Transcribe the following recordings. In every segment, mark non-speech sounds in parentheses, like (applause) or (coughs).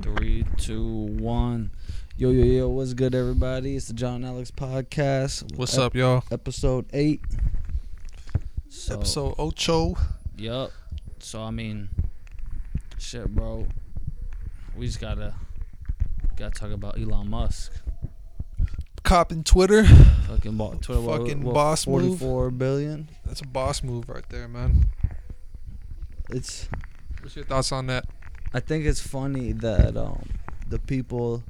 Three, two, one. Yo, yo, yo, what's good, everybody? It's the John Alex Podcast. with What's ep- up, y'all? Episode 8. So, Episode Ocho. Yup. So, I mean, shit, bro. We just gotta, gotta talk about Elon Musk. Cop and Twitter. Fucking bo- Twitter. what- Fucking what, boss move. Forty-four billion. That's a boss move right there, man. It's. What's your thoughts on that? I think it's funny that um the people,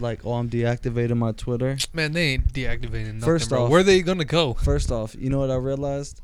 like, oh, I'm deactivating my Twitter. Man, they ain't deactivating nothing. First bro. off- where they gonna go? First off, you know what I realized?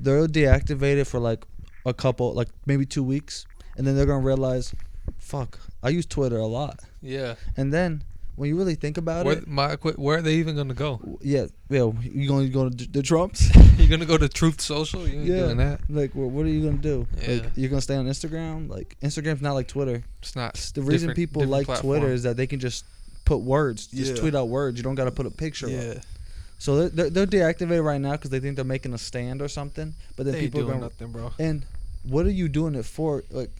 They'll deactivate it for like a couple, like maybe two weeks, and then they're gonna realize, fuck, I use Twitter a lot. Yeah, And then when you really think about where it, my que- where are they even gonna go? w- yeah, yeah, you gonna go to the Trumps? (laughs) (laughs) You gonna go to Truth Social? You ain't Yeah. doing that. like, wha- what are you gonna do? Yeah. Like, you're gonna stay on Instagram? Like, Instagram's not like Twitter. It's not. The reason different- people different like platform. Twitter is that they can just put words, just Yeah. tweet out words. You don't gotta put a picture. up. Yeah, So they're, they're, they're deactivated right now because they think they're making a stand or something. But then they ain't people are doing gonna nothing, bro. And what are you doing it for? Like,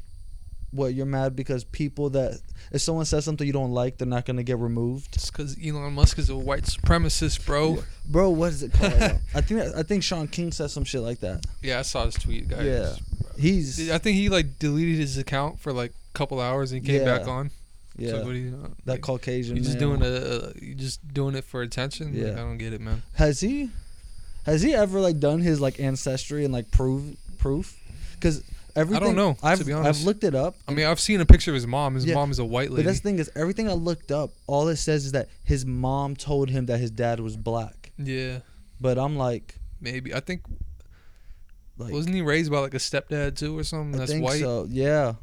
what you're mad because people that if someone says something you don't like, they're not gonna get removed, It's because Elon Musk is a white supremacist, bro. Yeah, bro. What is it called? (laughs) I think that, I think Sean King says some shit like that. I saw his tweet, guys. Yeah. Bro. He's I think he like deleted his account for like a couple hours and came Yeah. back on. It's yeah, like, what are you- uh, that like, Caucasian. You just male. doing a, a you just doing it for attention. Yeah. Like, I don't get it, man. Has he, has he ever like done his like ancestry and like prove proof? Because everything know, to I've be honest. I've looked it up. I mean, I've seen a picture of his mom. His Yeah. mom is a white But lady. that's the thing is everything I looked up, all it says is that his mom told him that his dad was black. yeah, But I'm like, maybe. I think like wasn't he raised by like a stepdad too or something? I That's think white. so. Yeah.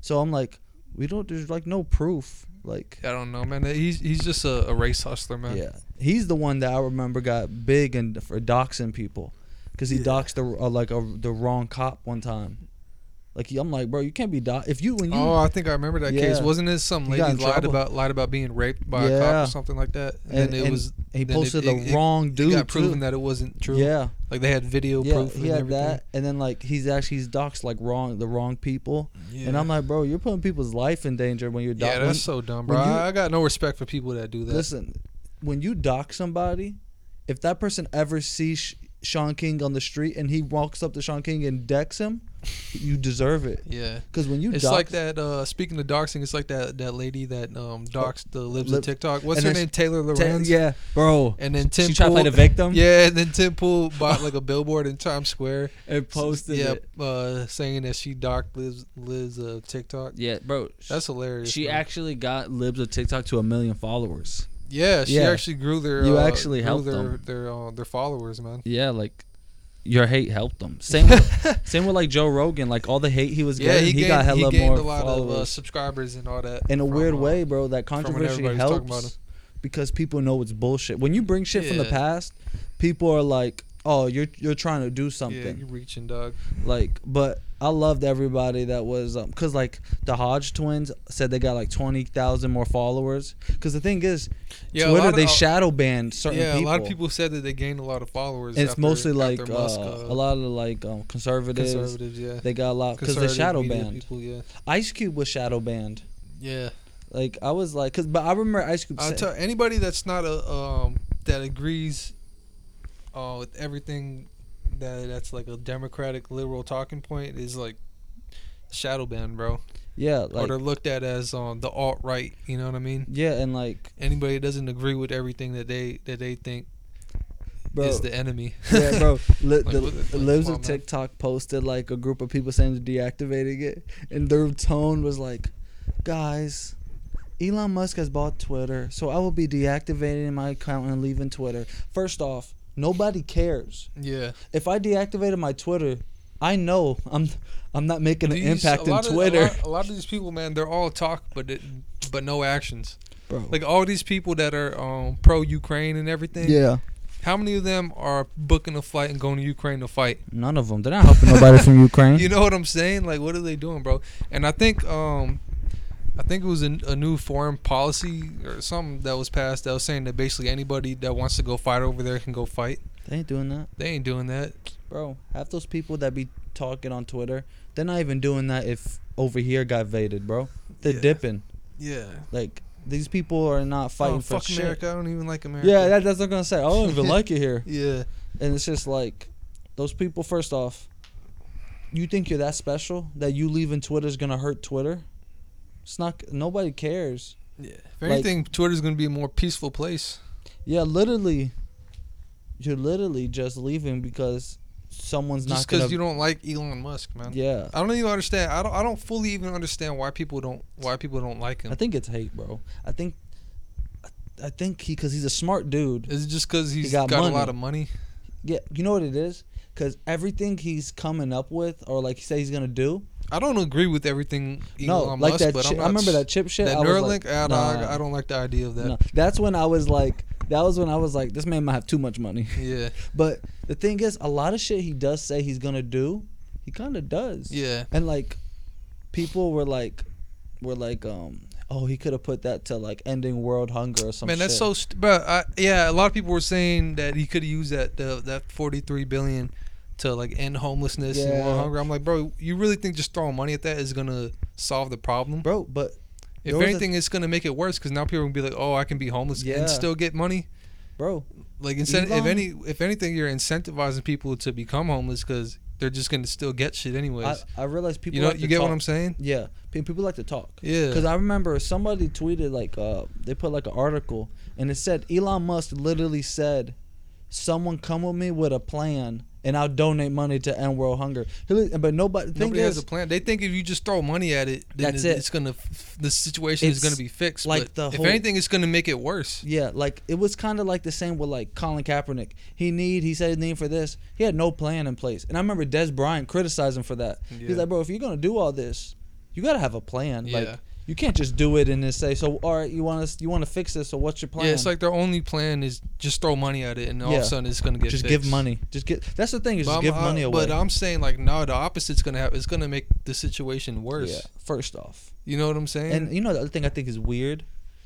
So I'm like, we don't. There's like no proof. Like, I don't know, man. He's he's just a, a race hustler, man. yeah, he's the one that I remember got big and for doxing people, because he Yeah. doxed the uh, like a, the wrong cop one time. Like he- I'm like, bro, you can't be dox. If you when you Oh, I think I remember that Yeah. case. Wasn't it some He lady got in lied trouble. about lied about being raped by a Yeah. cop or something like that? And, and, then it and was he then it- posted it- the it- wrong dude. it got too. proven that it wasn't true. Yeah, Like they had video yeah, proof. he and had everything. that, and then like he's actually he's doxed like wrong the wrong people, Yeah. and I'm like, bro, you're putting people's life in danger when you're doxing. yeah, that's so dumb, bro. when you- I, I got no respect for people that do that. Listen, when you dox somebody, if that person ever sees Sh- Sean King on the street and he walks up to Sean King and decks him, you deserve it. yeah. Because when you it's dox, like that. Uh, speaking of doxing, it's like that that lady that um, doxed the libs Oh, Lib- of TikTok. What's and her then name? Taylor Ta- Lorenz. yeah, bro, And then Tim she tried to play the Pool- victim Yeah, and then Tim Pool bought like a billboard in Times Square. and (laughs) posted yeah, it. uh, saying that she doxed libs libs of TikTok. Yeah, bro, That's hilarious. She bro. actually got libs of TikTok to a million followers. yeah, she yeah. actually grew their. You uh, actually grew helped their them. their uh, their followers, man. Yeah, like your hate helped them. Same (laughs) with, (laughs) same with like Joe Rogan, like all the hate he was Yeah, getting, he, he, gained, got hella he gained more a lot of uh, followers. subscribers and all that. in a from, weird uh, way, bro. That when controversy everybody was talking about helps because people know it's bullshit. When you bring shit from the Yeah. past, people are like, "Oh, you're you're trying to do something." Yeah, you reaching, dog. like but i loved everybody that was um 'cause because like the hodge twins said they got like 20000 more followers because the thing is Yeah, a lot twitter of- they uh, shadow banned certain yeah, people a lot of people said that they gained a lot of followers. and it's after- mostly like after uh, Musk, a lot of like um, conservatives conservatives, yeah, they got a lot because they Conservative shadow media banned People, yeah, ice cube was shadow banned yeah. like i was like because but i remember ice cube I said, tell anybody that's not a um that agrees, uh, with everything that that's like a democratic liberal talking point is like shadow banned, bro. yeah or like they're looked at as um the alt right. You know what I mean? yeah and like Anybody that doesn't agree with everything that they that they think bro is the enemy. (laughs) yeah, bro. Li- Like, the what the- the like, lives come of on, man. TikTok posted like a group of people saying they're deactivating it, and their tone was like, "Guys, Elon Musk has bought Twitter, so I will be deactivating my account and leaving Twitter." First off, nobody cares. (laughs) yeah. If I deactivated my Twitter, I know I'm I'm not making an These- impact a in lot of- a lot- Twitter, a lot of these people, man, they're all talk, but it, but no actions. bro. like all these people that are um, pro Ukraine and everything. yeah, How many of them are booking a flight and going to Ukraine to fight? none of them. They're not helping nobody from Ukraine. (laughs) You know what I'm saying? Like, what are they doing, bro? And I think, um, I think it was a, a new foreign policy or something that was passed that was saying that basically anybody that wants to go fight over there can go fight. They ain't doing that, They ain't doing that. bro. Half those people that be talking on Twitter, they're not even doing that if over here got invaded, bro. They're Yeah. dipping. Yeah. Like these people are not fighting oh, for fuck shit. America. I don't even like America. Yeah, that, that's what I'm gonna say. I don't (laughs) even like it here. yeah. And it's just like those people. First off, you think you're that special that you leaving Twitter's gonna hurt Twitter? It's not. Nobody cares. Yeah. If Like- anything, Twitter's gonna be a more peaceful place. Yeah, literally, you're literally just leaving because someone's Just not gonna. because you don't like Elon Musk, man. yeah, I don't even understand. I don't. I don't fully even understand why people don't. Why people don't like I him. think it's hate, bro. I think, I, I think he because he's a smart dude. Is it just because he's got got, money. a lot of money? Yeah, you know what it is? Because everything he's coming up with, or like he said he's gonna do. I don't agree with everything no, Elon like Musk, that. but Chi- I'm not, I remember that chip shit. That I was Neuralink, like, I, don't- nah, I don't like the idea of that. nah. That's when I was like, that was when I was like, this man might have too much (laughs) money. Yeah, But the thing is, a lot of shit he does say he's gonna do, he kind of does. yeah. And like people were like were like um oh he could have put that to like ending world hunger or something. Man, that's so. St- but I, yeah, a lot of people were saying that he could use that the, that 43 billion to like end homelessness and Yeah. world hunger. I'm like, bro, you really think just throwing money at that is gonna solve the problem? bro, but if there was a- anything, it's gonna make it worse because now people will be like, oh, I can be homeless Yeah. and still get money. bro, Like, incent- if Elon- any, if anything, you're incentivizing people to become homeless because they're just gonna still get shit anyways. I, I realize people you know, like you to get talk. what I'm saying? Yeah, pe- people like to talk. Yeah. Cuz I remember somebody tweeted like uh they put like an article and it said Elon Musk literally said someone come with me with a plan and I'll donate money to end world hunger. He li- But nobody the thing Nobody is has a plan. They think if you just throw money at it, then That's That's it. it's gonna f- the situation is It's gonna be fixed. like Like the if whole- anything, it's gonna make it worse. Yeah, like it was kind of like the same with like Colin Kaepernick. He need he said his name for this. He had no plan in place, and I remember Des Bryant criticizing for that. He's Yeah. like, bro, if you're gonna do all this, you gotta have a plan. Yeah. Like you can't just do it and then say, so all right, you want us, you want to fix this, so what's your plan? Yeah, it's like their only plan is just throw money at it, and all Yeah. of a sudden it's gonna get just fixed. give money, just get. That's the thing, is But just I'm, give I- money away. But I'm saying like no, the opposite's gonna happen. It's gonna make the situation worse. yeah, first off, You know what I'm saying? and you know the other thing I think is weird.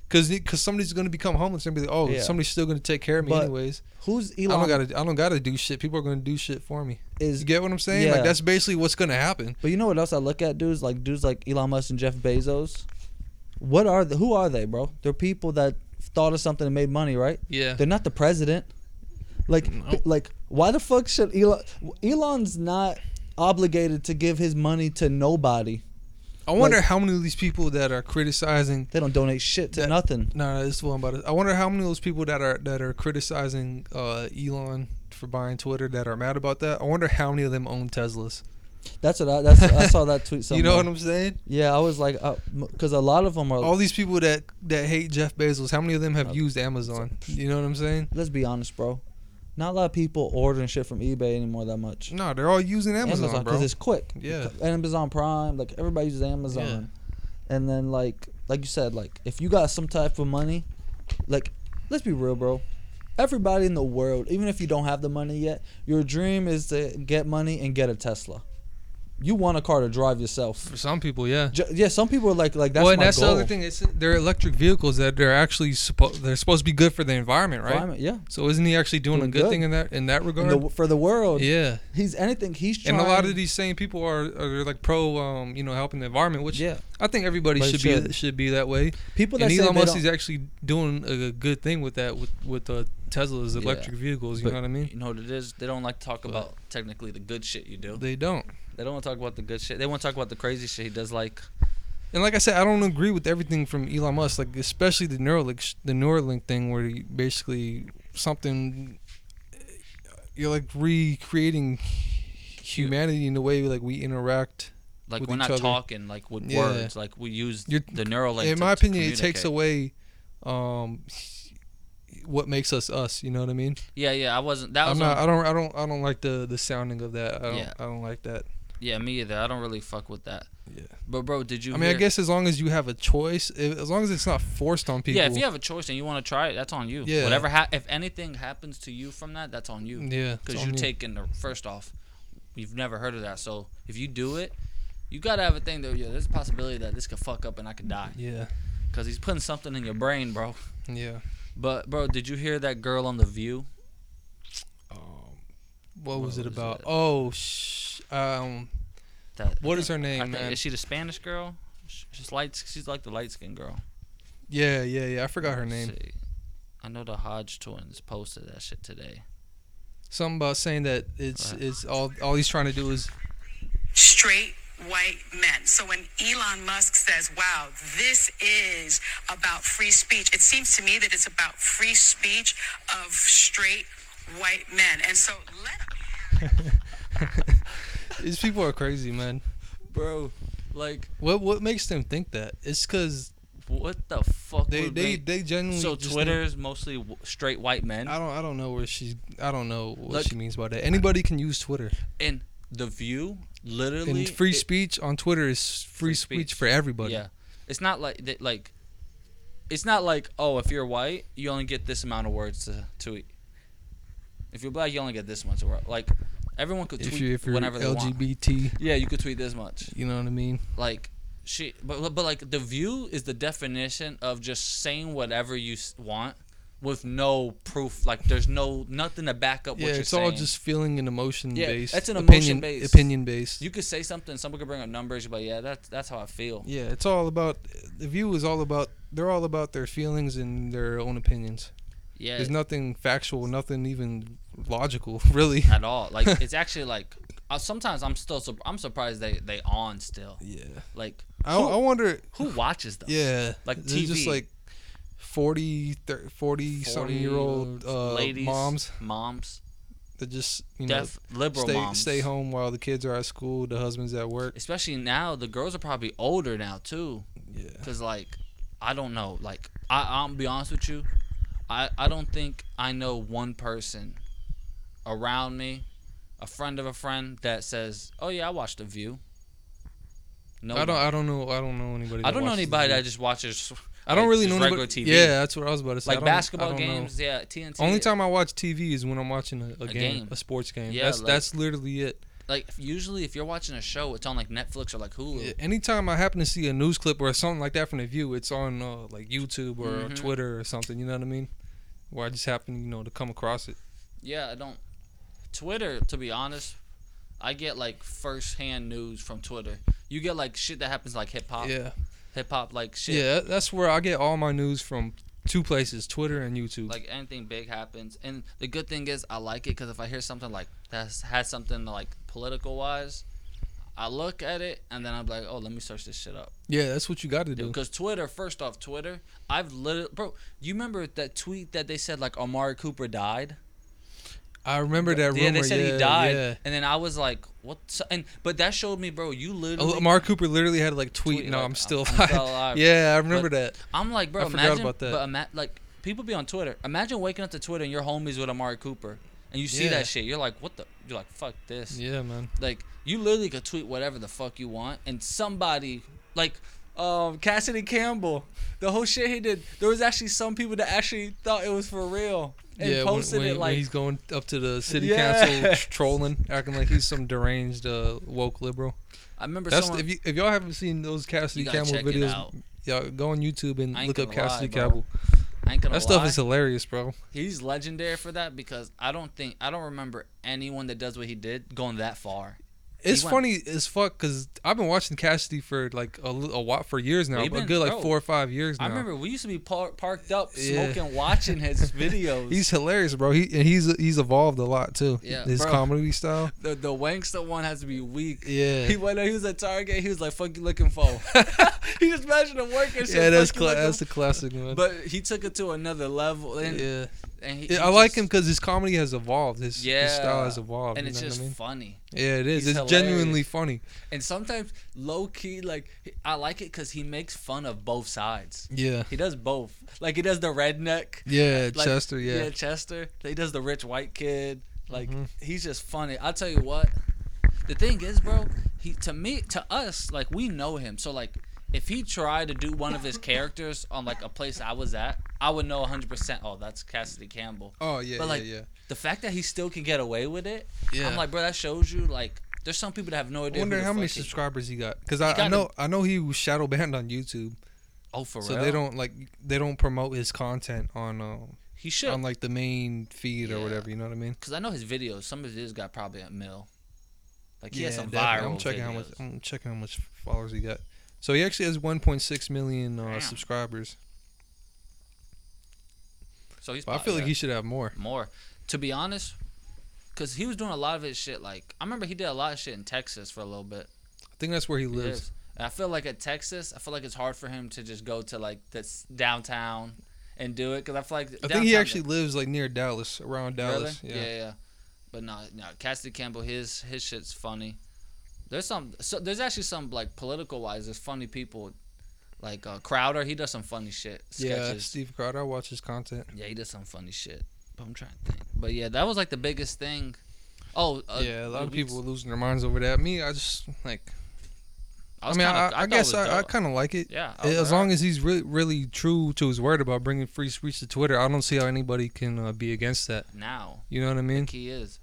Because because somebody's gonna become homeless and be like, oh, Yeah. somebody's still gonna take care of me But anyways. Who's I don't Elon? gotta I don't gotta do shit. People are gonna do shit for me. is You get what I'm saying? Yeah. Like that's basically what's gonna happen. But you know what else I look at, dudes? Like dudes like Elon Musk and Jeff Bezos. What are the, who are they, bro? They're people that thought of something and made money, right? Yeah. They're not the president. Like, No. like why the fuck should Elon? Elon's not obligated to give his money to nobody. I wonder how many of these people that are criticizing They don't donate shit to That- nothing. No, no, this is what I'm about. To, I wonder how many of those people that are that are criticizing uh, Elon for buying Twitter that are mad about that. I wonder how many of them own Teslas. That's what I. That's I saw (laughs) that tweet. Somewhere. You know what I'm saying? Yeah, I was like, because a lot of them are. All these people that that hate Jeff Bezos, how many of them have used Amazon? You know what I'm saying? let's be honest, bro. Not a lot of people ordering shit from eBay anymore that much. No, they're all using Amazon, bro. it's quick. Yeah. Amazon Prime, like everybody uses Amazon. And then like like you said, like if you got some type of money, like let's be real, bro. Everybody in the world, even if you don't have the money yet, your dream is to get money and get a Tesla. You want a car to drive yourself. For some people, yeah. Ju- yeah, some people are like like that's well, and my that's goal. the other thing. It's they're electric vehicles that they're actually supposed they're supposed to be good for the environment, right? Climate, yeah. So isn't he actually doing, Doing a good, good. thing in that in that In regard? the, for the world, yeah. he's anything he's trying. And a lot of these same people are are like pro, um, you know, helping the environment, which yeah I think everybody But it should, should. be should be that way. people that and say Elon they Musk don't- is actually doing a good thing with that with with uh, Tesla's Yeah. electric vehicles. You But- know what I mean? You know what it is? They don't like to talk But- about technically the good shit you do. They don't. They don't want to talk about the good shit. They want to talk about the crazy shit he does. Like And like I said, I don't agree with everything from Elon Musk, like especially the Neuralink sh- the Neuralink thing, where he basically something you're like recreating humanity in the way like we interact. like With we're each not other. talking like with Yeah. words. Like we use You're- the neural link. in to- my to opinion, it takes communicate. away um, what makes us us. You know what I mean? Yeah, yeah. I wasn't. That was I'm not. on- I don't. I don't. I don't like the the sounding of that. I don't. Yeah. I don't like that. yeah, me either. I don't really fuck with that. Yeah. But bro, did you? I mean, I hear- guess as long as you have a choice, i- as long as it's not forced on people. Yeah, if you have a choice and you want to try it, that's on you. Yeah. Whatever. Ha- if anything happens to you from that, that's on you. yeah, it's Because on you taking the first off, you've never heard of that. So if you do it, you gotta have a thing that yeah, there's a possibility that this could fuck up and I could die. Yeah, Because he's putting something in your brain, bro. yeah. But bro, did you hear that girl on the View? Um, what, was it was about? it? Oh, sh- um, That what is her name, I think, man? is she the Spanish girl? Sh- She's light. She's like the light skinned girl. Yeah, yeah, yeah. I forgot her Let's name. see. I know the Hodge twins posted that shit today. Something about saying that it's Right. it's all all he's trying to do (laughs) is straight white men. So when Elon Musk says, wow, this is about free speech, it seems to me that it's about free speech of straight white men. And so let these people are crazy, man. Bro, like What what makes them think that? It's because what the fuck? they would they make- they genuinely. so just think- Twitter's mostly w- straight white men, I don't I don't know where she's I don't know what Look- she means by that. Anybody can use Twitter. and The View literally And free it- speech on Twitter is free, Free speech speech. for everybody. Yeah, it's not like that. Like, it's not like oh, if you're white, you only get this amount of words to tweet. If you're black, you only get this much. Of word. Like, everyone could tweet If you if you're whenever they want. LGBT, Yeah, you could tweet this much. you know what I mean. Like, she, but but like the view is the definition of just saying whatever you s- want with no proof. Like, there's no nothing to back up Yeah, what you're it's saying. all just feeling and emotion Yeah, based. that's an opinion emotion-based. Opinion based. you could say something. Someone could bring up numbers, but yeah, that's that's how I feel. Yeah, it's all about the view is all about they're all about their feelings and their own opinions. Yeah, There's nothing factual, nothing even logical, (laughs) really. at all. (laughs) Like it's actually like uh, sometimes I'm still sur- I'm surprised they they on still. Yeah. Like I, I wonder who watches them? yeah, Like there's just TV. like 40 thir 40 something year old 40-year-olds, uh, moms moms, that just, you know, deaf liberal stay moms. stay home while the kids are at school, the husband's at work. Especially now, the girls are probably older now too. Yeah. Cause like I don't know. Like I I'll be honest with you, I I don't think I know one person around me, a friend of a friend that says, oh yeah, I watched The View. No, I don't I don't know I don't know anybody. I don't know watches anybody the- that just watches. I don't like, really just know regular anybody. TV. Yeah, that's what I was about to say. I like don't- I basketball don't know. games. Yeah, TNT. Only time I watch TV is when I'm watching a, a, game, game. a sports game. Yeah, that's like- that's literally it. Like if- usually, if you're watching a show, it's on like Netflix or like Hulu. Yeah, Anytime I happen to see a news clip or something like that from the View, it's on uh, like YouTube or Mhm. Twitter or something. You know what I mean? Where I just happen, you know, to come across it. Yeah, I don't. Twitter, to be honest, I get like first-hand news from Twitter. You get like shit that happens like hip hop. yeah, Hip hop like Ah, shit. yeah. that- That's where I get all my news from. Two places: Twitter and YouTube. Like anything big happens, and the good thing is I like it because if I hear something like that has something like political wise, I look at it and then I'm like, oh, let me search this shit up. yeah, that's what you got to do. Because Twitter, first off, Twitter, I've literally, bro, you remember that tweet that they said like Amari Cooper died? I remember that rumor. yeah, they said yeah, he died, Yeah. and then I was like, what? So- And but that showed me, bro, you literally. Oh, Mark Cooper literally had to, like tweet, Tweet, "No, like, I'm still I'm alive." still alive. Yeah, I remember that. I'm like, bro, I forgot imagine, about that. but ima- like people be on Twitter. Imagine waking up to Twitter and your homies with Amari Cooper, and you see Yeah. that shit. You're like, what the? You're like, fuck this. Yeah, man. Like you literally could tweet whatever the fuck you want, and somebody like um, Cassidy Campbell, the whole shit he did. There was actually some people that actually thought it was for real and yeah, when- posted when, it when like he's going up to the city Yeah. council tr- trolling, acting like he's some deranged uh, woke liberal. I remember That's someone. if you if y'all haven't seen those Cassidy you gotta Campbell check it videos, out. y'all go on YouTube and I ain't look up gonna lie, Cassidy bro. Campbell. I ain't gonna That stuff lie. is hilarious, bro. He's legendary for that because I don't think I don't remember anyone that does what he did going that far. It's went- funny as fuck because I've been watching Cassidy for like a, li- a while for years now, We've a been- good like bro, four or five years now. I remember we used to be par- parked up Yeah. smoking, watching (laughs) his videos. He's hilarious, bro. He and he's he's evolved a lot too. Yeah, his bro. comedy style. the the Wankster one has to be weak. Yeah, He went out, he was at Target, he was like, fuck you looking for. (laughs) (laughs) he just mentioned the work and shit. yeah, that's "Fuck you cla- looking that's the classic one. for-" But he took it to another level. And, yeah. and he, Yeah, he I like just- him because his comedy has evolved. His, Yeah. his style has evolved. And you it's know what I just mean? funny. yeah, it is. he's It's genuinely funny. And sometimes low key, like, he- I like it because he makes fun of both sides. Yeah, He does both. Like, he does the redneck. yeah, like, Chester. Yeah, Mm-hmm. Chester. He does the rich white kid. Like he's just funny. I'll tell you what. The thing is, bro, he to me to us, like we know him. So like if he tried to do one of his characters on like a place I was at, I would know 100%, oh, that's Cassidy Campbell. oh yeah, but like yeah, yeah. the fact that he still can get away with it, Yeah. I'm like, bro, that shows you like there's some people that have no I idea. wonder who how the many fuck he- subscribers he got. Because I, I got know I know he was shadow banned on YouTube, Oh, for so real. they don't like they don't promote his content on uh, He should, on like the main feed or Yeah. whatever. You know what I mean? because I know his videos. Some of his videos got probably a mil. Like he has some definitely. viral. I'm checking how much videos. I'm checking how much followers he got. So he actually has 1.6 million uh, Damn. subscribers. So he's. But I feel yeah. like he should have more. more. To be honest, because he was doing a lot of his shit. Like I remember he did a lot of shit in Texas for a little bit. I think that's where he He lives. is. And I feel like at Texas, I feel like it's hard for him to just go to like this downtown and do it because I feel like I think he actually lives like near Dallas, around really? Dallas. yeah Yeah. But no, no, Cassidy Campbell, his his shit's funny. There's some so there's actually some like political wise, there's funny people. Like uh, Crowder, he does some funny shit. Yeah, Sketches. Steve Crowder. I watch his content. Yeah, he does some funny shit. But I'm trying to think. But yeah, that was like the biggest thing. Oh, uh, yeah, a lot of we- people were losing their minds over that. Me, I just like. I, I, was mean, kinda- I, I, thought it guess was I, I dope. kind of like it. Yeah, I was As like, long as he's really, really true to his word about bringing free speech to Twitter, I don't see how anybody can uh, be against that. now You know what I mean? he is.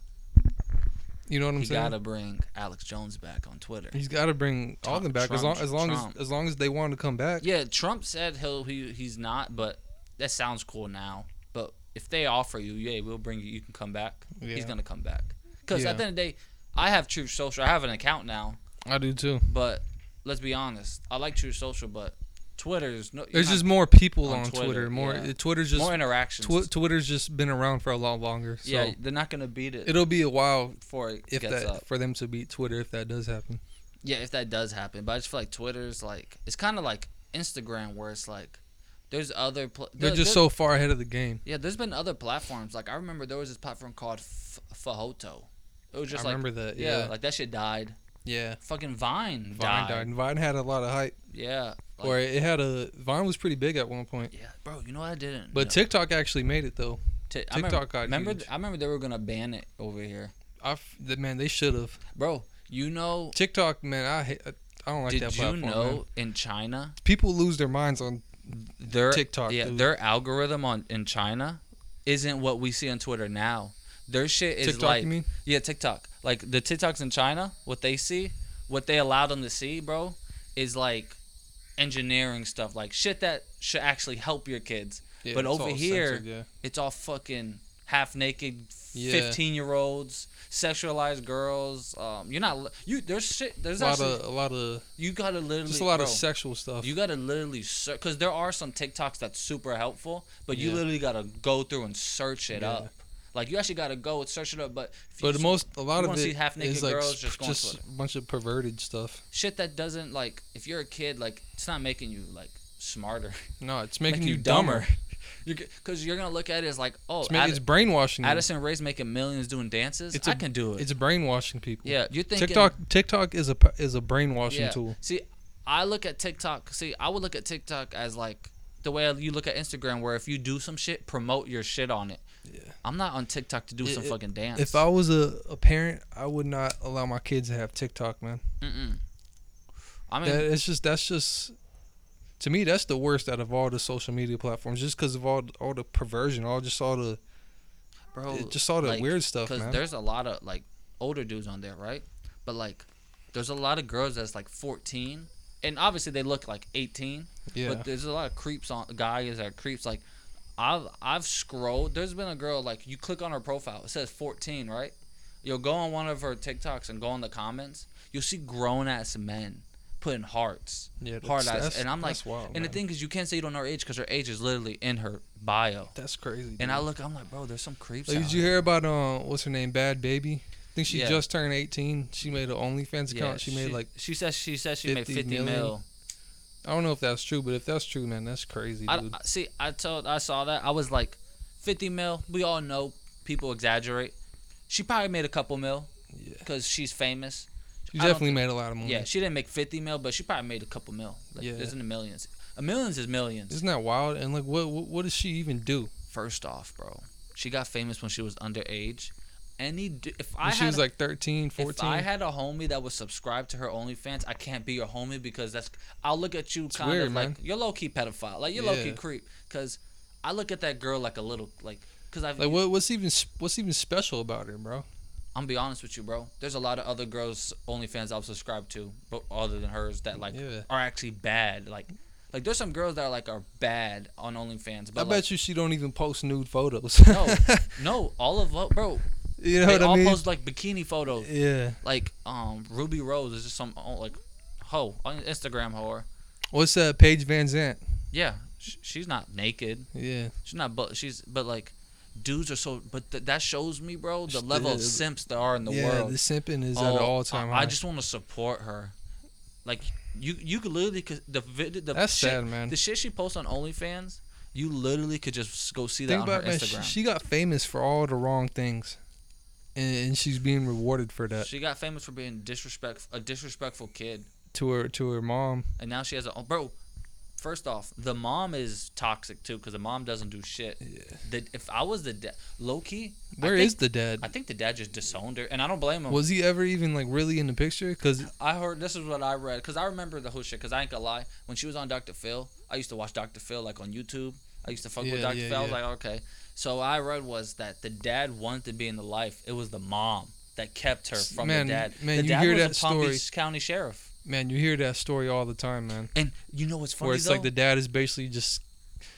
You know what I'm He saying? gotta bring Alex Jones back on Twitter. He's got to bring all Trump- them back as long Trump- as long Trump. as as long as they want to come back. Yeah, Trump said he'll he, he's not, but that sounds cool now. But if they offer you, yeah, we'll bring you. You can come back. Yeah. He's gonna come back. Because Yeah. at the end of the day, I have True Social. I have an account now, I do too. but let's be honest, I like True Social, but Twitter's no. There's you're just not- more people on on, Twitter. Twitter, More yeah. Twitter's just more interactions. Twi- Twitter's just been around for a lot longer. So yeah, they're not gonna beat it it'll be a while before it if gets that up. for them to beat Twitter if that does happen. Yeah, if that does happen, but I just feel like Twitter's like it's kind of like Instagram, where it's like there's other pl- They're there- just there- so far ahead of the game. yeah. There's been other platforms like I remember there was this platform called F- Fahoto. It was just I like remember that. yeah, Yeah. like that shit died. yeah. Fucking Vine, Vine died. died. Vine had a lot of hype, Yeah, like, or it had a Vine was pretty big at one point. yeah, bro. You know what I didn't. But know? TikTok actually made it though. Ti- I remember, TikTok got remember huge. I remember they were gonna ban it over here, I f- the- man, they should have bro. You know? TikTok. Man, I hate, I don't like did that you platform. know man. in China people lose their minds on their TikTok, Yeah, dude. their algorithm on in China isn't what we see on Twitter now. Their shit is TikTok, like you mean? yeah, TikTok. Like the TikToks in China, what they see, what they allow them to see, bro, is like engineering stuff, like shit that should actually help your kids. Yeah, but it's over all here, censored, yeah. it's all fucking half naked Yeah. 15 year olds, sexualized girls. Um, you're not you there's shit there's a lot actually of a lot of you got to literally just a lot of bro, sexual stuff. you gotta literally search because there are some TikToks that's super helpful, but you Yeah. literally gotta go through and search it Yeah. up. Like you actually gotta go and search it up. But if you but s- most a lot you of wanna see it half-naked is like girls s- just go on just Twitter. a bunch of perverted stuff. shit that doesn't like, if you're a kid, like it's not making you like smarter, (laughs) No, it's making Making you you dumber. dumber. (laughs) because you're gonna look at it as like, oh, It's, ma- Ad- it's brainwashing. you. Addison Ray's making millions doing dances. It's I a- can do it. It's brainwashing people. yeah, you're thinking TikTok TikTok is a p- is a brainwashing yeah. tool. See, I look at TikTok. See, I would look at TikTok as like the way you look at Instagram, where if you do some shit, promote your shit on it. I'm not on TikTok to do some i- fucking dance. If I was a, a parent, I would not allow my kids to have TikTok, man. Mm-mm. I mean, That, it's just that's just to me that's the worst out of all the social media platforms, just because of all all the perversion, all just all the bro, it- just all that weird stuff, man. there's a lot of like older dudes on there, right? But like, there's a lot of girls that's like 14, and obviously they look like 18. Yeah. But there's a lot of creeps on guys that are creeps. Like, I've I've scrolled. There's been a girl like you click on her profile. It says 14, right? You'll go on one of her TikToks and go in the comments. You'll see grown ass men putting hearts, Yeah, that's- heart eyes, that's- and I'm like, that's wild, and the man. thing is, you can't say you don't know her age because her age is literally in her bio. that's crazy. And dude. I look, I'm like, bro, there's some creeps. Like, out did you here." hear about uh, what's her name, Bad Baby? I think she Yeah. just turned 18. She made an OnlyFans account. she made like she says she says she made 50 fifty million. mil. I don't know if that's true, but if that's true, man, that's crazy, I, dude. I- see. I told I saw that I was like, fifty mil. We all know people exaggerate. She probably made a couple mil Yeah. because she's famous. she I don't definitely thi- made a lot of money. Yeah, she didn't make fifty mil, but she probably made a couple mil. Like, Yeah. it's in the millions. A millions is millions. Isn't that wild? And like, what what, what does she even do? First off, bro, she got famous when she was underage. Any d- if I When she had was like 13, If I 14. had a homie that was subscribed to her OnlyFans, I can't be your homie because that's I'll look at you kind weird, of like man. you're low key pedophile, like you're low key Yeah. creep. Because I look at that girl like a little like because I've like, what, what's even s- what's even special about her, bro? I'm be honest with you, bro. There's a lot of other girls OnlyFans I've subscribed to, but other than hers that like Yeah. are actually bad. Like like there's some girls that are like are bad on OnlyFans. But I like, bet you she don't even post nude photos. no, no, all of what, bro. (laughs) you know They what I all mean? post like bikini photos. yeah, like um Ruby Rose is just some oh, like hoe on Instagram whore. What's uh, Paige Van Zant? Yeah, sh- she's not naked. Yeah. She's not, but she's, but like, dudes are so. But th- that shows me, bro, the Just level of the- simps there are in the yeah, world. the simping is at an Oh, all time I, high. I just want to support her. Like you, you could literally could, the video. The That's shit, sad, man. The shit she posts on OnlyFans, you literally could just go see that Think on her about that. She, Instagram. She, she got famous for all the wrong things, and, and she's being rewarded for that got famous for being disrespect a disrespectful kid, to her to her mom. and now she has a oh, bro. First off, the mom is toxic too because the mom doesn't do shit. The, if I was the da- low key, Where I is think, the dad? I think the dad just disowned her, and I don't blame him. Was he ever even like really in the picture? Cause I heard this is what I read because I remember the whole shit. Because I ain't gonna lie, when she was on Dr. Phil, I used to watch Dr. Phil like on YouTube. I used to fuck with Yeah, Dr. yeah, Phil. I was yeah. like, okay. So I read was that the dad wanted to be in the life. It was the mom that kept her from Man, the dad. man, the you dad hear was that a Palm story. Beach County sheriff. man, you hear that story all the time, man. And you know what's funny Where it's though? like the dad is basically just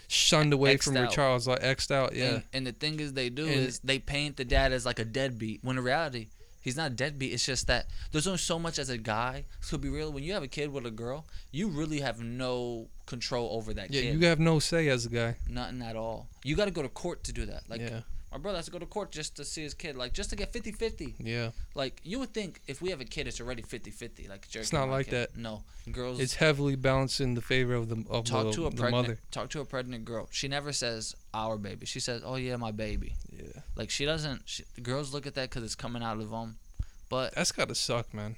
shunned away X'd from your out. child's like xed out. Yeah. and, and the thing is, they do And- is they paint the dad as like a deadbeat when in reality. He's not a deadbeat. It's just that there's only so much as a guy. So be real, when you have a kid with a girl, you really have no control over that yeah, kid. you have no say as a guy. Nothing at all. You got to go to court to do that. Like, Yeah. my brother has to go to court just to see his kid, like, just to get 50 50. Yeah. Like, you would think if we have a kid, it's already 50 50. Like, jerky not and my like kid. that. No. Girls It's heavily balanced in the favor of the of talk the, to a the pregnant mother. talk to a pregnant girl. She never says our baby. She says, "Oh yeah, my baby." Yeah. Like she doesn't. She, girls look at that because it's coming out of them. But That's gotta suck, man.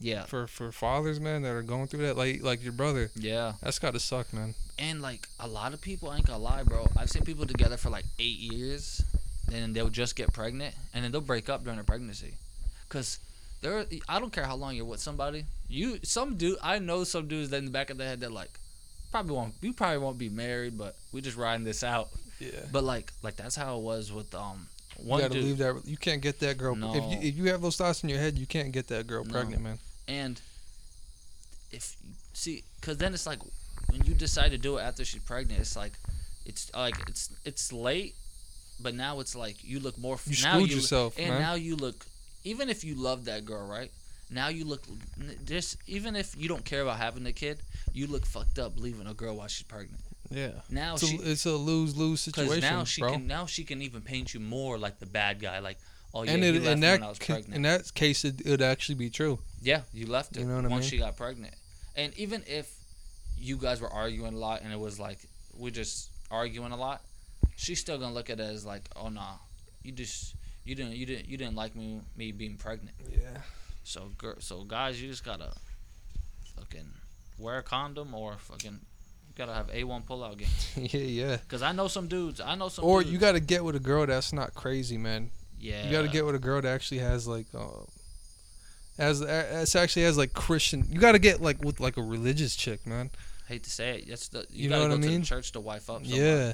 yeah, For for fathers, man, that are going through that, like like your brother. yeah. That's gotta suck, man. And like a lot of people, I ain't gonna lie, bro. I've seen people together for like eight years, then they'll just get pregnant, and then they'll break up during the pregnancy, cause there. I don't care how long you're with somebody. You some dude I know some dudes that in the back of their head they're like, probably won't. You probably won't be married, but we just riding this out. Yeah. But like, like that's how it was with um You one gotta dude. leave that. You can't get that girl. No. If you if you have those thoughts in your head, you can't get that girl No. pregnant, man. And if see, because then it's like when you decide to do it after she's pregnant, it's like it's like it's it's late, but now it's like you look more. You now screwed yourself, and man. now you look. Even if you love that girl, right? Now you look just even if you don't care about having a kid, you look fucked up leaving a girl while she's pregnant. Yeah. Now It's a, she it's a lose lose because situation, now she bro. can now she can even paint you more like the bad guy, like oh yeah, and you it, left in me when I that was ca- pregnant. in that case, it would actually be true. Yeah, you left her You know what I once mean? she got pregnant. And even if you guys were arguing a lot and it was like we're just arguing a lot, she's still gonna look at it as like, oh nah, you just you didn't you didn't you didn't like me me being pregnant. Yeah. So girl, so guys, you just gotta fucking wear a condom or fucking you gotta have a one pullout game. (laughs) yeah, yeah. Cause I know some dudes, I know some. Or dudes- you gotta get with a girl that's not crazy, man. yeah, You gotta get with a girl that actually has like, uh, as as actually has like Christian. You gotta get like with like a religious chick, man. Hate to say it, that's the you, You know gotta what I go to mean? the church to wife up. Someone. yeah,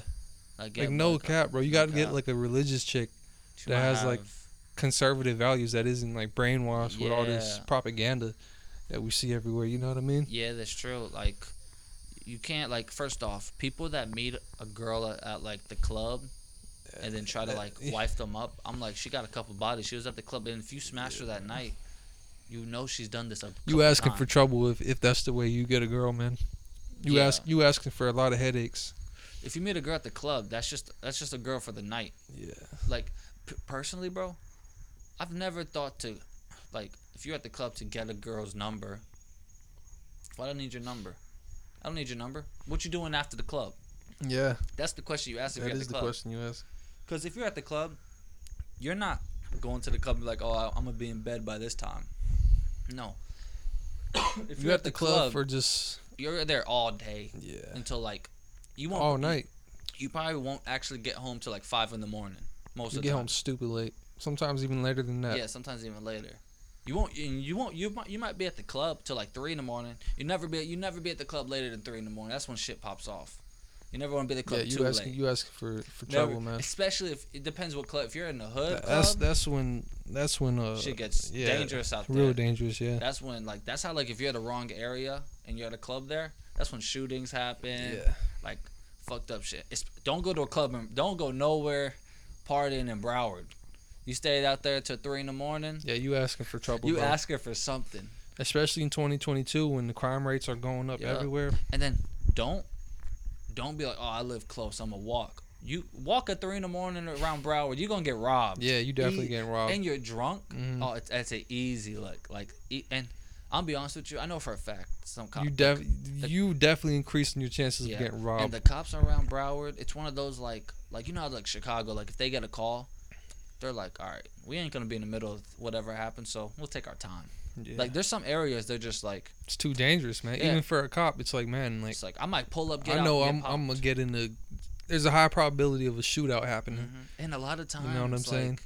like, like no one- cap, bro. You no gotta get cap. like a religious chick, She that might has, like, have- conservative values that isn't like brainwashed with all this Yeah. propaganda that we see everywhere. You know what I mean? Yeah, that's true. Like, you can't like. First off, people that meet a girl at, at like the club, and then try to (laughs) like wife them up. I'm like, she got a couple bodies. She was at the club, and if you smash her that night, you know she's done this. A You couple asking for times. trouble if if that's the way you get a girl, man. You Yeah. ask you asking for a lot of headaches. If you meet a girl at the club, that's just that's just a girl for the night. Yeah. Like, p- personally, bro, I've never thought to, like, if you're at the club to get a girl's number. Why do I need your number? I don't need your number. What you doing after the club? Yeah. That's the question you asked if That you're at is the the club. question you ask. Because if you're at the club, you're not going to the club and be like, oh, I'm going to be in bed by this time. (coughs) No. if You you're at the club for just you're there all day yeah until like, you won't. all night. You, probably won't actually get home till like 5 in the morning. Most You of get the home time. stupid late. Sometimes even later than that. Yeah, sometimes even later. You won't. and You won't. You might. You might be at the club till like three in the morning. You never be. You never be at the club later than three in the morning. That's when shit pops off. You never want to be at the Yeah, club too you asking late. you asking for for Never. trouble, man. Especially if it depends what club. If you're in the hood, Th- That's club, that's when that's when uh Shit gets dangerous out Real there. dangerous, yeah. that's when like that's how like if you're the wrong area and you're at a club there, that's when shootings happen. Yeah. Like fucked up shit. It's, don't go to a club and don't go nowhere partying in Broward. You stayed out there till three in the morning. Yeah, you asking for trouble. You bro. ask her for something. especially in 2022 when the crime rates are going up Yeah. everywhere. And then don't don't be like, oh, I live close. I'm a walk. You walk at three in the morning around Broward, you're gonna get robbed. Yeah, you definitely getting robbed. Mm-hmm. And you're drunk. Oh, it's that's an easy look. Like, e- and I'll be honest with you, I know for a fact some cops. you def you definitely increasing your chances of getting And robbed. the cops around Broward, it's one of those like like you know how like Chicago, like if they get a call, they're like, all right, we ain't gonna be in the middle of whatever happens, so we'll take our time. Yeah. Like there's some areas they're just like it's too dangerous, man. Yeah. Even for a cop, it's like man, like it's like I might pull up, get I know out, I'm get I'm gonna popped." get in the. There's a high probability of a shootout happening. Mm-hmm. Mm-hmm. And a lot of times, You know what I'm like, saying?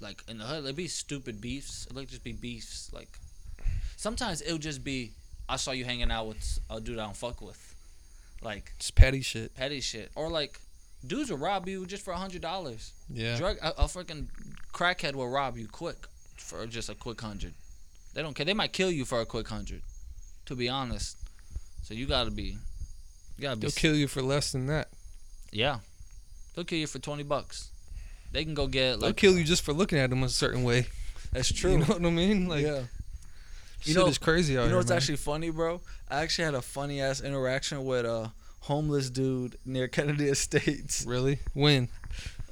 Like in the hood, it'd be stupid beefs. It'd like just be beefs. Like sometimes it'll just be, I saw you hanging out with a dude I don't fuck with, like It's petty shit. petty shit, or like dudes will rob you just for a hundred dollars. Yeah. Drug, a, a fucking crackhead will rob you quick for just a quick hundred. They don't care. They might kill you for a quick hundred. To be honest, so you gotta be, you gotta be They'll kill you for less than that. yeah, they'll kill you for twenty bucks. They can go get They'll like kill you just for looking at them a certain way. (laughs) That's You uh, true. know what I mean? Like, yeah. You shit know- is crazy You out here. know what's man. actually funny, bro? I actually had a funny ass interaction with a homeless dude near (laughs) Kennedy Estates. really when?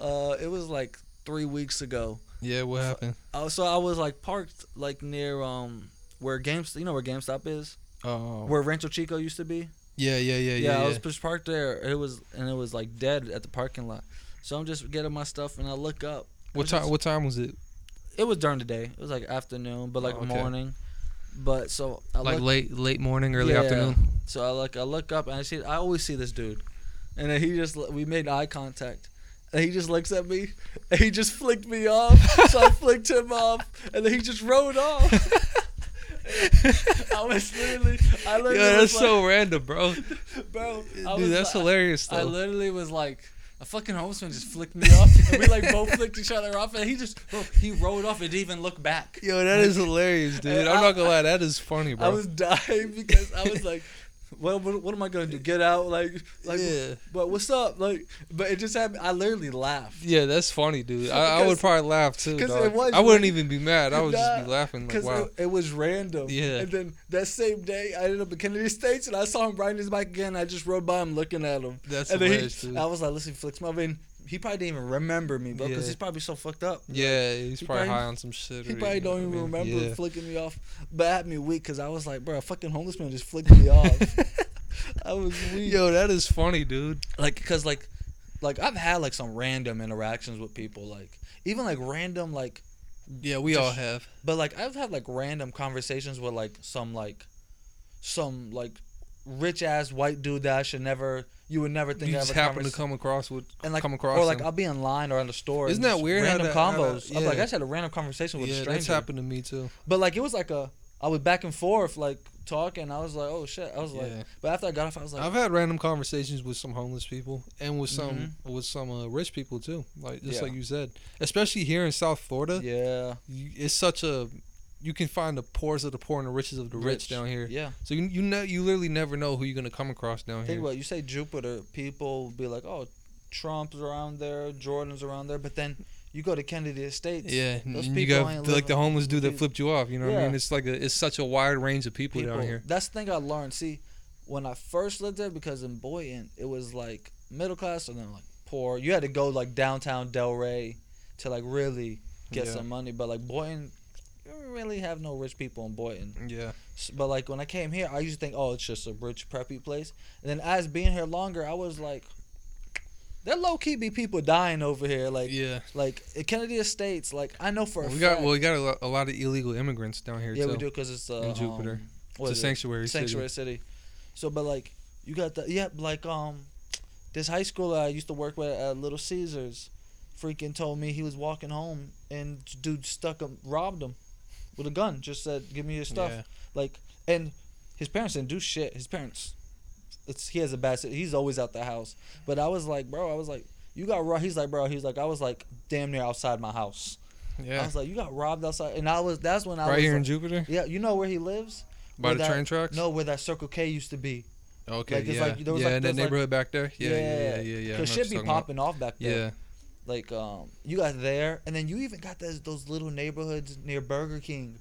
Uh, it was like three weeks ago. Yeah, what happened? Uh, so I was like parked like near um where GameStop, you know where GameStop is, Oh, uh, where Rancho Chico used to be. yeah, yeah, yeah, Yeah, yeah. I yeah. was just parked there. It was and it was like dead at the parking lot. So I'm just getting my stuff and I look up. what It was time? just- What time was it? It was during the day. It was like afternoon, but like Oh, okay. morning. But so I Like look, late, late morning, early Yeah. afternoon. So I look, I look up and I see, I always see this dude, and then he just, we made eye contact, and he just looks at me, and he just flicked me off, so (laughs) I flicked him off, and then he just rode off. (laughs) (laughs) I was literally, I literally Yeah, was that's like, so random, (laughs) bro. bro, I was Dude, that's like- hilarious I though. literally was like, a fucking homeless man just flicked me off. (laughs) and we like both flicked each other off, and he just bro, he rolled off and didn't even look back. Yo, that is hilarious, dude. I'm not gonna lie, that is funny, bro. I was dying because I was like, (laughs) well, what, what am I gonna do? Get out, like, like, Yeah. but what's up, like, but it just happened. I literally laughed. yeah, that's funny, dude. I, I would Because- probably laugh too. because dog. it was I wouldn't really- even be mad. I would just be Nah, laughing like, Because wow. it, it was random. Yeah. And then that same day, I ended up in Kennedy States and I saw him riding his bike again. I just rode by him looking at him. That's and then hilarious, he, dude. I was like, listen, flicks my vein. He probably didn't even remember me, bro, because Yeah. he's probably so fucked up. yeah, he's he probably, probably- high on some shit. He or, probably you know don't even what I mean? remember Yeah. flicking me off, but at me weak because I was like, bro, a fucking homeless man just flicked me off. (laughs) I was weak. Yo, that is funny, dude. like because like like i've had like some random interactions with people like even like random like Yeah, we all Just- have. but like i've had like random conversations with like some like some like rich ass white dude that i should never you would never think You I just have a happen to conversa- come across with and like come across or like them. i'll be in line or in the store and Isn't that just weird how random that- how combos that- i'm like i yeah. just had a random conversation with a yeah, stranger that's happened to me too. but like it was like a i was back and forth like talking i was like oh shit i was like Yeah. but after i got off i was like I've had random conversations with some homeless people and with some with some uh, rich people too. Like just Mm-hmm. Yeah. like you said, especially here in South Florida, yeah you, it's such a you can find the poorest of the poor and the richest of the rich, Rich. down here. yeah So you you know you literally never know who you're gonna come across down Think here. about it. You say Jupiter, people will be like, "Oh, Trump's around there, Jordan's around there," but then you go to Kennedy Estates. Yeah, and those you people got ain't like the living homeless dude that these flipped you off. You know what I Yeah. mean? It's like a, it's such a wide range of people, people. down here. That's the thing I learned. See, when I first lived there, because in Boynton it was like middle class and then like poor. You had to go like downtown Delray to like really get Yeah. some money, but like Boynton. You don't really have no rich people in Boynton, Yeah, S- but like when I came here, I used to think, oh, it's just a rich preppy place. And then as being here longer, I was like, there low key be people dying over here. Like yeah. Like at Kennedy Estates, like I know for a we got fact- well, we got a lot, a lot of illegal immigrants down here yeah, too. we do because it's uh, in Jupiter. um, what It's is a it? sanctuary city. sanctuary city. So, but like you got the yeah, like um, this high school I used to work with at Little Caesars, freaking told me he was walking home and dude stuck him, robbed him, with a gun. Just said, "Give me your stuff." Yeah. Like, and his parents didn't do shit. His parents, it's he has a bad. sit- He's always out the house. But I was like, bro, I was like, you got robbed. He's like, bro, he's like, I was like, damn near outside my house. I Yeah, was like, you got robbed outside, and I was. That's when I right was here like, in Jupiter. yeah, you know where he lives? By Where the that- train tracks? No, where that Circle K used to be. Okay, Like, there's, yeah, like- there was, yeah, like, in that there's, like- neighborhood back there. Yeah, yeah, yeah, yeah. yeah. I know Cause what shit be you're talking about. popping off back there. Yeah, Like, um, you got there, and then you even got those those little neighborhoods near Burger King.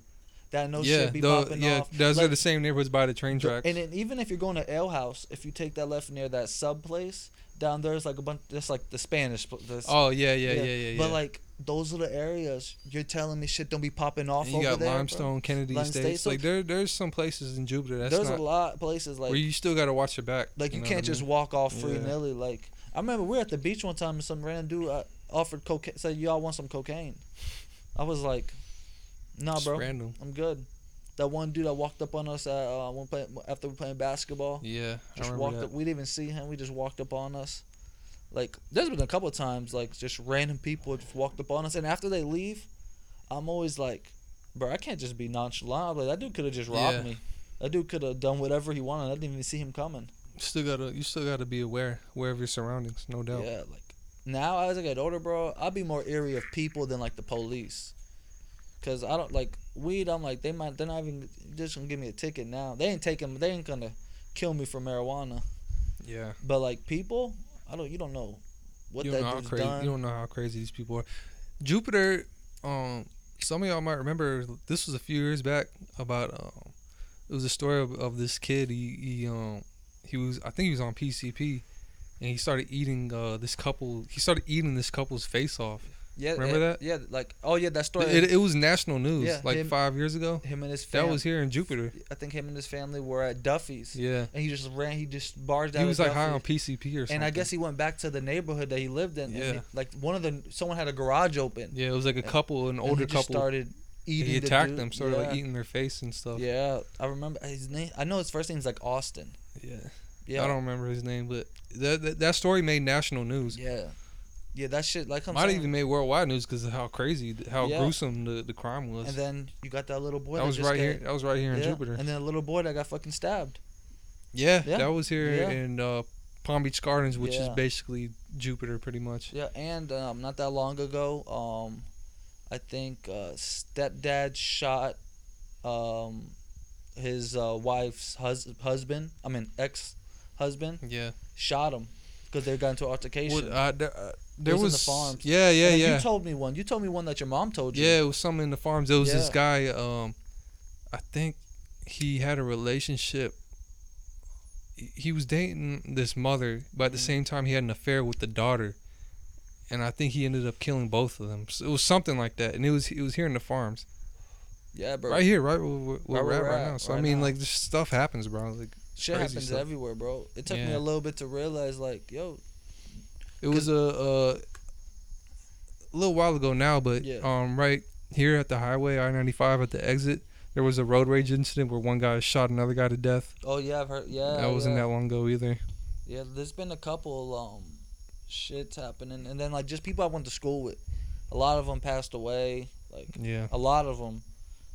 that no yeah, shit be though- popping yeah, off. those are Like, the same neighborhoods by the train tracks. and then even if you're going to Ale House, if you take that left near that sub place down there's like a bunch. That's like the Spanish. pl- The, oh yeah, yeah, yeah, yeah, yeah. But like those little areas, you're telling me shit don't be popping off And you over got there. bro. limestone, Kennedy Lime Estates. States, so- like there, there's some places in Jupiter that's There's not, a lot of places like where you still got to watch your back. Like you, know what can't I just mean? walk off free Yeah. nilly. Like I remember we were at the beach one time and some random dude uh, offered cocaine. Said y'all want some cocaine? I was like, Nah, Just bro, random. I'm good. That one dude that walked up on us at uh, one play after we playing basketball. Yeah, I Just remember walked that. up. We didn't even see him. We just walked up on us. Like there's been a couple of times like just random people just walked up on us, and after they leave, I'm always like, bro, I can't just be nonchalant. Like that dude could have just robbed Yeah. me. That dude could have done whatever he wanted. I didn't even see him coming. Still gotta, you still gotta be aware, aware of your surroundings, no doubt. Yeah, like now as I get older, bro, I'll be more eerie of people than like the police. Cause I don't like weed. I'm like they might. They're not even just gonna give me a ticket now. They ain't taking. They ain't gonna kill me for marijuana. yeah. But like people, I don't. You don't know what you that don't know how dude's crazy done. you don't know how crazy these people are. Jupiter, um, some of y'all might remember this was a few years back about um, it was a story of, of this kid. He he um he was I think he was on PCP, and he started eating uh this couple. He started eating this couple's face off. yeah, remember eh, that? Yeah, like oh yeah, that story. It, it was national news Yeah, like him- five years ago. him and his family. That was here in Jupiter. I think him and his family were at Duffy's. Yeah, And he just ran. He just barged out. he of was like high Duffy's. on PCP or something. And I guess he went back to the neighborhood that he lived in. And Yeah. he- like one of the someone had a garage open. yeah, it was like a couple, an And older he just couple. started eating. He the attacked dude. them, started yeah. like eating their face and stuff. Yeah, I remember his name. I know his first name's like Austin. yeah. Yeah, I don't remember his name, but that that, that story made national news. Yeah, yeah, that shit like comes. Might have even made worldwide news because of how crazy, how Yeah. gruesome the, the crime was. And then you got that little boy. that was just right got- here. That was right here in yeah, Jupiter. And then a little boy that got fucking stabbed. yeah, yeah, that was here yeah. in uh, Palm Beach Gardens, which is Yeah. basically Jupiter, pretty much. Yeah, and um, not that long ago, um, I think uh, stepdad shot um, his uh, wife's hus- husband. I mean, ex husband Yeah. shot him because they got into an altercation. Well, uh, there, uh, there It was in the was, farms. yeah, yeah, And yeah, You told me one. You told me one that your mom told you. yeah. It was some in the farms. There was this Yeah. guy. Um, I think he had a relationship. He- He was dating this mother, but at the Mm. same time, he had an affair with the daughter. And I think he ended up killing both of them. So it was something like that, and it was it was here in the farms. Yeah, bro. right here, right where, where Right we're where at we're right at, now. So I right mean, now. like, this stuff happens, bro. Like, Shit crazy happens stuff. everywhere, bro. It took me Yeah. a little bit to realize, like, yo, it was a, a a little while ago now, but Yeah. um, right here at the highway I ninety five at the exit, there was a road rage incident where one guy shot another guy to death. oh yeah, I've heard, yeah, that wasn't yeah. that long ago either. Yeah, there's been a couple um shits happening, and then like just people I went to school with, a lot of them passed away. Like Yeah, a lot of them,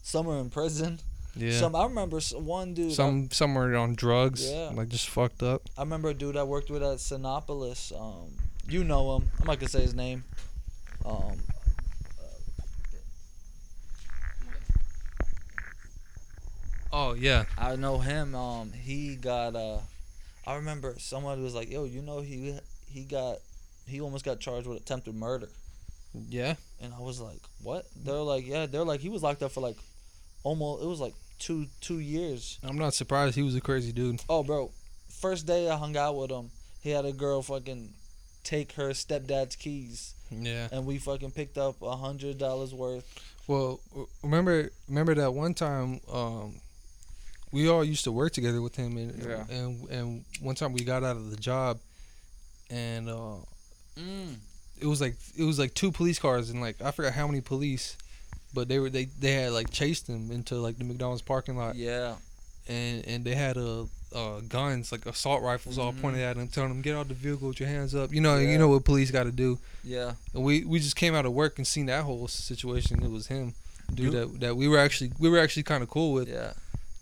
some are in prison. yeah. Some I remember s- one dude. I, Some some are on drugs, Yeah. like just fucked up. I remember a dude I worked with at Sinopolis. Um, you know him. I'm not gonna say his name. Um, Oh yeah, I know him. Um, he got uh, I remember someone was like, "Yo, you know he he got he almost got charged with attempted murder," yeah. and I was like, "What?" They're like, "Yeah." They're like, he was locked up for like almost it was like two two years. I'm not surprised he was a crazy dude. Oh, bro, first day I hung out with him, he had a girl fucking take her stepdad's keys, Yeah. and we fucking picked up a hundred dollars worth. Well, w- remember remember that one time um, we all used to work together with him, and Yeah. and and one time we got out of the job, and uh, Mm. it was like it was like two police cars and like I forgot how many police, but they were they they had like chased him into like the McDonald's parking lot, Yeah, and and they had uh, uh guns like assault rifles all pointed at him, telling him get out the vehicle with your hands up. You know Mm-hmm. Yeah. you know what police got to do. yeah, And we we just came out of work and seen that whole situation. It was him. Dude. Dude, that that we were actually we were actually kind of cool with. yeah.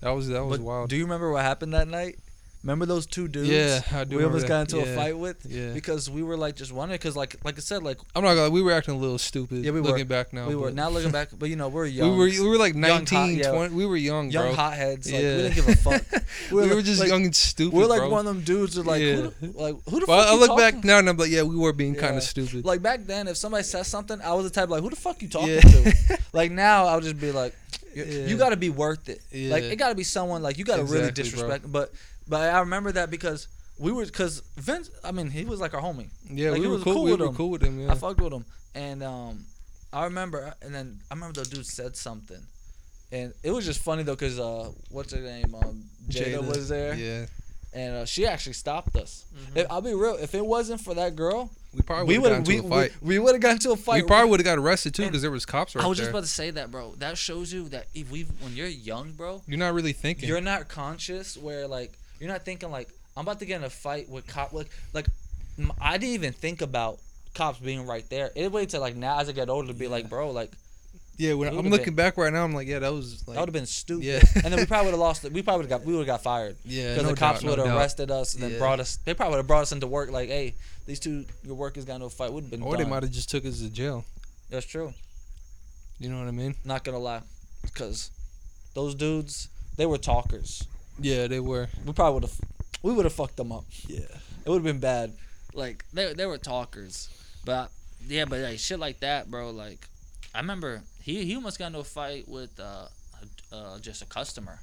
That was that was But wild. Do you remember what happened that night? Remember those two dudes? Yeah, I do We almost got remember that. into Yeah, a fight with. yeah. Because we were like just wondering, because like like I said, like I'm not gonna. lie, We were acting a little stupid. Yeah, we were. looking back now. we were Oh, but- now (laughs) looking back, but you know we're We young. were we were like 19, hot- yeah. 20. We were young, young bro. hotheads. Like, Yeah. We didn't give a (laughs) fuck. we were, like- just like, young and stupid. We're like bro. one of them dudes. Who like Yeah. who the, like who the But fuck? I you look talking? back now and I'm like, yeah, we were being kind Yeah. of stupid. (laughs) Like back then, if somebody said something, I was the type like, "Who the fuck you talking Yeah. to?" Like now, I'll just be like, Yeah. You got to be worth it. Like Yeah. it got to be someone like you got to really Exactly, bro. disrespect. But but I remember that because we were because Vince. I mean, he was like our homie. Yeah, Like, we it were was cool. cool we with were him. cool with him. Yeah. I fucked with him, and um, I remember, and then I remember the dude said something, and it was just funny though, cause uh, what's her name, um, Jada, Jada. was there, Yeah, Mm-hmm. and uh, she actually stopped us. If, I'll be real, if it wasn't for that girl, we probably we would would have we, gotten into a we, fight. we would have gotten to a We, fight. probably would have got arrested too because there was cops right I was just there. about to say that, bro. That shows you that if we when you're young, bro, You're not really thinking. You're not conscious where like you're not thinking like I'm about to get in a fight with cop like like m- I didn't even think about cops being right there. It waited till like now as I get older to be like, bro, like yeah, when it I'm would've looking been- back right now, I'm like, yeah, that was like That would have been stupid. Yeah. and then we probably would have lost. It. We probably would have got. We would have got fired. Yeah, Because no the cops doubt, no would have doubt. arrested us and then Yeah. brought us. They probably would have brought us into work. Like, hey, these two, your workers got into a fight. Would have been. or Oh, they done. might have just took us to jail. That's true. You know what I mean? Not gonna lie, because those dudes, they were talkers. Yeah, they were. We probably would have. We would have fucked them up. Yeah. It would have been bad. like they they were talkers, but yeah, but like shit like that, bro. Like I remember he he almost got into a fight with uh, uh just a customer.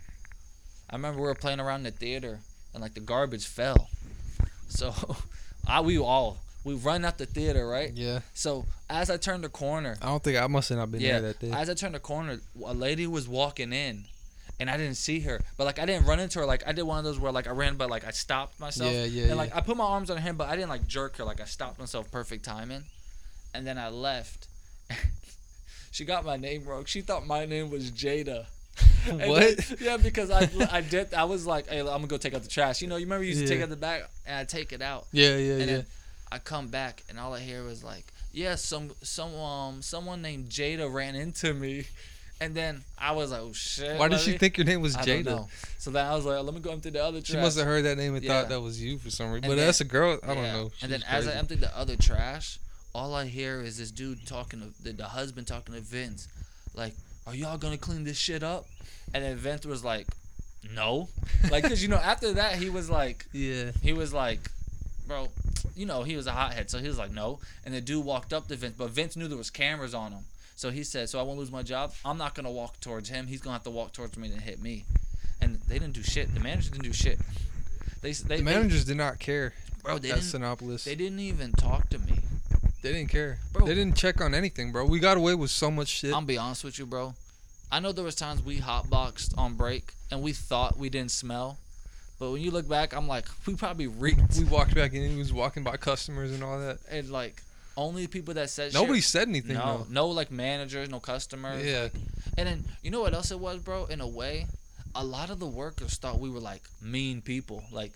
I remember we were playing around in the theater and like the garbage fell, so (laughs) I we all we run out the theater right. Yeah. So as I turned the corner, I don't think I must have not been yeah, there that day. as I turned the corner, a lady was walking in. And I didn't see her, but like I didn't run into her. Like I did one of those where like I ran, but like I stopped myself. Yeah, yeah, And (laughs) like yeah. I put my arms on her hand, but I didn't like jerk her. Like I stopped myself, perfect timing. And then I left. (laughs) she got my name wrong. She thought my name was Jada. And then- What? (laughs) yeah, because I I did. I was like, hey, I'm gonna go take out the trash. You know, you remember you used to take Yeah. out the bag, and I take it out. yeah, yeah, And yeah. then I come back and all I hear was like, yeah, some some um someone named Jada ran into me, (laughs) and then I was like, oh shit. Why did let she me-" think your name was I Jada? Don't know. So then I was like, let me go empty the other She trash. must have heard that name and Yeah. thought that was you for some reason. And But then- that's a girl. I don't Yeah. know. And then She's as I crazy. emptied the other trash, all I hear is this dude talking to the, the husband talking to Vince, like, are y'all gonna clean this shit up? And then Vince was like, no, like, cause you know after that he was like. yeah. He was like, bro, you know, he was a hothead, so he was like, no. And the dude walked up to Vince, but Vince knew there was cameras on him. So he said, so I won't lose my job. I'm not gonna walk towards him. He's gonna have to walk towards me and hit me. And they didn't do shit. The manager didn't do shit. They they, The managers did not care. Bro, they at didn't- Sinopolis. they didn't even talk to me. They didn't care. Bro. They didn't check on anything, bro. We got away with so much shit. I'm be honest with you, bro. I know there was times we hotboxed on break and we thought we didn't smell, but when you look back, I'm like, we probably reeked. we walked back in. We was walking by customers and all that. And like, only people that said shit- Nobody said anything No, no, like managers, no though. customers. Yeah. And then you know what else it was, bro? In a way, a lot of the workers thought we were like mean people, like,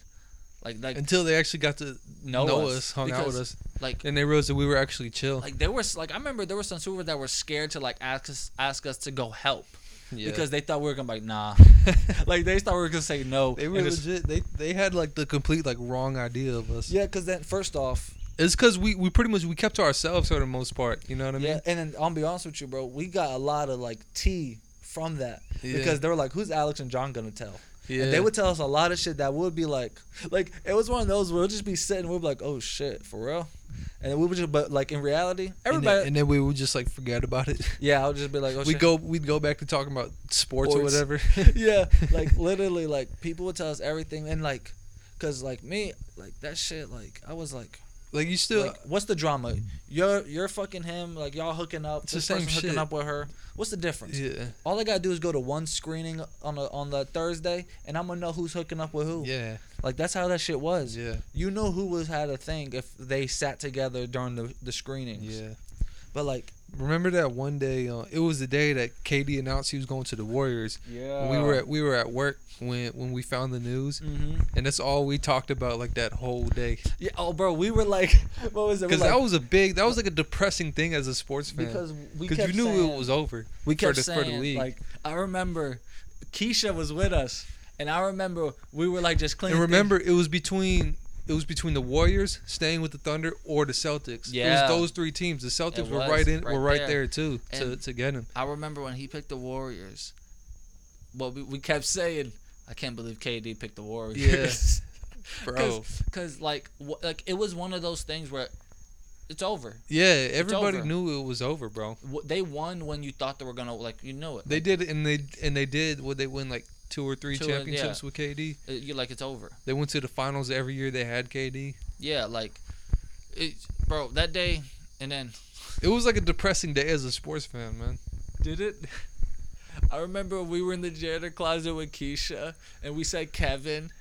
like, like, Until they actually got to Know know, us, us, hung out with because- us, like, and they realized that we were actually chill. like there was like I remember there were some supervisors that were scared to like ask us ask us to go help yeah. (laughs) because they thought we were gonna be like nah, like they thought we were gonna say no. they were and it's- legit. They they had like the complete like wrong idea of us. Yeah, because then first off, It's because we we pretty much we kept to ourselves for the most part. You know what I mean? yeah, and then I'll be honest with you, bro. We got a lot of like tea from that Yeah. because they were like, "Who's Alex and John gonna tell?" And Yeah. they would tell us a lot of shit that would be like, like it was one of those where we'll just be sitting, we'll be like, "Oh shit, for real," and then we would just, but like in reality, And then, everybody, and then we would just like forget (laughs) about it. yeah, I would just be like, "Oh we shit." go we'd go back to talking about sports, or Sports. whatever. (laughs) (laughs) yeah, like literally, like people would tell us everything, and like, cause like me, like that shit, like I was like, like you still like, what's the drama? You're you're fucking him, like y'all hooking up, It's the this same person hooking shit. up with her. What's the difference? yeah All I gotta do is go to one screening on the on the Thursday, and I'm gonna know who's hooking up with who. yeah Like that's how that shit was. yeah You know who was had a thing if they sat together during the the screenings. yeah. But like Remember that one day? Uh, it was the day that KD announced he was going to the Warriors. yeah, We were at we were at work when when we found the news, hmm and that's all we talked about like that whole day. Yeah. Oh, bro, we were (laughs) like, what was it? We're Because like- that was a big, that was like a depressing thing as a sports fan. because we because kept you knew saying- it was over. We kept for the, saying, for the league. like, I remember Keisha was with us, and I remember we were like just cleaning. and remember, it was between it was between the Warriors staying with the Thunder or the Celtics. Yeah. it was those three teams. The Celtics were was, right in, right were right there. there, too to, And- to get him. I remember when he picked the Warriors. Well, we, we kept saying, I can't believe KD picked the (laughs) Warriors. Bro, oh. Because, like, w- like it was one of those things where it's over. Yeah, everybody over. knew it was over, bro. W- They won when you thought they were gonna like you know it. They did, and they and they did. What they win like two or three Two or- championships yeah. with KD. Uh, You're like it's over. They went to the finals every year. They had KD. Yeah, like, it, bro, that day and then It was like a depressing day as a sports fan, man. Did it? (laughs) I remember we were in the janitor closet with Keisha and we said Kevin.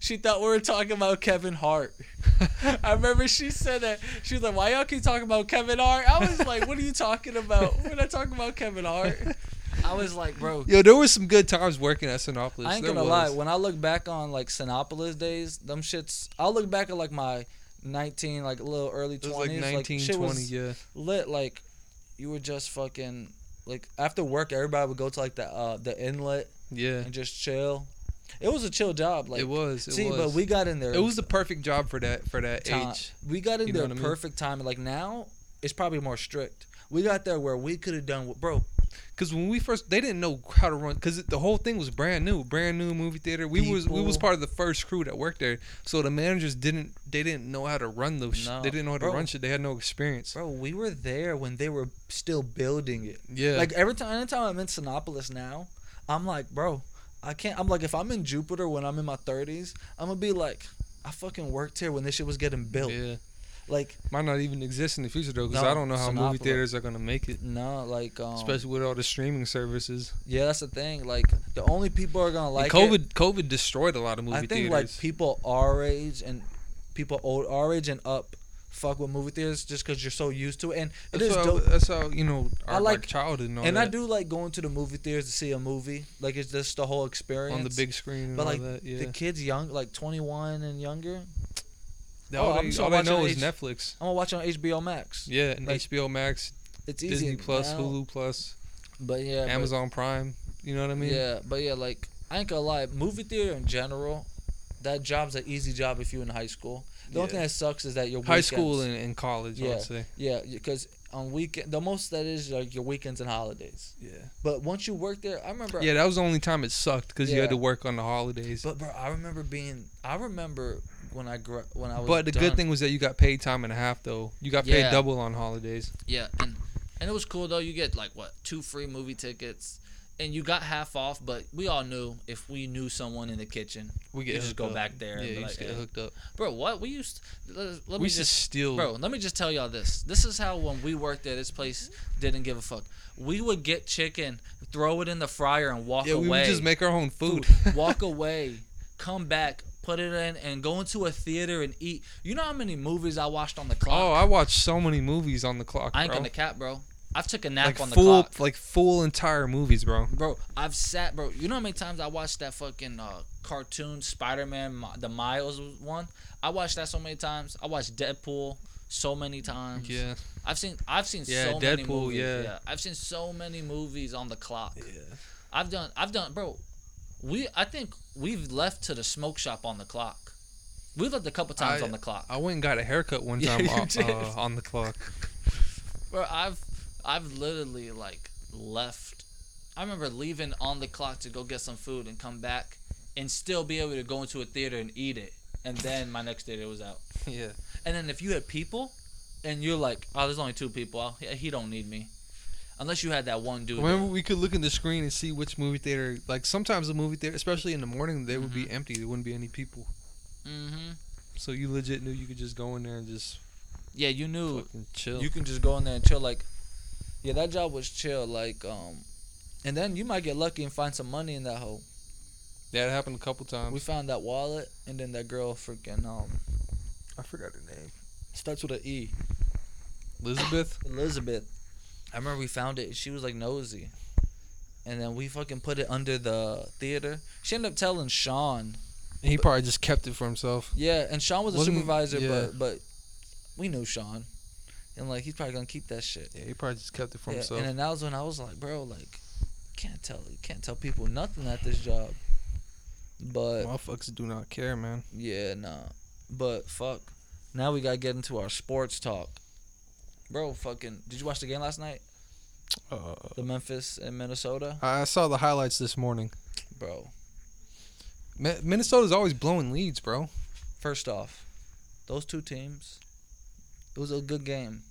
She thought we were talking about Kevin Hart. (laughs) I remember she said that. She was like, Why y'all keep talking about Kevin Hart? I was like, What are you talking about? We're not talking about Kevin Hart. (laughs) I was like, Bro, Yo, there was some good times working at Sinopolis. I ain't There gonna was. lie. When I look back on like Sinopolis days, them shits, I'll look back at like my 19, like a little early 20s. it was like 19, shit 20, was- yeah. lit like you were just fucking like after work everybody would go to like the uh the inlet Yeah. and just chill it was a chill job like it was. It see was. but we got in there It was the perfect job for that for that ti- age. we got in you know there what I mean? perfect time like now it's probably more strict we got there where we could have done what bro Cause when we first, they didn't know how to run. Cause it, the whole thing was brand new, brand new movie theater. We was we was People. part of the first crew that worked there. So the managers didn't they didn't know how to run those. sh- No, they didn't know how to bro. run shit. They had no experience. bro we were there when they were still building it Yeah. Like every time, anytime I'm in Sinopolis now, I'm like, bro, I can't. I'm like, if I'm in Jupiter when I'm in my 30s, I'm gonna be like, I fucking worked here when this shit was getting built. yeah. Like, Might not even exist in the future though, because No, I don't know how movie Sinopolis. theaters are gonna make it, no, like, um, especially with all the streaming services. yeah, that's the thing. Like, the only people are gonna like and it- COVID, COVID destroyed a lot of movie I think theaters. like people our age and people old our age and up fuck with movie theaters just because you're so used to it, and it that's, is how, dope. that's how you know I our like, like- childhood and all And I that do like going to the movie theaters to see a movie. Like, it's just the whole experience on the big screen. And But all like that, yeah. the kids young, like 21 and younger, all oh, I'm they, still all they watching know H- is Netflix. I'm gonna watch it on HBO Max. Yeah, and Like, HBO Max, It's easy. Disney Plus, now, Hulu Plus, but yeah, but- Amazon Prime. You know what I mean? yeah, but yeah, like I ain't gonna lie, movie theater in general, that job's an easy job if you're in high school. The only Yeah. thing that sucks is that your High school weekends- and, and college, I Yeah. would say. yeah, because on weekend the most that is like your weekends and holidays. Yeah. But once you work there, I remember. Yeah, that was the only time it sucked because you Yeah. had to work on the holidays. But, But bro, I remember being. I remember when I grew when I was. the done. good thing was that you got paid time and a half, though. You got Yeah. paid double on holidays. Yeah, and and it was cool though. You get like what two free movie tickets, and you got half off. But we all knew if we knew someone in the kitchen, We You get just hooked go up. back there and Yeah, be you like, just get "Eh." hooked up. bro, what we used. Let, let we me used to just steal. bro. Let me just tell y'all this. This is how when we worked at this place, didn't give a fuck. We would get chicken, throw it in the fryer, and walk yeah, away. we would just make our own food. walk away, come back, put it in, and go into a theater and eat. You know how many movies I watched on (laughs) the oh, clock? I watched so many movies on the clock. I ain't bro. gonna cap, bro. I took a nap like on the full, clock. like full entire movies, (laughs) bro. Bro, I've sat, bro. You know how many times I watched that fucking uh, cartoon Spider Man, the Miles one? I watched that so many times. I watched Deadpool so many times. Yeah. I've seen, I've seen Yeah, so many Deadpool, movies. yeah. I've seen so many movies on the clock. I've done, I've done, bro. We, I think we've left to the smoke shop on the clock. We left a couple times I- on the clock. I went and got a haircut one Yeah, time you uh, did. uh, on the clock. (laughs) Bro, I've I've literally like left. I remember leaving on the clock to go get some food and come back and still be able to go into a theater and eat it. And then my next theater was out. yeah. And then if you had people and you're like, oh, there's only two people. I'll- He, he don't need me. Unless you had that one dude. Remember, we could look in the screen and see which movie theater. Like sometimes the movie theater, especially in the morning, they would be empty. There wouldn't be any people. hmm So you legit knew you could just go in there and just Yeah, you knew. fucking chill. You can just go in there and chill. Like, yeah, that job was chill. Like, um, and then you might get lucky and find some money in that hole. that happened a couple times. We found that wallet and then that girl freaking um I forgot her name. starts with an E. Elizabeth. Elizabeth. I remember we found it. She was like nosy, and then we fucking put it under the theater. She ended up telling Sean. (coughs) He probably just kept it for himself. Yeah, and Sean was a Wasn't- supervisor, yeah. but but we knew Sean, and like he's probably gonna keep that shit. Yeah, he probably just kept it for Yeah, himself. and then that was when I was like, bro, like can't tell can't tell people nothing at this job. uh, But Motherfuckers do not care, man. Yeah, nah. But fuck. Now we gotta get into our sports talk. Bro, fucking did you watch the game last night? Uh, The Memphis and Minnesota? I I saw the highlights this morning. Bro. Mi- Minnesota's always blowing leads, bro. First off, those two teams It was a good game.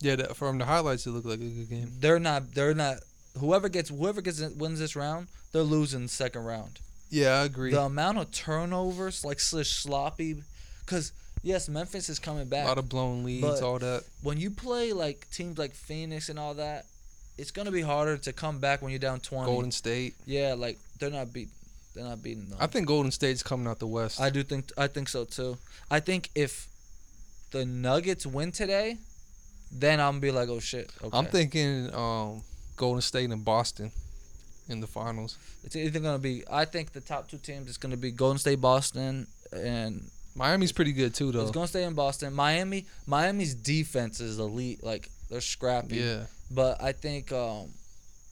Yeah, that, from the highlights, it looked like a good game. They're not. They're not. Whoever gets whoever gets wins this round, they're losing the second round. Yeah, I agree. The amount of turnovers, like slash sloppy, because yes, Memphis is coming a back. lot of blown leads, but- all that. when you play like teams like Phoenix and all that, it's gonna be harder to come back when you're down twenty. Golden State. Yeah, like they're not beat. They're not beating them. I think Golden State's coming out the West. I do think I think so too. I think if the Nuggets win today, then I'm gonna be like, oh shit. Okay. I'm thinking um, Golden State and Boston in the finals. it's either gonna be. I think the top two teams is gonna be Golden State, Boston, and Miami's pretty good too, though. it's gonna stay in Boston. Miami, Miami's defense is elite. Like they're scrappy. yeah, But I think, um,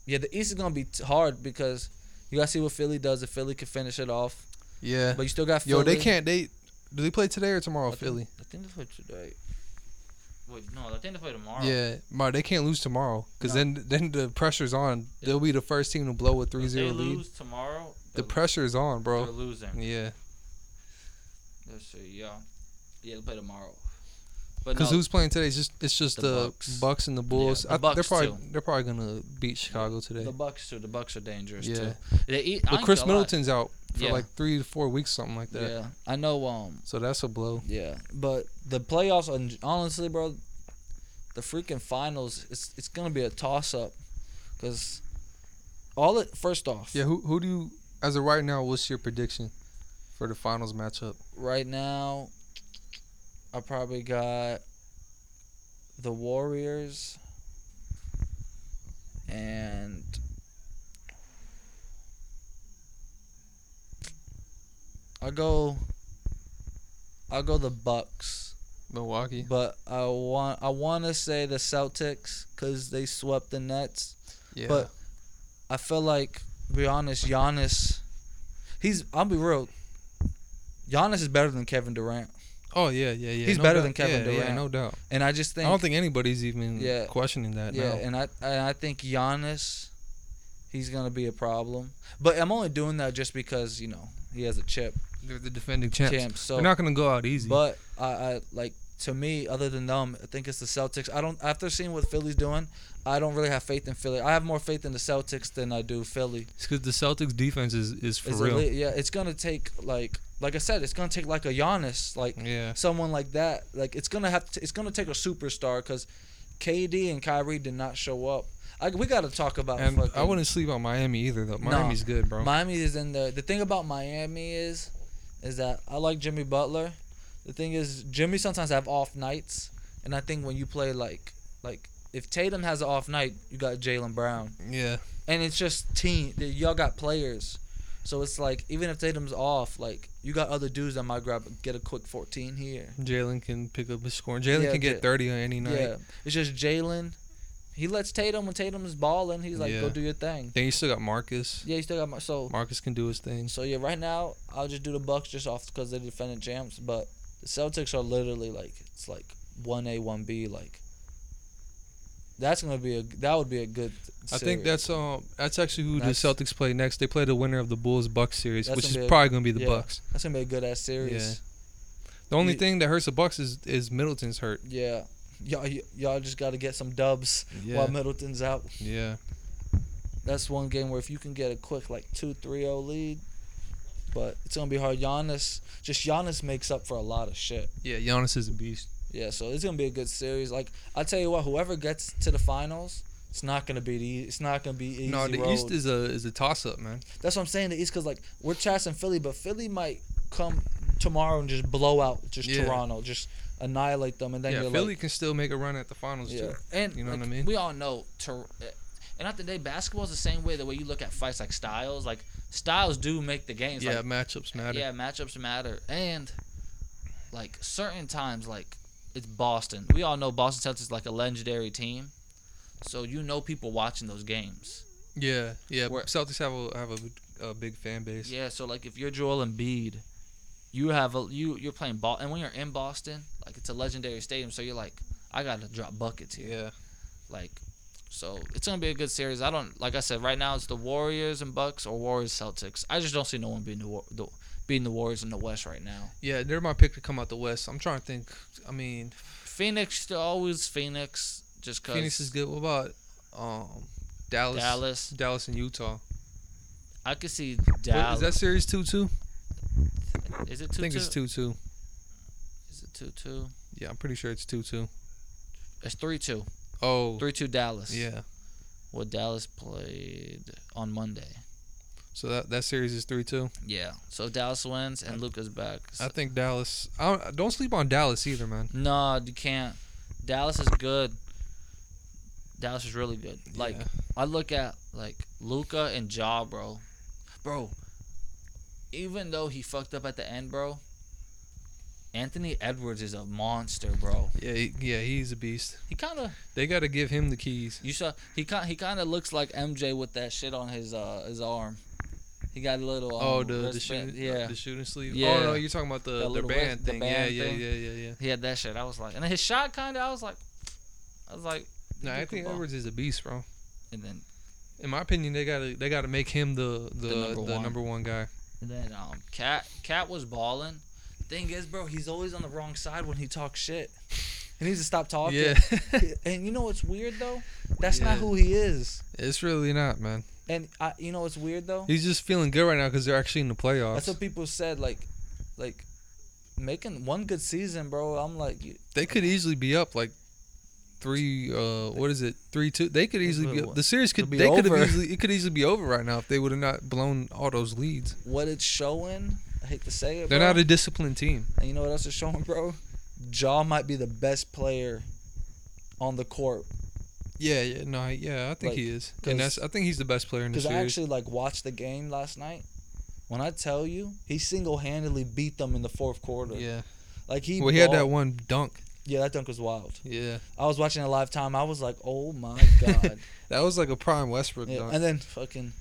yeah, the East is gonna be t- hard because you gotta see what Philly does. If Philly can finish it off, yeah. but you still got Philly. Yo, they can't. They do they play today or tomorrow? I think- Philly. I think they play today. Wait, no, I think they play tomorrow. Yeah, but they can't lose tomorrow because No. then then the pressure's on. They'll be the first team to blow a 3-0 If they lead. lose tomorrow, The they're- pressure's on, they're bro. losing. Yeah, Let's see, yeah. Yeah, they'll play tomorrow. But because no, who's playing today? It's just it's just The the, Bucks. Bucks. and the Bulls. the I- Bucks, they're probably too. they're probably gonna beat Chicago today. The Bucks too. The Bucks are dangerous Yeah. too. They eat, I But ain't Chris gonna lie. Middleton's out for Yeah. like three to four weeks, something like that. Yeah, I know. Um, So that's a blow. yeah, but the playoffs, hon- honestly, bro, the freaking finals, it's it's gonna be a toss up, cause all it first off, Yeah. Who who do you as of right now? What's your prediction for the finals matchup? right now, I probably got the Warriors and I go I go the Bucks, Milwaukee. but I want I want to say the Celtics cuz they swept the Nets. Yeah. But I feel like, to be honest, Giannis, he's, I'll be real, Giannis is better than Kevin Durant. oh yeah, yeah, yeah. He's better doubt. than Kevin yeah, Yeah, Durant. no doubt. And I just think, I don't think anybody's even Yeah. questioning that. yeah, now. and I, and I think Giannis, he's going to be a problem. But I'm only doing that just because, you know, he has a chip. They're the defending champs. Champs, so- They're not gonna go out easy. But I, I like, to me, other than them, I think it's the Celtics. I don't, after seeing what Philly's doing, I don't really have faith in Philly. I have more faith in the Celtics than I do Philly. It's because the Celtics defense is, is for It's real. elite- yeah, it's gonna take like like I said, it's gonna take like a Giannis, like Yeah. someone like that. Like it's gonna have to, it's gonna take a superstar because KD and Kyrie did not show up. I, we got to talk about. and I fucking- wouldn't sleep on Miami either though. No. Miami's good, bro. Miami is in the. The thing about Miami is, is that I like Jimmy Butler. The thing is, Jimmy sometimes have off nights, and I think when you play like like if Tatum has an off night, you got Jalen Brown. yeah. and it's just team. that Y'all got players, so it's like even if Tatum's off, like you got other dudes that might grab get a quick fourteen here. Jalen can pick up his scoring. Jalen Yeah, can get Ja- thirty on any night. Yeah, it's just Jalen. He lets Tatum when Tatum's balling. He's like, go Yeah. do your thing. Then you still got Marcus. Yeah, you still got my so Marcus can do his thing. so yeah. Right now, I'll just do the Bucks just off because they defended champs, but the Celtics are literally like it's like one A one B like. That's gonna be a that would be a good. I think series. that's um that's actually who That's- the Celtics play next. They play the winner of the Bulls Bucks series, That's which gonna is be a- probably gonna be the yeah. Bucks. that's gonna be a good ass series. Yeah. The only You- thing that hurts the Bucks is is Middleton's hurt. Yeah. Y'all, y- y'all just got to get some dubs Yeah. while Middleton's out. Yeah. That's one game where if you can get a quick like 2-3-0 lead, but it's gonna be hard. Giannis, just Giannis makes up for a lot of shit. Yeah, Giannis is a beast. Yeah, so it's gonna be a good series. Like I tell you what, whoever gets to the finals, it's not gonna be the e- it's not gonna be easy. no, the road. East is a is a toss up, man. That's what I'm saying. The East, cause like we're chasing Philly, but Philly might come tomorrow and just blow out just Yeah. Toronto, just annihilate them, and then yeah, you're Philly like, can still make a run at the finals Yeah. too. and you know like, what I mean? We all know Tor- uh, and at the day basketball is the same way the way you look at fights like styles like styles do make the games yeah, like, matchups matter. yeah matchups matter and like certain times like it's Boston we all know Boston Celtics is like a legendary team so you know people watching those games Yeah, yeah. Where- Celtics have a have a, a big fan base. yeah so like if you're Joel Embiid you have a you you're playing ball and when you're in Boston like it's a legendary stadium so you're like I gotta drop buckets here yeah. Like, so it's gonna be a good series. I don't like I said right now it's the Warriors and Bucks or Warriors Celtics. I just don't see no one beating the, War- the beating the Warriors in the West right now. Yeah, they're my pick to come out the West. I'm trying to think. I mean, Phoenix they're always Phoenix just cause Phoenix is good. What about um, Dallas? Dallas. Dallas and Utah. I could see What, Dallas. is that series two two? is it I two think two? it's two two. Is it two two? Yeah, I'm pretty sure it's two two. It's three two. Oh, Three two Dallas. yeah. Well, Dallas played on Monday. So that that series is three two. Yeah. So Dallas wins and Luca's back. I think Dallas. I don't, don't sleep on Dallas either, man. No, you can't. Dallas is good. Dallas is really good. Like Yeah. I look at like Luca and Ja, bro. Bro, even though he fucked up at the end, bro. Anthony Edwards is a monster, bro. Yeah, he, yeah, he's a beast. He kind of They got to give him the keys. you saw he kind he kind of looks like MJ with that shit on his uh his arm. He got a little um, Oh, the the wristband. shooting, yeah. the shooting sleeve. Yeah. Oh no, you're talking about That the the little band wrist- the thing. band yeah, thing. yeah, yeah, yeah, yeah. he had that shit. I was like, and then his shot kind of. I was like, I was like, No, you Anthony could ball. Edwards is a beast, bro. And then In my opinion, they gotta they gotta make him the the the number number, one. one. guy. and then um, cat cat was balling. Thing is, bro, he's always on the wrong side when he talks shit. He needs to stop talking. Yeah, (laughs) and you know what's weird though? That's not Yeah. who he is. (laughs) it's really not, man. And I, you know what's weird though? He's just feeling good right now because they're actually in the playoffs. That's what people said. Like, like making one good season, bro. I'm like, you, they could easily be up like three. Uh, what is it? Three two. They could easily be up. The series could It'll be they could over. have easily it could easily be over right now if they would have not blown all those leads. what it's showing. I hate to say it. They're bro. not a disciplined team. And you know what else is showing, bro? Jaw might be the best player on the court Yeah, yeah, no, yeah, I think Like, he is, and because- that's I think he's the best player in the because I series. actually like watched the game last night. When I tell you, he single-handedly beat them in the fourth quarter. yeah, Like he. well, he had balled- that one dunk. Yeah, that dunk was wild. Yeah, I was watching it live time. I was like, oh (laughs) my god. that was like a prime Westbrook Yeah, dunk. and then fucking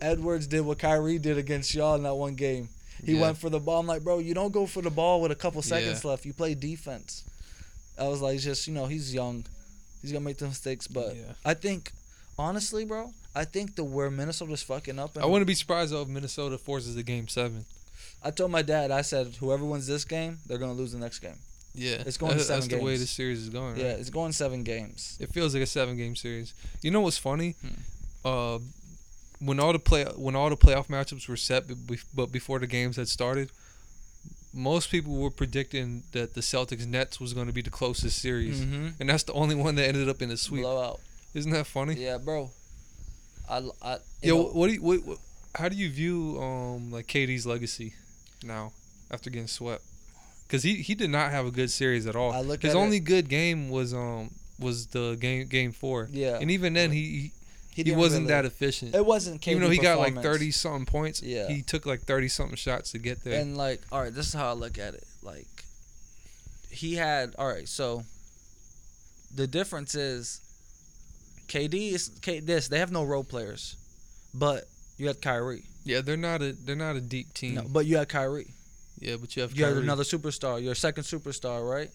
Edwards did what Kyrie did against y'all in that one game. He Yeah. went for the ball. I'm like, bro, you don't go for the ball with a couple seconds Yeah. left. You play defense. I was like, just you know, he's young. He's gonna make the mistakes, but Yeah. I think, honestly, bro, I think the where Minnesota's fucking up. And I wouldn't be surprised though if Minnesota forces a game seven. I told my dad, I said, whoever wins this game, they're gonna lose the next game. Yeah, It's going to that's, seven that's the way games. the series is going. Yeah, Right? it's going seven games. It feels like a seven game series. You know what's funny? Uh, when all the play when all the playoff matchups were set, but bef- but before the games had started, most people were predicting that the Celtics Nets was going to be the closest series, Mhm. and that's the only one that ended up in a sweep. Blowout. Isn't that funny? Yeah, bro. I, I you Yo, know, what do you, what, what, how do you view um like KD's legacy now after getting swept? Because he, he did not have a good series at all. I look His at it- only good game was um was the game game four. Yeah. and even then he he, he didn't wasn't really- that efficient. It wasn't. KD even though he got like performance. thirty something points, Yeah. he took like thirty something shots to get there. And like, all right, this is how I look at it. Like, he had all right. So the difference is, KD is K, this. They have no role players, but you had Kyrie. yeah, they're not a they're not a deep team. No, but you had Kyrie. Yeah, but you have You had Mm. Kyrie. another superstar. Your second superstar, right?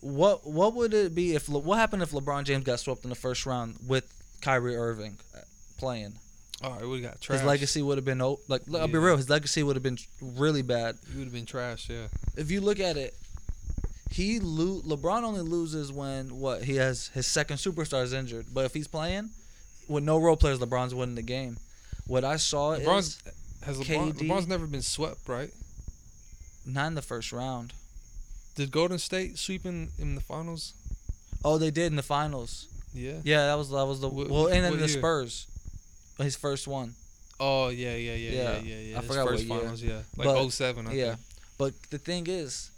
What What would it be if Le- what happened if LeBron James got swept in the first round with Kyrie Irving uh, playing? All right, we got trash. His legacy would have been o- like I'll be Yeah. real. His legacy would have been really bad. He would have been trash. Yeah, if you look at it, he lo- LeBron only loses when what he has his second superstar is injured. But if he's playing with no role players, LeBron's winning the game. What I saw LeBron's is has LeBron, KD. LeBron's never been swept, right? not in the first round. Did Golden State sweep in, in the finals? Oh, they did in the finals. Yeah. Yeah, that was that was the What- well, and then what the year? Spurs, his first one. Oh yeah, yeah, yeah, Yeah. yeah, yeah, yeah. I His forgot first what year. finals, yeah. Like But- oh seven, 07, I yeah, think. but the thing is,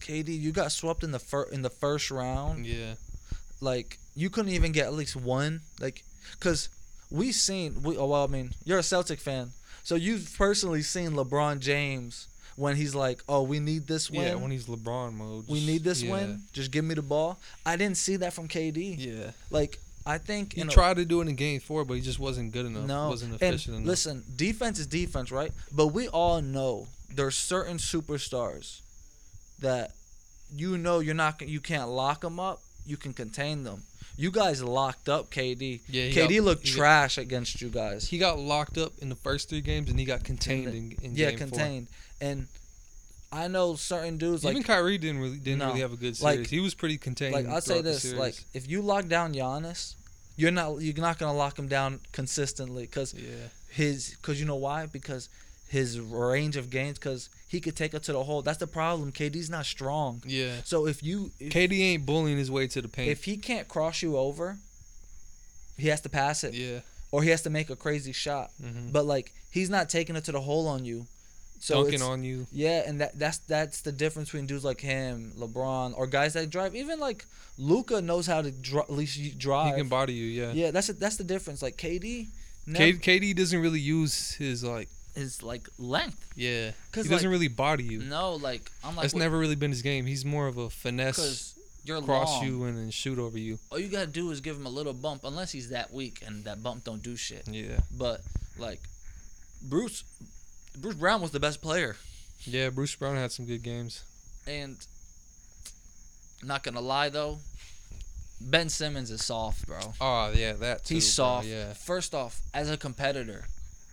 KD, you got swept in the fir- in the first round. Yeah. like you couldn't even get at least one like because we seen we oh, well i mean you're a celtic fan so you've personally seen lebron james when he's like oh we need this win yeah, when he's LeBron mode. we need this yeah. win just give me the ball i didn't see that from kd Yeah. like i think He in a- tried to do it in game four, but he just wasn't good enough. no Wasn't efficient and enough. listen defense is defense right but we all know there's certain superstars that you know you're not you can't lock them up you can contain them you guys locked up KD Yeah, he KD got- looked he got- trash against you guys he got locked up in the first three games and he got contained in, in yeah game contained and I know certain dudes Even like Kyrie didn't really didn't No. really have a good Like- series. he was pretty contained. like I'll say throughout the this series. like if you lock down Giannis, you're not you're not gonna lock him down consistently because yeah, his because you know why because his range of games because he could take it to the hole. That's the problem. KD's not strong. yeah. So if you if, KD ain't bullying his way to the paint. if he can't cross you over, he has to pass it yeah, or he has to make a crazy shot. Mhm. But like he's not taking it to the hole on you. So dunking it's- on you. Yeah, and that that's that's the difference between dudes like him, LeBron, or guys that drive. Even like Luca knows how to dri- at least you He drive. can body you. Yeah. yeah, that's it. That's the difference. Like KD, K- KD doesn't really use his like. Is like length. Yeah. He 'Cause, doesn't like- really body you. No, like I'm like That's never really been his game. He's more of a finesse, because you're cross long. you and then shoot over you. All you gotta do is give him a little bump, unless he's that weak and that bump don't do shit. Yeah. But like Bruce, Bruce Brown was the best player, Yeah. Bruce Brown had some good games. and not gonna lie though, Ben Simmons is soft, bro. Oh yeah, that too. He's bro, soft. Yeah. First off, as a competitor,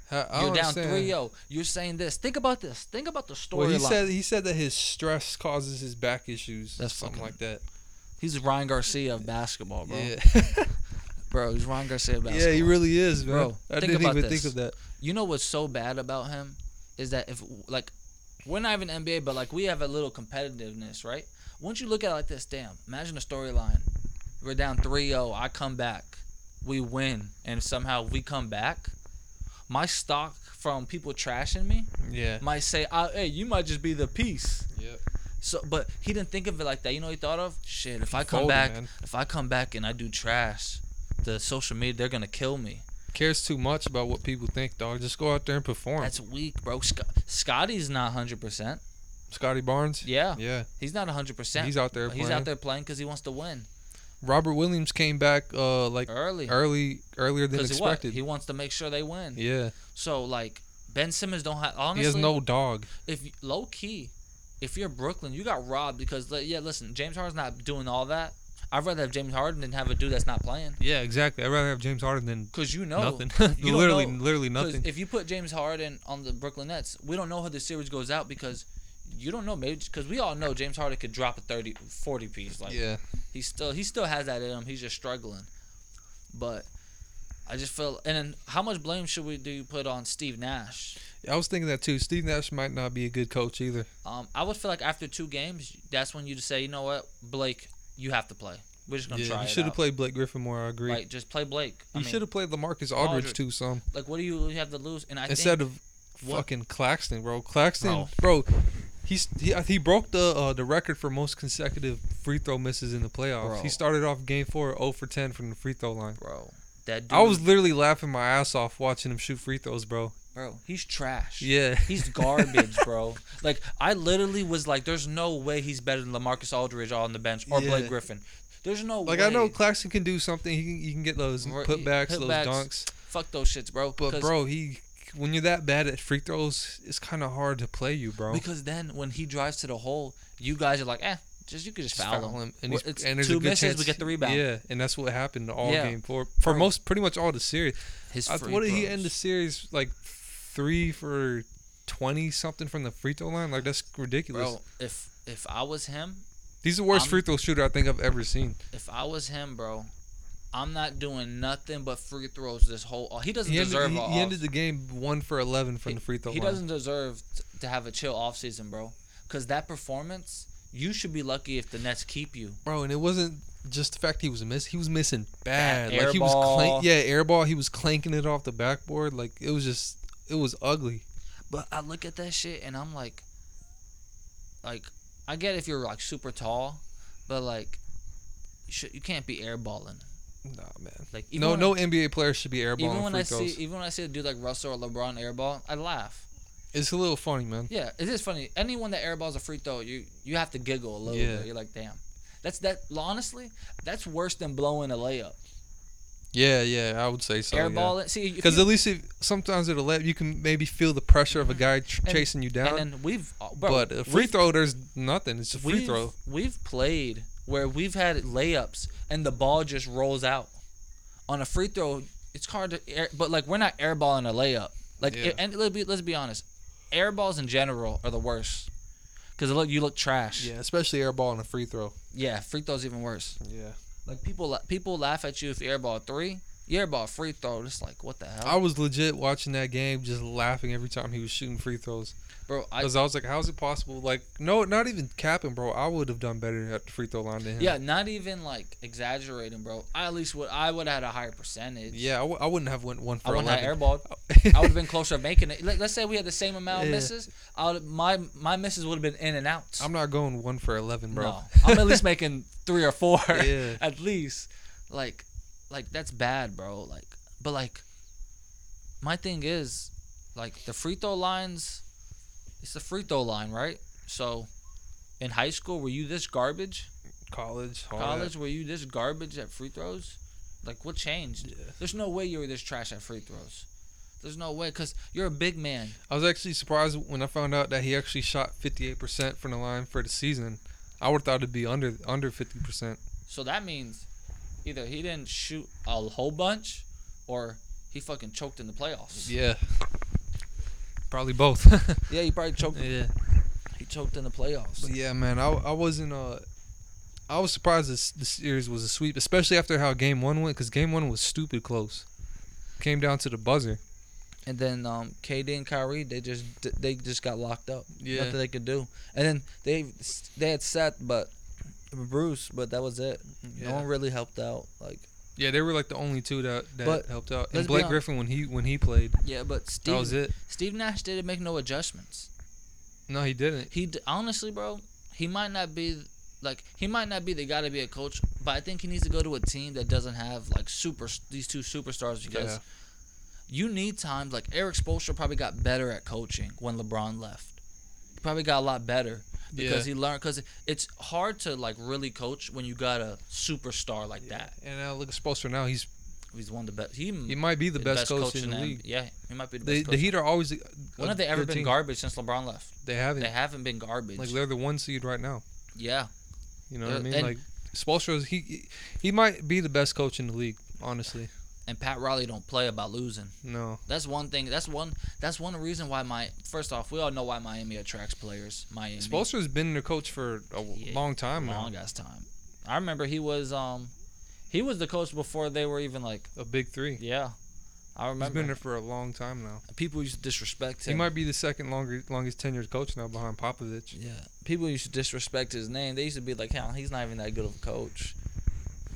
How- I you're don't down understand. 3 0. You're saying this. Think about this. Think about the storyline. Well, he said he said that his stress causes his back issues. That's something fucking- like that. he's Ryan Garcia of basketball, bro. Yeah. Bro, he's Ryan Garcia of (laughs) basketball. yeah, he really is, man. Bro, I think didn't about even this. think of that. You know what's so bad about him is that if like we're not even NBA, but like we have a little competitiveness, right? Once you look at it like this, damn, imagine a storyline. We're down 3-0, I come back, we win, and somehow we come back. My stock from people trashing me Yeah. might say, oh, "Hey, you might just be the piece." Yep. So, but he didn't think of it like that. You know, what he thought of shit. If I come Folded, back, man. if I come back and I do trash, the social media they're gonna kill me. Cares too much about what people think, dog. Just go out there and perform. That's weak, bro. Sc- Scotty's not hundred percent. Scotty Barnes. Yeah, Yeah. he's not hundred percent. He's out there He's playing. out there playing because he wants to win Robert Williams came back uh like early. early earlier than Because what? expected. He wants to make sure they win. yeah. So like Ben Simmons don't have honestly. he has no dog. if you- low key, if you're Brooklyn, you got robbed because li- yeah, listen, James Harden's not doing all that. I'd rather have James Harden than have a dude that's not playing. Yeah, exactly. I'd rather have James Harden than Cause you know nothing. (laughs) (laughs) you don't literally, know. literally 'Cause nothing. If you put James Harden on the Brooklyn Nets, we don't know how the series goes out because you don't know maybe because we all know James Harden could drop a 30, 40 piece. Like Yeah. he still he still has that in him. He's just struggling. But I just feel and then how much blame should we do you put on Steve Nash? I was thinking that too. Steve Nash might not be a good coach either. Um, I would feel like after two games, that's when you just say, you know what, Blake, you have to play. We're just gonna Yeah, try. he it should have out." played Blake Griffin more. I agree. Like just play Blake. I he mean, should have played Lamarcus Aldridge, Aldridge. too. Some Like what do you have to lose? And I instead think, of what- Oh. fucking Claxton, bro. Claxton, Bro. bro. He's he, he broke the uh, the record for most consecutive free throw misses in the playoffs. Bro. He started off game four 0 for 10 from the free throw line. bro, that dude, I was literally laughing my ass off watching him shoot free throws, bro. bro, he's trash. Yeah. (laughs) He's garbage, bro. Like I literally was like, "There's no way he's better than Lamarcus Aldridge on the bench or Yeah. Blake Griffin." There's no Like way. I know Claxton can do something. He can, he can get those Right, putbacks, those putbacks. dunks. Fuck those shits, bro. But 'Cause- bro, he when you're that bad at free throws, it's kind of hard to play you, bro. because then when he drives to the hole, you guys are like, "Eh, just you could just, Just foul, foul him." and, Well, he's- it's and there's a two good misses, we chance- get the rebound. Yeah, and that's what happened all Yeah. game for for Bro. most pretty much all the series. His I, free what did he throws. end the series like three for twenty something from the free throw line? Like that's ridiculous. Bro, if if I was him, He's the worst I'm- free throw shooter I think I've ever seen. if I was him, bro, I'm not doing nothing but free throws this whole. He doesn't He ended, deserve. he, a he off- ended the game one for eleven from the free throw he line. doesn't deserve t- to have a chill offseason, bro. Because that performance, you should be lucky if the Nets keep you. bro, and it wasn't just the fact he was miss. He was missing bad. That like air he was clank. ball. Yeah, air ball. He was clanking it off the backboard. Like it was just. It was ugly. But I look at that shit and I'm like, like I get if you're like super tall, but like you, should, you can't be airballing. Nah, man. Like even No, when- no NBA player should be airballing Even when free I throws. see even when I see a dude like Russell or LeBron airball, I laugh. It's a little funny, man. Yeah, it is funny. Anyone that airballs a free throw, you you have to giggle a little Yeah. bit. You're like, damn. That's that. Honestly, that's worse than blowing a layup. Yeah, Oh, yeah, I would say so. Airball it. See, if Because you- at least if, sometimes it'll let you can maybe feel the pressure of a guy tr- chasing you down. and then we've uh, bro, but a free we've- throw, there's nothing. It's a free we've, throw. We've played where we've had layups and the ball just rolls out. On a free throw, it's hard to air, but like we're not airballing a layup. Like Yeah. and let's be let's be honest, airballs in general are the worst. because look, you look trash. Yeah, especially airball and a free throw. yeah, free throw's even worse. Yeah. Like people, la- people laugh at you if you airball three. You airball free throw. It's like what the hell, I was legit watching that game, just laughing every time he was shooting free throws. bro? I, Because I, was like, how's it possible? Like, no, not even capping, bro. I would have done better at the free throw line than him. yeah, not even like exaggerating, bro. I at least would I would have had a higher percentage. Yeah, I, w- I wouldn't have went one for I wouldn't have 11. (laughs) airballed. I would have been closer to making it. Let, let's say we had the same amount of Yeah. misses. I would, my my misses would have been in and out. I'm not going one for 11, bro. No, I'm at least making three or four. Yeah. (laughs) at least, like, like that's bad, bro. Like, but like, my thing is, like, the free throw lines. It's the free throw line, right? So, in high school, were you this garbage? (laughs) College, all that. College, were you this garbage at free throws? Like, what changed? There's no way you were this trash at free throws. There's no way, cause you're a big man. I was actually surprised when I found out that he actually shot 58% from the line for the season. I would have thought it'd be under under 50%. So that means either he didn't shoot a whole bunch or he fucking choked in the playoffs. Yeah. Probably both. (laughs) Yeah, he probably choked. yeah. He choked in the playoffs. But yeah, man, I, I wasn't. Uh, I was surprised this the series was a sweep, especially after how game one went, because game one was stupid close. Came down to the buzzer. And then um, KD and Kyrie, they just they just got locked up. Yeah. Nothing they could do. And then they they had Seth, but Bruce, but that was it. Yeah. No one really helped out. Like Yeah, they were like the only two that, that But helped out. let's And be Blake hon- Griffin when he when he played, Yeah, but Steve. that was it. Steve Nash didn't make no adjustments. No, he didn't. He d- honestly, bro, he might not be like he might not be the guy to be a coach, but I think he needs to go to a team that doesn't have like super these two superstars because Yeah. you need times like Eric Spoelstra probably got better at coaching when LeBron left. He probably got a lot better because Yeah. he learned because it's hard to like really coach when you got a superstar like that. And now look at Spoelstra now. He's He's one of the best. He, he might be the best, coach, in the NBA. league. Yeah, he might be the The, best coach. the Heat are always. a- a when have they ever good been team. garbage since LeBron left? They haven't. They haven't been garbage. Like they're the one seed right now. yeah. You know what I Yeah, mean? and- like Spoelstra, is- he he might be the best coach in the league. Honestly, and Pat Riley don't play about losing. no. That's one thing. That's one. That's one reason why my. First off, we all know why Miami attracts players. Miami, Spoelstra has been their coach for a Yeah, long time now. long ass time. I remember he was um, he was the coach before they were even like. A big three. Yeah, I He's remember. been there for a long time now. People used to disrespect He him. might be the second longer, longest tenured coach now behind Popovich. yeah, people used to disrespect his name. They used to be like, "Hell, he's not even that good of a coach."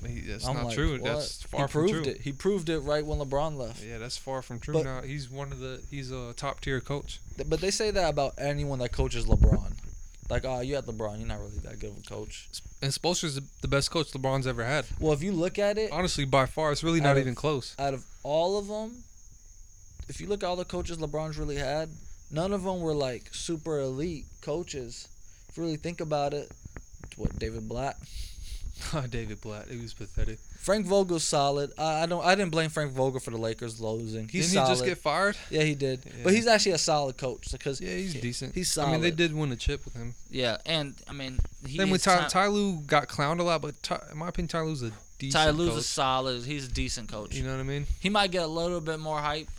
He, that's I'm not like, true. "What?" That's far he from proved true. it. He proved it right when LeBron left. Yeah, that's far from true. But- now he's one of the he's a top tier coach. Th- But they say that about anyone that coaches LeBron. Like, oh, you had LeBron. You're not really that good of a coach. And Spoelstra's the- the best coach LeBron's ever had. Well, if you look at it, Honestly, by far, it's really Out not of- even close. (laughs) out of all of them, if you look at all the coaches LeBron's really had, none of them were like super elite coaches. If you really think about it, what David Blatt, David Blatt, he was pathetic. Frank Vogel's solid. I, I don't. I didn't blame Frank Vogel for the Lakers losing. He's Didn't solid. he just get fired? yeah, he did. Yeah. But he's actually a solid coach because Yeah, he's decent. He's I mean, they solid. did win a chip with him. yeah, and I mean, he then is with Ty, Ty- Ty Lue got clowned a lot, but Ty, in my opinion, Ty Lue's a decent Ty Lue's a coach. solid. He's a decent coach. You know what I mean? he might get a little bit more hype,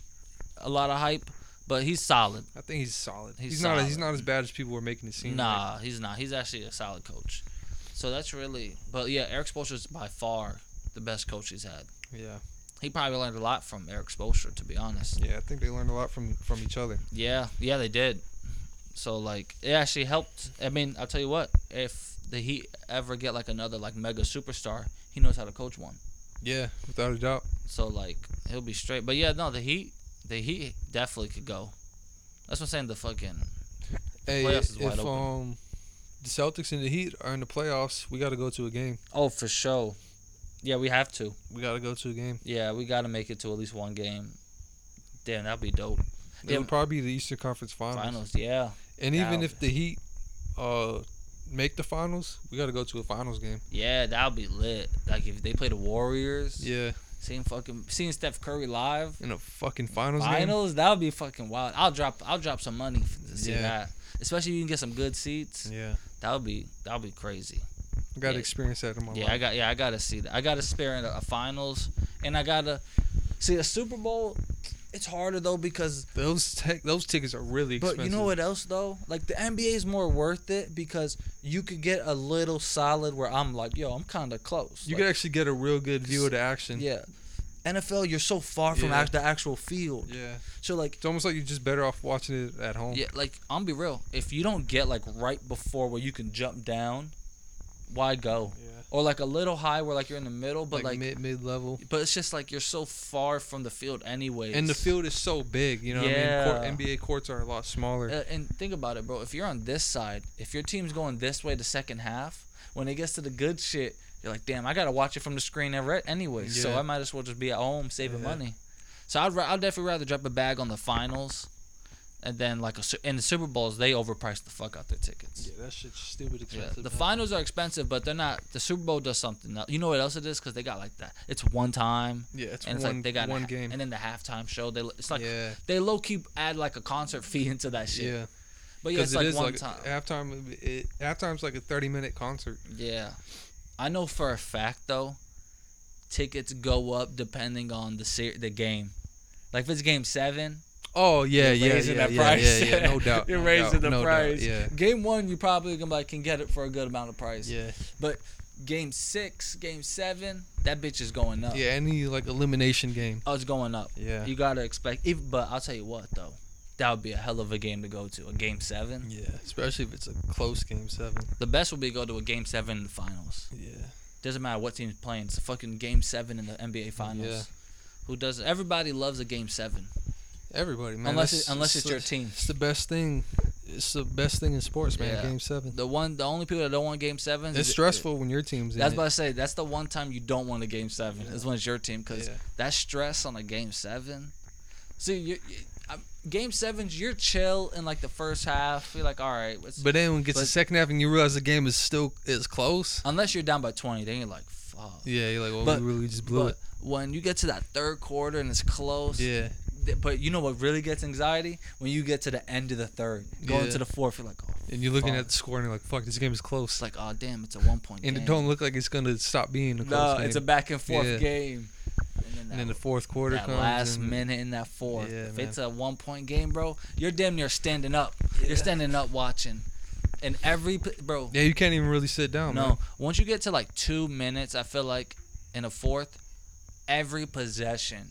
a lot of hype, but he's solid. I think he's solid. He's He's, not. He's solid. not as bad as people were making it seem. like. Nah, he's not. He's actually a solid coach. So that's really, but yeah, Eric Spoelstra is by far the best coach he's had. Yeah. He probably learned a lot from Eric Spoelstra, to be honest. Yeah, I think they learned a lot from from each other. Yeah, yeah, they did. So like, it actually helped. I mean, I'll tell you what, if the Heat ever get like another like mega superstar, he knows how to coach one. Yeah, without a doubt. So like, he'll be straight. But yeah, no, the Heat, the Heat definitely could go. That's what I'm saying. The fucking Hey, playoffs is if wide open. um the Celtics and the Heat are in the playoffs, we got to go to a game. oh for sure. Yeah, we have to. We got to go to a game. Yeah, we got to make it to at least one game. Damn, that'd be dope. It Yeah. would probably be the Eastern Conference Finals. Finals, yeah, And even Yeah. if the Heat uh make the finals, we got to go to a finals game. yeah, that'd be lit. Like if they play the Warriors, Yeah, seeing fucking seeing Steph Curry live, in a fucking finals, game. finals, that would be fucking wild. I'll drop, I'll drop some money f- to see Yeah. that. Especially if you can get some good seats, Yeah, that would be that would be crazy. I got to Yeah. experience that in my Yeah, I life. got yeah, I gotta see that. I gotta spare in a, a finals, and I gotta see a Super Bowl. It's harder though because Those tech, those tickets are really But expensive. you know what else though? Like the NBA is more worth it because you could get a little solid where I'm like, yo, I'm kind of close. You Like, could actually get a real good view of the action. yeah. NFL, you're so far from Yeah. act- the actual field. Yeah. So like, It's almost like you're just better off watching it at home. Yeah, like I'm gonna be real. If you don't get like right before where you can jump down, why go? Yeah. Or like a little high where like you're in the middle, but Like, like, mid mid level. but it's just like you're so far from the field anyways. And the field is so big, you know. What I Yeah. mean, Court, NBA courts are a lot smaller. Uh, and think about it, bro. If you're on this side, if your team's going this way the second half, when it gets to the good shit, you're like, damn, I gotta watch it from the screen every- anyway. So Yeah. I might as well just be at home saving Yeah. money. So I'd, ra- I'd definitely rather drop a bag on the finals, and then like a, su- in the Super Bowls they overprice the fuck out their tickets. that shit's stupid Yeah, the finals are expensive, but they're not. The Super Bowl does something. Else. You know what else it is? Because they got like that. It's one time, yeah, it's and it's one like they got one a, game. and then the halftime show. They it's like Yeah. they low key add like a concert fee into that shit. yeah, But yeah, because it's it like is one like time. halftime. It, halftime's like a thirty minute concert. Yeah, I know for a fact though, tickets go up depending on the ser- the game. Like if it's game seven, Oh yeah, you're yeah, raising yeah, that yeah, price. yeah, (laughs) (laughs) yeah, No doubt. you're no raising doubt, the no doubt, price. Yeah, Game one, you probably can like can get it for a good amount of price. yeah, But game six, game seven, that bitch is going up. yeah. Any like elimination game. Oh, it's going up. Yeah. You gotta expect. If, but I'll tell you what though, that would be a hell of a game to go to. A game seven. Yeah, especially if it's a close game seven. The best would be go to a game seven in the finals. Yeah. Doesn't matter what team's playing. It's a fucking game seven in the NBA finals. Yeah. Who does not Everybody loves a game seven. Everybody, man. Unless that's- it- unless it's the- your team. It's the best thing. It's the best thing in sports, man. Yeah. Game seven. The one, the only people that don't want game sevens. It's is- stressful when your team's in That's it. about to say. That's the one time you don't want a game seven is when it's your team because Yeah. that stress on a game seven. See, you, you, I, game sevens, you're chill in like the first half. You're like, all right, what's, But then when it gets to But- second half and you realize the game is still is close. unless you're down by twenty, then you're like, fuck. Yeah, you're like, well, But- we really just blew But it. when you get to that third quarter and it's close, Yeah, th- But you know what really gets anxiety when you get to the end of the third, going Yeah. to the fourth, you're like, oh, and you're looking Fuck. at the score and you're like, fuck, this game is close. it's like, oh damn, it's a one point. and game. it don't look like it's gonna stop being a close No, game. it's a back and forth Yeah. game. And then, that, and then the fourth quarter that comes. last and- minute in that fourth. Yeah, if man. it's a one point game, bro, you're damn near standing up. You're standing up watching. And every p- bro, Yeah, you can't even really sit down. no. man. Once you get to like two minutes, I feel like in a fourth, every possession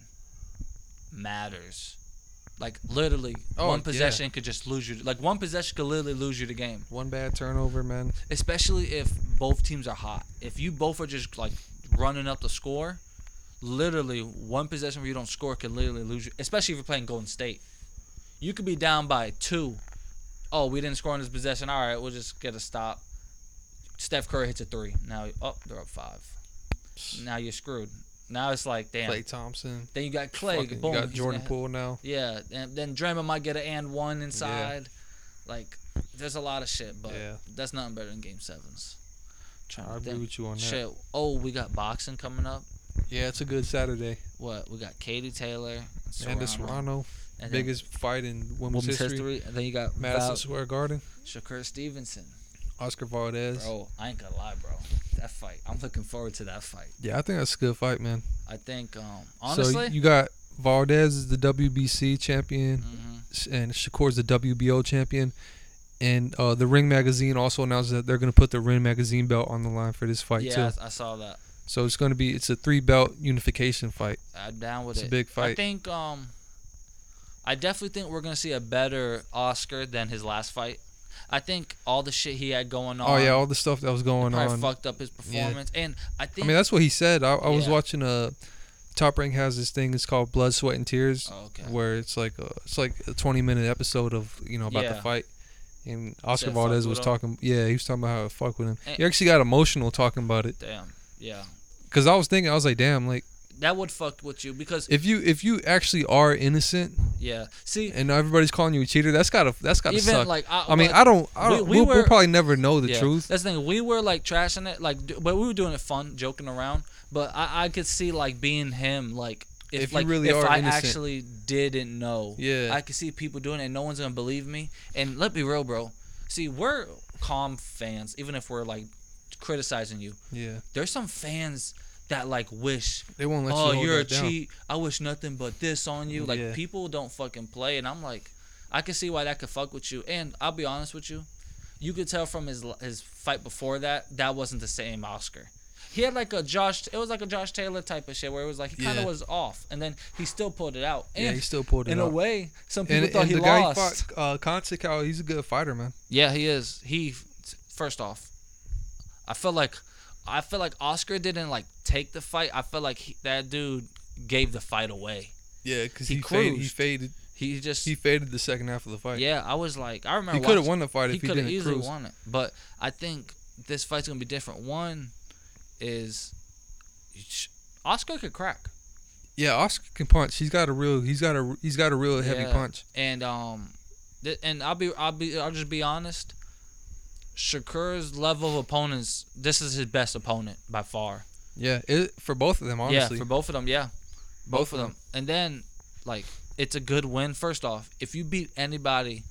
matters. Like literally, Oh, one yeah. possession could just lose you. Like one possession could literally lose you the game One bad turnover, man. especially if both teams are hot. If you both are just like running up the score, literally one possession where you don't score can literally lose you. Especially if you're playing Golden State, you could be down by two. Oh, we didn't score on this possession. All right, we'll just get a stop. Steph Curry hits a three. Now, oh, they're up five. Now you're screwed. Now it's like damn. Clay Thompson. Then you got Clay. Fucking, boom. you got he's Jordan gonna- Poole now. Yeah, and then Draymond might get an and one inside. Like, there's a lot of shit, but Yeah. that's nothing better than game sevens. Trying I to agree think. with you on that. Shit. Oh, we got boxing coming up. Yeah, it's a good Saturday. What? We got Katie Taylor and And Serrano. the Serrano, and then biggest fight in women's, women's history. history. And then you got Madison Madison. Square Garden. Shakur Stevenson. Oscar Valdez. Bro, I ain't gonna lie, bro. That fight. I'm looking forward to that fight. Yeah, I think that's a good fight, man. I think, um, honestly, so you got Valdez is the WBC champion, Mhm. s- and Shakur's the WBO champion. And uh, the Ring magazine also announced that they're going to put the Ring magazine belt on the line for this fight yeah, too. I, I saw that. So it's going to be it's a three belt unification fight. I'm down with It's a it. big I fight. think um, I definitely think we're gonna see a better Oscar than his last fight. I think all the shit he had going on. Oh yeah, all the stuff that was going probably on. fucked up his performance. And I I think. mean, that's what he said. I, I was Yeah. watching a Top Rank has this thing. It's called Blood, Sweat, and Tears, Oh, okay. where it's like a, it's like a 20 minute episode of you know about the Yeah. fight. And Oscar fucked Valdez with was him? talking. Yeah, he was talking about how it fucked with him. And- he actually got emotional talking about it. Damn. Yeah. Cause I was thinking, I was like, damn, like That would fuck with you because if you if you actually are innocent yeah. See, and everybody's calling you a cheater, that's gotta that's gotta Even, suck. like, I- I mean, like, I don't, I we- don't we, we will we'll were- probably never know the yeah. truth. That's the thing. We were like trashing it, like, d- but we were doing it fun, joking around. But I, I could see like being him, like. If, If you like really if are I innocent. actually didn't know, Yeah. I could see people doing it. and No one's gonna believe me. And let's be real, bro. See, we're calm fans, even if we're like criticizing you. Yeah, There's some fans that like wish They won't let oh, you. you're a down. cheat. I wish nothing but this on you. Like Yeah. people don't fucking play, and I'm like, I can see why that could fuck with you. And I'll be honest with you, you could tell from his his fight before that that wasn't the same Oscar. He had like a Josh. It was like a Josh Taylor type of shit where it was like he kind of Yeah. was off, and then he still pulled it out. And Yeah, he still pulled it in out. a way, some people and, thought and he the guy lost. he fought, uh, Consical, he's a good fighter, man. Yeah, he is. He first off, I feel like I feel like Oscar didn't like take the fight. I feel like he, that dude gave the fight away. Yeah, because He he, faded, he cruised. faded. He just He faded the second half of the fight. Yeah, I was like, I remember He coulda watching- won the fight if he coulda didn't easily cruise. won it, but I think this fight's gonna be different. One is sh- Oscar could crack yeah. Oscar can punch. He's got a real. He's got a. He's got a real heavy Yeah. punch. and um, th- and I'll be I'll be I'll just be honest. Shakur's level of opponents, this is his best opponent by far. Yeah, it, for both of them, honestly. Yeah, for both of them, yeah, both, of them. And then like it's a good win. First off, if you beat anybody,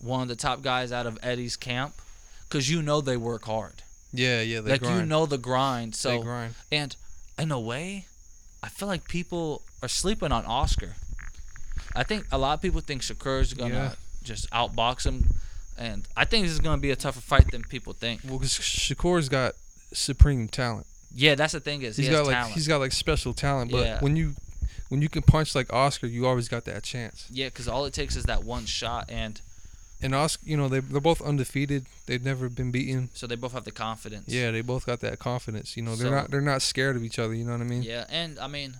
one of the top guys out of Eddie's camp, because you know they work hard. yeah, yeah. They like grind. you know the grind. So they grind. and in a way, I feel like people are sleeping on Oscar. I think a lot of people think Shakur's gonna Yeah. just outbox him, and I think this is gonna be a tougher fight than people think. Well, because Shakur's got supreme talent. Yeah, that's the thing is he He's has got like talent. he's got like special talent. But Yeah. when you when you can punch like Oscar, you always got that chance. yeah, because all it takes is that one shot, and And Oscar, you know, they they're both undefeated. They've never been beaten. so they both have the confidence. Yeah, they both got that confidence. You know, they're So- not they're not scared of each other. You know what I mean? Yeah, and I mean,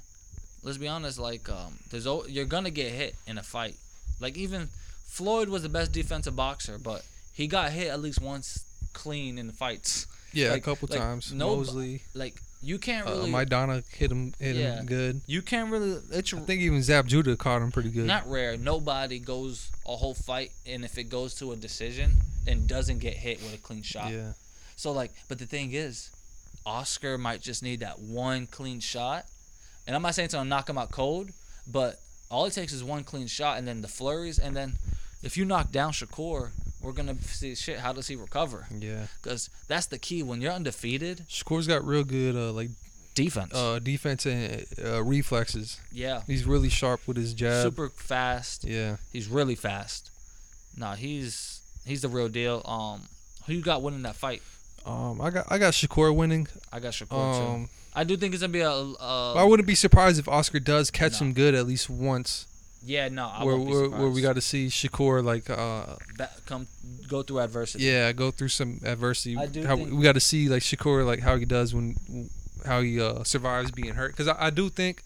let's be honest. Like, um, there's al- you're gonna get hit in a fight. Like even Floyd was the best defensive boxer, but he got hit at least once clean in the fights. Yeah, Like- a couple like, times. no- Mosley, Like you can't uh, really, my Donna hit him hit Yeah. him good. you can't really. It's I think even Zab Judah caught him pretty good. not rare. Nobody goes a whole fight, and if it goes to a decision and doesn't get hit with a clean shot. yeah, So like, but the thing is, Oscar might just need that one clean shot, and I'm not saying it's gonna knock him out cold, but all it takes is one clean shot, and then the flurries, and then if you knock down Shakur, we're gonna see shit. How does he recover? yeah. Because that's the key. When you're undefeated, Shakur's got real good uh, like defense. uh, defense and uh, reflexes. yeah, He's really sharp with his jab. super fast. Yeah, He's really fast. Nah, he's he's the real deal. Um, who you got winning that fight? um, I got I got Shakur winning. I got Shakur too. Oh. Um, I do think it's gonna be a. a I wouldn't be surprised if Oscar does catch No. him good at least once. yeah, no, I where won't be where, where we surprised. got to see Shakur like uh, that come go through adversity. yeah go through some adversity. I do How, think- we got to see like Shakur like how he does when how he uh, survives being hurt because I, I do think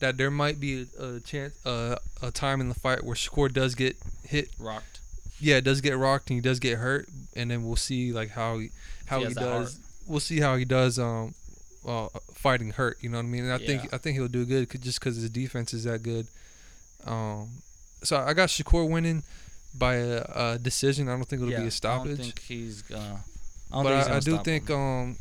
that there might be a, a chance uh, a time in the fight where Shakur does get hit Rocked. yeah, it does get rocked and he does get hurt, and then we'll see like how he how he, He has the does. We'll see how he does um uh, fighting hurt. You know what I mean? And I think Yeah. I think he'll do good 'cause- just because his defense is that good. Um, so I got Shakur winning by a, a decision. I don't think it'll be a I don't stoppage, think he's gonna. I but I, I do think um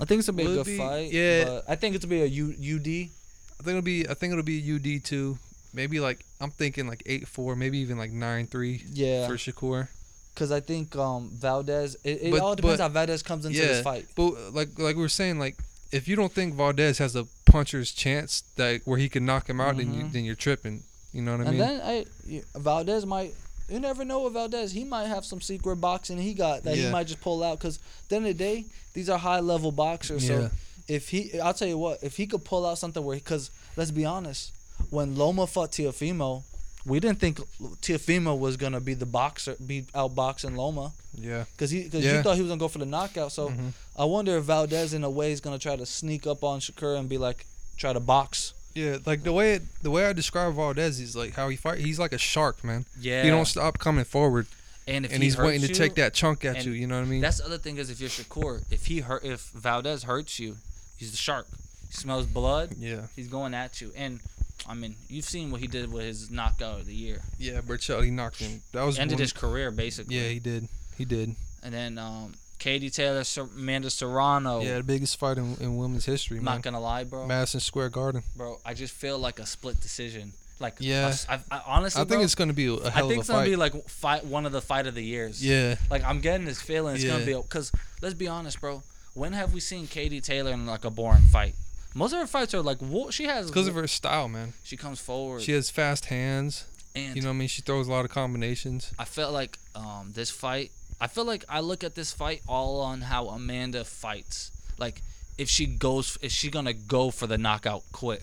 I think it's gonna be a would good be- fight. yeah. but I think it's gonna be a U, UD. I think it'll be I think it'll be UD two. Maybe like I'm thinking like eight four, maybe even like nine three Yeah. for Shakur. Because I think um, Valdez. It, it But- all depends but- how Valdez comes into this fight. But uh, like like we were saying, like if you don't think Valdez has a puncher's chance that where he can knock him out, then you, then you're tripping. You know what I And mean? then I, yeah, Valdez might. You never know with Valdez. He might have some secret boxing he got that he Yeah. might just pull out. Because the end of the day, these are high level boxers. Yeah. So if he, I'll tell you what, if he could pull out something where, because let's be honest, when Loma fought Tiafimo, we didn't think Tiafimo was gonna be the boxer, be outboxing Loma, yeah, because he, because you Yeah. Mm-hmm. thought he was gonna go for the knockout. So I wonder if Valdez, in a way, is gonna try to sneak up on Shakur and be like, try to box. yeah. Like the way the way I describe Valdez is like how he fight. He's like a shark, man. Yeah. He don't stop coming forward, And if and he he's hurts waiting to you, take that chunk at and you. You know what I mean? That's the other thing is if you're Shakur, if he hurt, if Valdez hurts you, he's the shark. He smells blood. yeah, He's going at you, and I mean you've seen what he did with his knockout of the year. yeah. Burchell, he knocked him. That was Ended one- his career basically. Yeah, he did. He did. And then um, Katie Taylor, Ser- Amanda Serrano. Yeah, the biggest fight in, in women's history, I'm man. Oh. not gonna lie, bro. Madison Square Garden. Bro, I just feel like a split decision. Like Yeah. a s- I, I honestly, I think bro, it's gonna be a I hell think of it's a gonna fight. be like fight one of the fight of the years. yeah, Like I'm getting this feeling it's gonna Yeah. be because let's be honest, bro. When have we seen Katie Taylor in like a boring fight? Most of her fights are like wa- she has because of her style, man. She comes forward. She has fast hands. and You know what I mean? She throws a lot of combinations. I felt like um, this fight. I feel like I look at this fight all on how Amanda fights. Like, if she goes, is she gonna go for the knockout quick?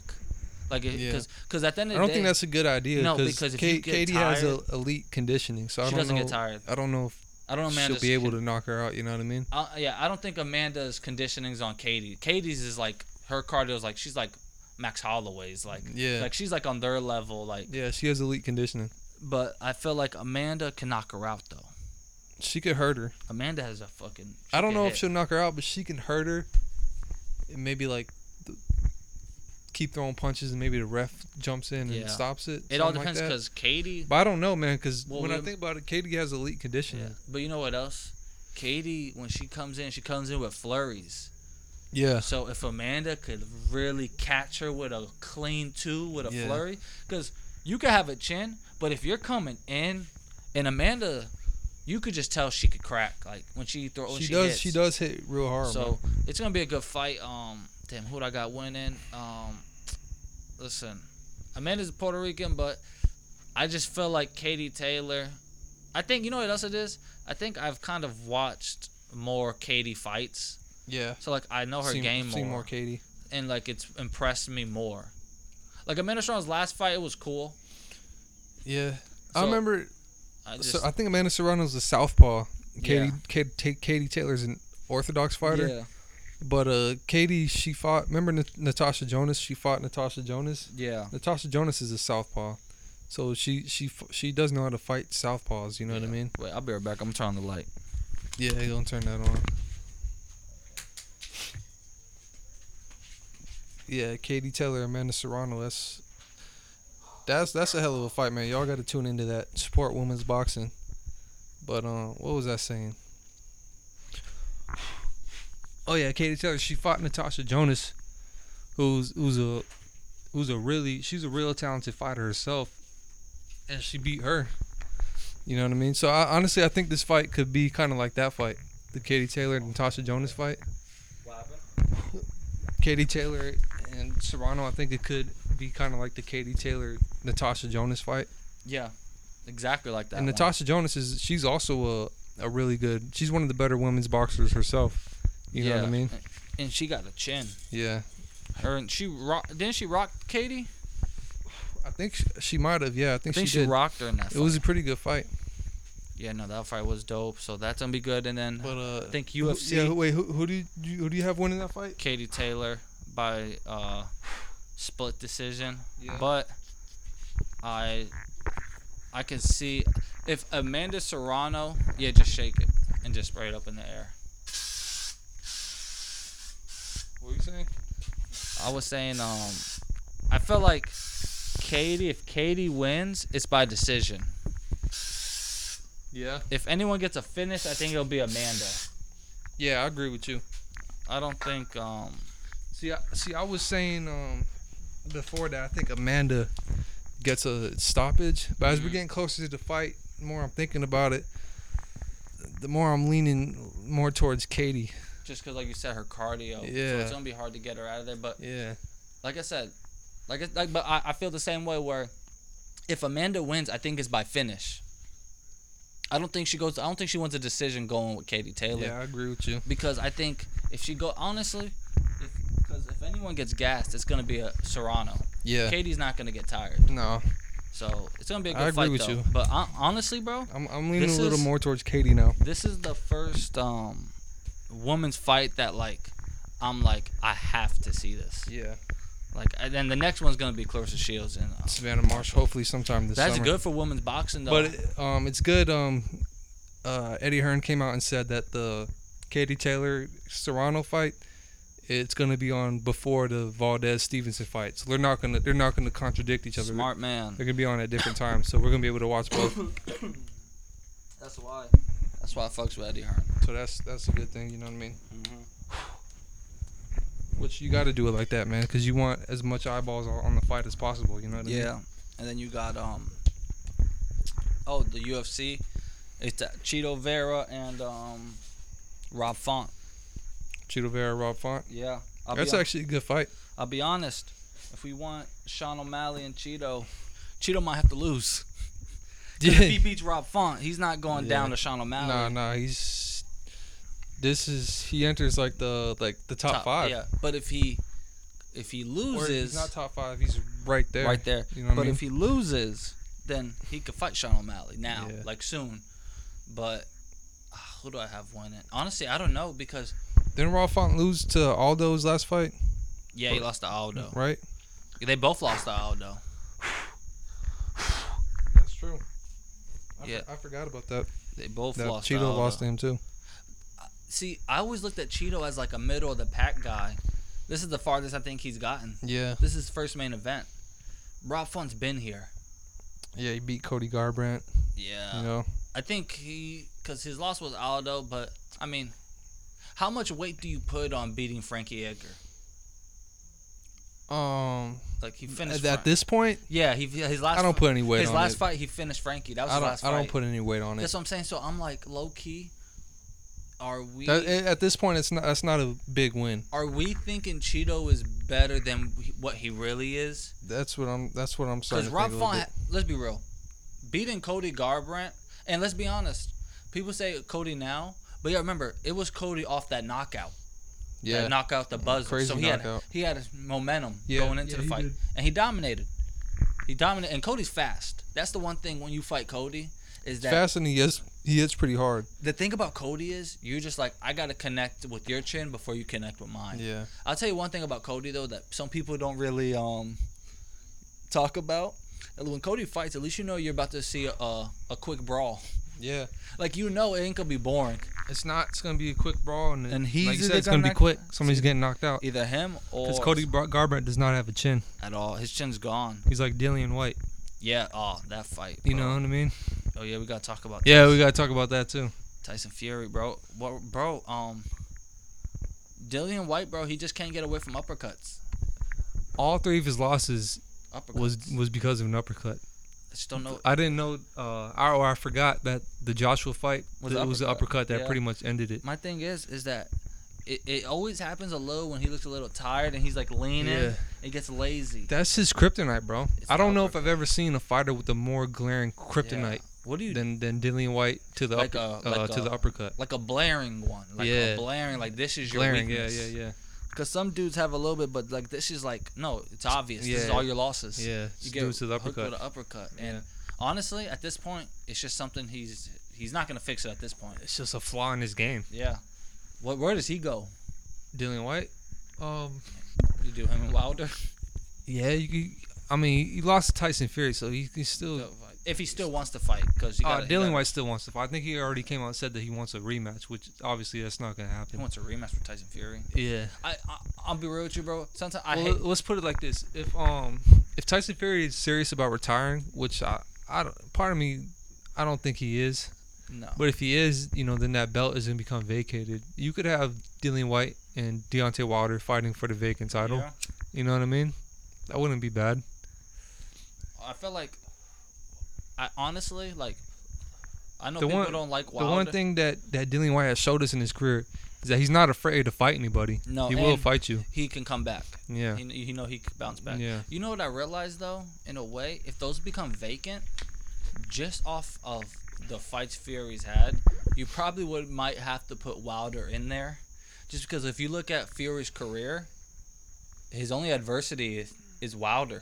Like, Yeah. because because at the end I of the don't day, think that's a good idea. No, cause because if Ka- you get Katie has tired- a elite conditioning, so I She don't doesn't know, get tired. I don't know if I don't know Amanda's. she'll be able to knock her out. You know what I mean? uh, yeah, I don't think Amanda's conditioning's on Katie. Katie's is like her cardio's like she's like Max Holloway's like Yeah. like she's like on their level like. Yeah, she has elite conditioning. But I feel like Amanda can knock her out though. She could hurt her. Amanda has a fucking. I don't can know if hit. she'll knock her out, but she can hurt her. And maybe like th- keep throwing punches, and maybe the ref jumps in Yeah. and stops it. It all something like depends that. because Katie. But I don't know, man. Because Well, when I we- think about it, Katie has elite Yeah. conditioning. But you know what else? Katie, when she comes in, she comes in (laughs) with flurries. Yeah. So if Amanda could really catch her with a clean two with a Yeah. flurry, because you could have a chin, but if you're coming in, and Amanda, you could just tell she could crack. Like when she throws, she, she, does. Hits. She does hit real hard. So man. it's gonna be a good fight. Um, damn, who would I got winning? Um, listen, Amanda's Puerto Rican, but I just feel like Katie Taylor. I think you know what else it is. I think I've kind of watched more Katie fights, yeah. so like I know her Seen- game more, seen more Katie. and like it's impressed me more. Like Amanda Strong's last fight, it was cool. Yeah. I So, remember I just So I think Amanda Serrano's a southpaw. Katie Yeah. Katie, Ta- Katie Taylor's an orthodox fighter. yeah, But uh, Katie, she fought. Remember Nat- Natasha Jonas? She fought Natasha Jonas. yeah. Natasha Jonas is a southpaw, so she she f- she does know how to fight southpaws. You know what I mean? Wait, I'll be right back. I'm turning the light. Yeah, you don't turn that on. Yeah, Katie Taylor, Amanda Serrano. That's that's that's a hell of a fight, man. Y'all got to tune into that. Support women's boxing. But um, what was I saying? Oh yeah, Katie Taylor. She fought Natasha Jonas, who's who's a who's a really she's a real talented fighter herself, and she beat her. You know what I mean? So I, honestly, I think this fight could be kind of like that fight, the Katie Taylor and Natasha Jonas fight. Katie Taylor and Serrano. I think it could be kind of like the Katie Taylor Natasha Jonas fight. Yeah, exactly like that. and one. Natasha Jonas is she's also a a really good. She's one of the better women's boxers herself. You know what I Yeah. mean? and she got a chin. Yeah. Her and she rock. Didn't she rock Katie? I think she, she might have. Yeah, I I think, think she, she, did. rocked her in that. It was a pretty good fight. yeah, no, that fight was dope. So that's gonna be good. And then But uh, I think who- UFC Yeah, who- wait, who, who do you, you who do you have winning that fight? Katie Taylor by uh, split decision. Yeah. But I I can see if Amanda Serrano, yeah, just shake it and just spray it up in the air. What were you saying? I was saying, um, I felt like Katie. If Katie wins, it's by decision. Yeah. If anyone gets a finish, I think it'll be Amanda. Yeah, I agree with you. I don't think um See, I, see, I was saying um, before that I think Amanda gets a stoppage, but as we're getting closer to the fight, the more I'm thinking about it, the more I'm leaning more towards Katie. just because like you said her cardio so Yeah. it's gonna be hard to get her out of there but Yeah, like i said like, it, like but I, I feel the same way where if amanda wins i think it's by finish i don't think she goes i don't think she wants a decision going with katie taylor yeah, I agree with you. because i think if she go honestly because if, anyone gets gassed it's gonna be a serrano Yeah, katie's not gonna get tired no, so it's gonna be a good I fight agree with though you. but hon- honestly bro I'm, I'm leaning This a little is- more towards Katie now. this is the first um woman's fight that like I'm like I have to see this. Yeah, Like and then the next one's gonna be Clarissa Shields and uh, Savannah Marsh. Hopefully, sometime this that's summer. good for women's boxing though. But it, um, it's good. Um, uh, Eddie Hearn came out and said that the Katie Taylor Serrano fight, it's gonna be on before the Valdez Stevenson fight. So they're not gonna they're not gonna contradict each other. smart man. They're gonna be on at different times, so we're gonna be able to watch (coughs) both. That's why. That's why I fucks with Eddie Hearn. so that's that's a good thing. You know what I mean? Mm-hmm. Which you got to do it like that, man, because you want as much eyeballs on, on the fight as possible. You know what I mean? Yeah, and then you got um oh the UFC, it's uh, Cheeto Vera and um Rob Font. Cheeto Vera, Rob Font. Yeah, I'll That's be hon- actually a good fight. I'll be honest. If we want Sean O'Malley and Cheeto, Cheeto might have to lose. 'Cause (laughs) If (laughs) he beats Rob Font, he's not going Yeah. down to Sean O'Malley. Nah, nah, he's. This is he enters like the like the top, five. Yeah, but if he if he Or if loses, he's not top five. He's right there. right there. You know what but I mean? if he loses, then he could fight Sean O'Malley now, Yeah. like soon. But ah, who do I have winning? Honestly, I don't know because Didn't Rob Font lose to Aldo's last fight? yeah, he lost to Aldo. Right. They both lost to Aldo. That's true. I, Yeah. I forgot about that. They both that lost. Cheeto to Aldo. lost to him too. See, I always looked at Cheeto as like a middle of the pack guy. This is the farthest I think he's gotten. Yeah. This is first main event. Rob Font's been here. Yeah, he beat Cody Garbrandt. Yeah. you know. I think he, because his loss was Aldo, but I mean, how much weight do you put on beating Frankie Edgar? Um, Like he at, finished. at Fran- this point, Yeah, he his last. I don't put any weight His on last it. fight, he finished Frankie. That was I his don't. last I don't fight. put any weight on it. That's what I'm saying. So I'm like low key. Are we That- at this point, it's not. That's not a big win. are we thinking Cheeto is better than what he really is? That's what I'm. That's what I'm starting Because to Rob think a little Font, bit. let's be real, beating Cody Garbrandt, and let's be honest, people say Cody now, but yeah, remember it was Cody off that knockout. yeah. Yeah. knockout the buzzer. Crazy so he knockout. had he had his momentum Yeah, going into yeah, the he fight, did. and he dominated. He dominated, and Cody's fast. That's the one thing when you fight Cody is that Fast and he hits. He hits pretty hard. the thing about Cody is you're just like I gotta connect with your chin before you connect with mine. Yeah. I'll tell you one thing about Cody though that some people don't really um talk about. When Cody fights, at least you know you're about to see a a quick brawl. Yeah. Like you know it ain't gonna be boring. It's not. It's gonna be a quick brawl, and, And and he's he's like you either said, it's gonna gonna be knock- quick. Somebody's getting knocked out. Either him or Because Cody Bar- Garbrandt does not have a chin. at all. His chin's gone. He's like Dillian White. Yeah. Oh, that fight. You bro. know what I mean? Oh yeah, we gotta talk about Yeah, we gotta talk about that too. Tyson Fury, bro. What, bro? Um, Dillian White, bro. He just can't get away from uppercuts. All three of his losses Uppercuts. was was because of an uppercut. I just don't know. I didn't know. Uh, I, or I forgot that the Joshua fight Was was it was the uppercut. uppercut that Yeah. pretty much ended it. My thing is, is that it, it always happens a little when he looks a little tired and he's like leaning. Yeah. It gets lazy. That's his kryptonite, bro. It's I the don't know if uppercut. I've ever seen a fighter with a more glaring Yeah. kryptonite What do you than than Dillian White to the Like upper, a- like uh, to a- the uppercut. like a blaring one? Like Yeah. a blaring. Like this is your Glaring, yeah, weakness. yeah, yeah. Because some dudes have a little bit, but like this is like no, it's obvious. This is Yeah. all your losses. Yeah, you it's get due to the hooked uppercut. With an uppercut. Yeah. And honestly, at this point, it's just something he's he's not gonna fix it at this point. It's just a flaw in his game. Yeah. What where does he go? Dillian White. Um. You do him and Wilder. Yeah, you. could- I mean, he lost to Tyson Fury, so he, he's still. If he still wants to fight, because Uh, Dillian White still wants to fight. I think he already came out and said that he wants a rematch, which obviously that's not gonna he happen. wants a rematch with Tyson Fury. Yeah. I, I I'll be real with you, bro. Sometimes I Well, hate. let's put it like this: if um if Tyson Fury is serious about retiring, which I I don't, part of me I don't think he is, No. but if he is, you know, then that belt is gonna become vacated. You could have Dillian White and Deontay Wilder fighting for the vacant title. Yeah. You know what I mean? That wouldn't be bad. I feel like. I honestly like. I know The people one- don't like The Wilder. one thing that that Dillian White has showed us in his career is that he's not afraid to fight anybody. No, he will and- fight you. he can come back. Yeah. He, you know he could bounce back. Yeah. You know what I realized though, in a way, if those become vacant, just off of the fights Fury's had, you probably would might have to put Wilder in there, just because if you look at Fury's career, his only adversity is, is Wilder.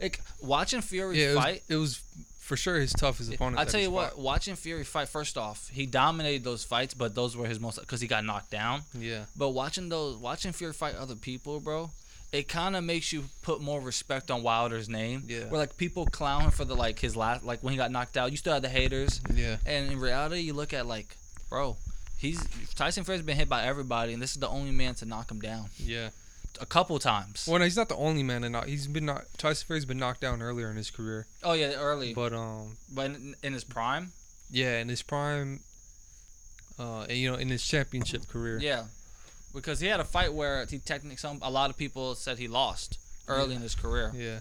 Like watching Fury Yeah, it was, fight. it was for sure his toughest opponent. I that tell he's you what, fought. watching Fury fight. First off, he dominated those fights, but those were his most because he got knocked down. Yeah. But watching those, watching Fury fight other people, bro, it kind of makes you put more respect on Wilder's name. Yeah. Where like people clown him for the like his last, like when he got knocked out, you still had the haters. Yeah. And in reality, you look at like, bro, he's Tyson Fury's been hit by everybody, and this is the only man to knock him down Yeah. a couple times. Well, no, he's not the only man to knock. He's been knocked. Tyson Fury's been knocked down earlier in his career, Oh yeah, early, but, but um, in, in his prime, yeah, in his prime, uh, and, you know, in his championship career, yeah, because he had a fight where he technically some a lot of people said he lost early in his career, yeah.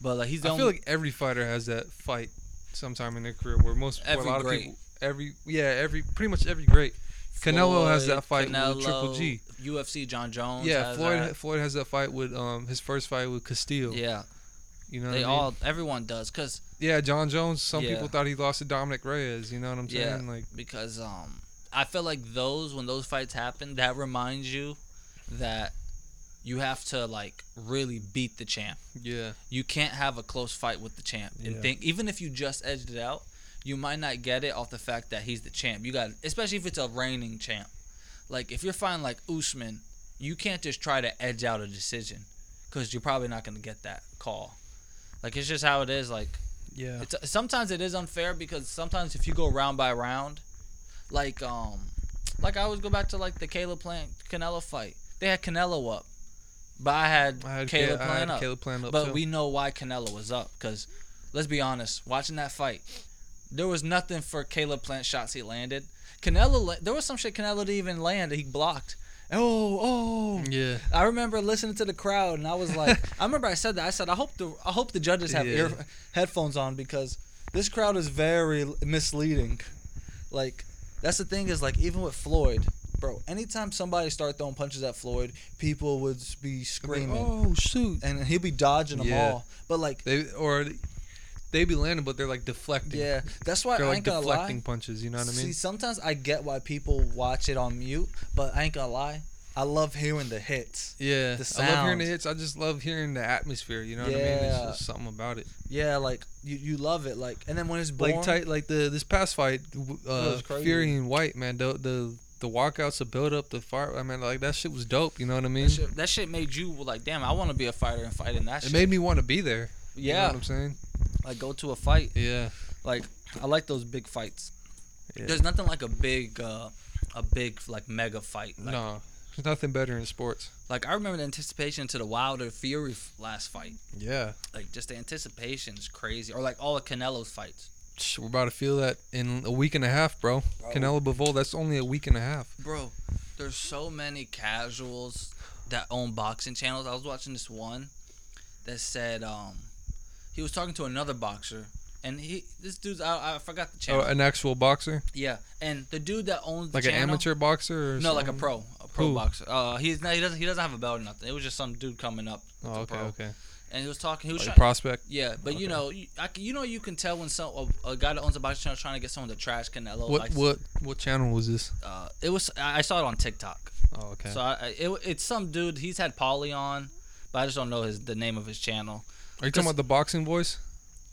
but like he's the I only feel like every fighter has that fight sometime in their career where most where Every a lot great. of people, every yeah, every pretty much every great Canelo has that Floyd, fight with Triple Canelo, G. UFC John Jones. Yeah, has Floyd. that. Floyd has that fight with um his first fight with Castillo. Yeah, you know what they I mean? all everyone does because Yeah, John Jones. Some Yeah. people thought he lost to Dominic Reyes. You know what I'm Yeah. saying? Like, because um I feel like those when those fights happen that reminds you that you have to like really beat the champ. yeah, You can't have a close fight with the champ and Yeah. think even if you just edged it out, you might not get it off the fact that he's the champ. You got especially if it's a reigning champ. Like if you're fighting like Usman, you can't just try to edge out a decision because you're probably not going to get that call. Like it's just how it is. Like yeah. it's, sometimes it is unfair because sometimes if you go round by round, like um, like I always go back to like the Caleb Plant Canelo fight. They had Canelo up, but I had, I had Caleb Ca- I Plant had up. Caleb Plant up but too. we know why Canelo was up because, let's be honest, watching that fight, there was nothing for Caleb Plant shots he landed. Canelo, la- there was some shit Canelo didn't even land that he blocked. Oh, oh, Yeah. I remember listening to the crowd, and I was like, I remember I said that. I said, I hope the I hope the judges have Yeah. ear headphones on because this crowd is very misleading. Like, that's the thing is like even with Floyd, bro. Anytime somebody start throwing punches at Floyd, people would be screaming, Oh shoot. and he'd be dodging them Yeah. all. But like, They or they be landing, but they're like deflecting. yeah, that's why They're I like ain't gonna lie. deflecting punches. You know what I See, mean? sometimes I get why people watch it on mute, but I ain't gonna lie. I love hearing the hits. Yeah. the I love hearing the sound. hits. I just love hearing the atmosphere. You know what I mean? Yeah. It's just something about it. Yeah, like you, you love it. Like, and then when it's boring, Like tight, like the this past fight, w- uh, was crazy. Fury and White, man. The the the walkouts, the build up, the fire. I mean, like that shit was dope. You know what I mean? That shit, that shit made you like, damn, I want to be a fighter and fight in that It shit. made me want to be there. You know yeah, what I'm saying? like go to a fight. Yeah. Like I like those big fights. Yeah. There's nothing like a big, uh, a big like mega fight. Like, no. There's nothing better in sports. like I remember the anticipation to the Wilder Fury f- last fight. Yeah. Like just the anticipation is crazy. Or like all of Canelo's fights, Shh, We're about to feel that in a week and a half, bro. Canelo Bivol, that's only a week and a half. bro. There's so many casuals that own boxing channels. I was watching this one that said um, he was talking to another boxer. And he, this dude's, I, I forgot the Oh, channel. an actual boxer, Yeah, and the dude that owns the like an channel- amateur boxer, or no, like a something? pro, a pro Who? boxer. Uh, he's not, he doesn't he doesn't have a belt or nothing. It was just some dude coming up. Oh, to okay, pro. okay. And he was talking. He was Like a trying, prospect. yeah, but you know, you, I, can- you know, you can tell when some a, a guy that owns a boxing channel trying to get someone to trash Canelo. What like, what what channel was this? Uh, it was I I saw it on TikTok. Oh, okay. So I, I it, it's some dude. He's had Polly on, but I just don't know his the name of his channel. Are you talking about the boxing voice?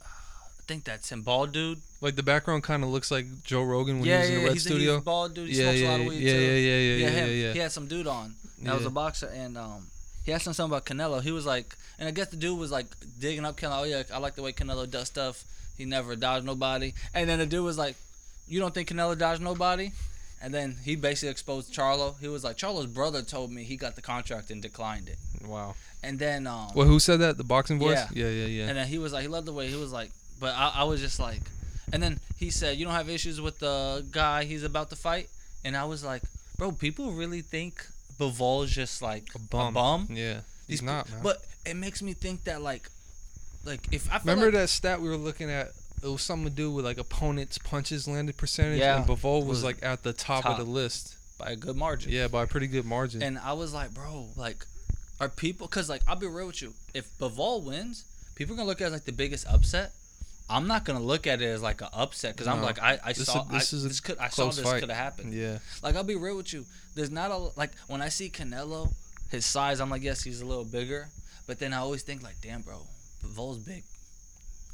I think that's him, bald dude. Like the background kind of looks like Joe Rogan when yeah, he was yeah, in the Red he's, Studio. he's bald dude. He Yeah, smokes a yeah, lot of weed yeah, too. yeah, yeah, yeah, him. yeah, yeah. He had some dude on. That was Yeah. a boxer, and um, he asked him something about Canelo. He was like, and I guess the dude was like digging up Canelo. Oh yeah, I like the way Canelo does stuff. He never dodged nobody. And then the dude was like, you don't think Canelo dodged nobody? And then he basically exposed Charlo. He was like, Charlo's brother told me he got the contract and declined it. wow. And then um, Well, who said that? The boxing voice? Yeah. Yeah, yeah, yeah. and then he was like, he loved the way he was like, but I, I was just like, and then he said, you don't have issues with the guy he's about to fight, and I was like, bro, people really think Bivol's just like a bum. Yeah. He's, These not, pe- man. But it makes me think that like, like if I feel Remember like, that stat we were looking at? It was something to do with like opponents' punches landed percentage, Yeah. and Bivol was, Was like at the top, top. of the list. by a good margin. Yeah, by a pretty good margin. And I was like, bro, like, are people? Cause like, I'll be real with you. If Bivol wins, people are gonna look at it as like the biggest upset. I'm not gonna look at it as like an upset because I'm No. like, I, I This saw a- this I, is a this could I saw close this fight. could have happened. yeah, Like I'll be real with you. There's not a like when I see Canelo, his size, I'm like, yes, he's a little bigger. But then I always think like, damn, bro, Vol's big.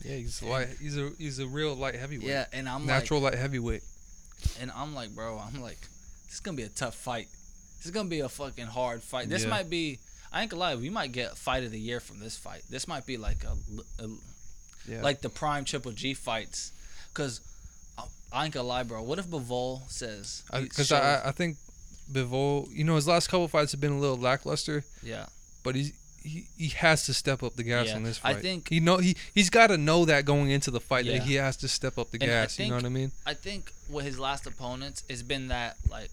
yeah, he's light. He's a he's a real light heavyweight. Yeah, and I'm natural light heavyweight. like, and I'm like, bro, I'm like, this is gonna be a tough fight. This is gonna be a fucking hard fight. This Yeah. might be, I ain't gonna lie, we might get fight of the year from this fight. This might be like a, a- Yeah. like the prime Triple G fights, cause. I- I ain't gonna lie, bro. What if Bivol says? he because shows- I, I think Bivol, you know, his last couple fights have been a little lackluster, yeah, but he's. He, he has to step up the gas Yeah, in this I fight. think- he know he he's got to know that going into the fight Yeah. that he has to step up the And I gas. you know think- what I mean? I think with his last opponents, it's been that like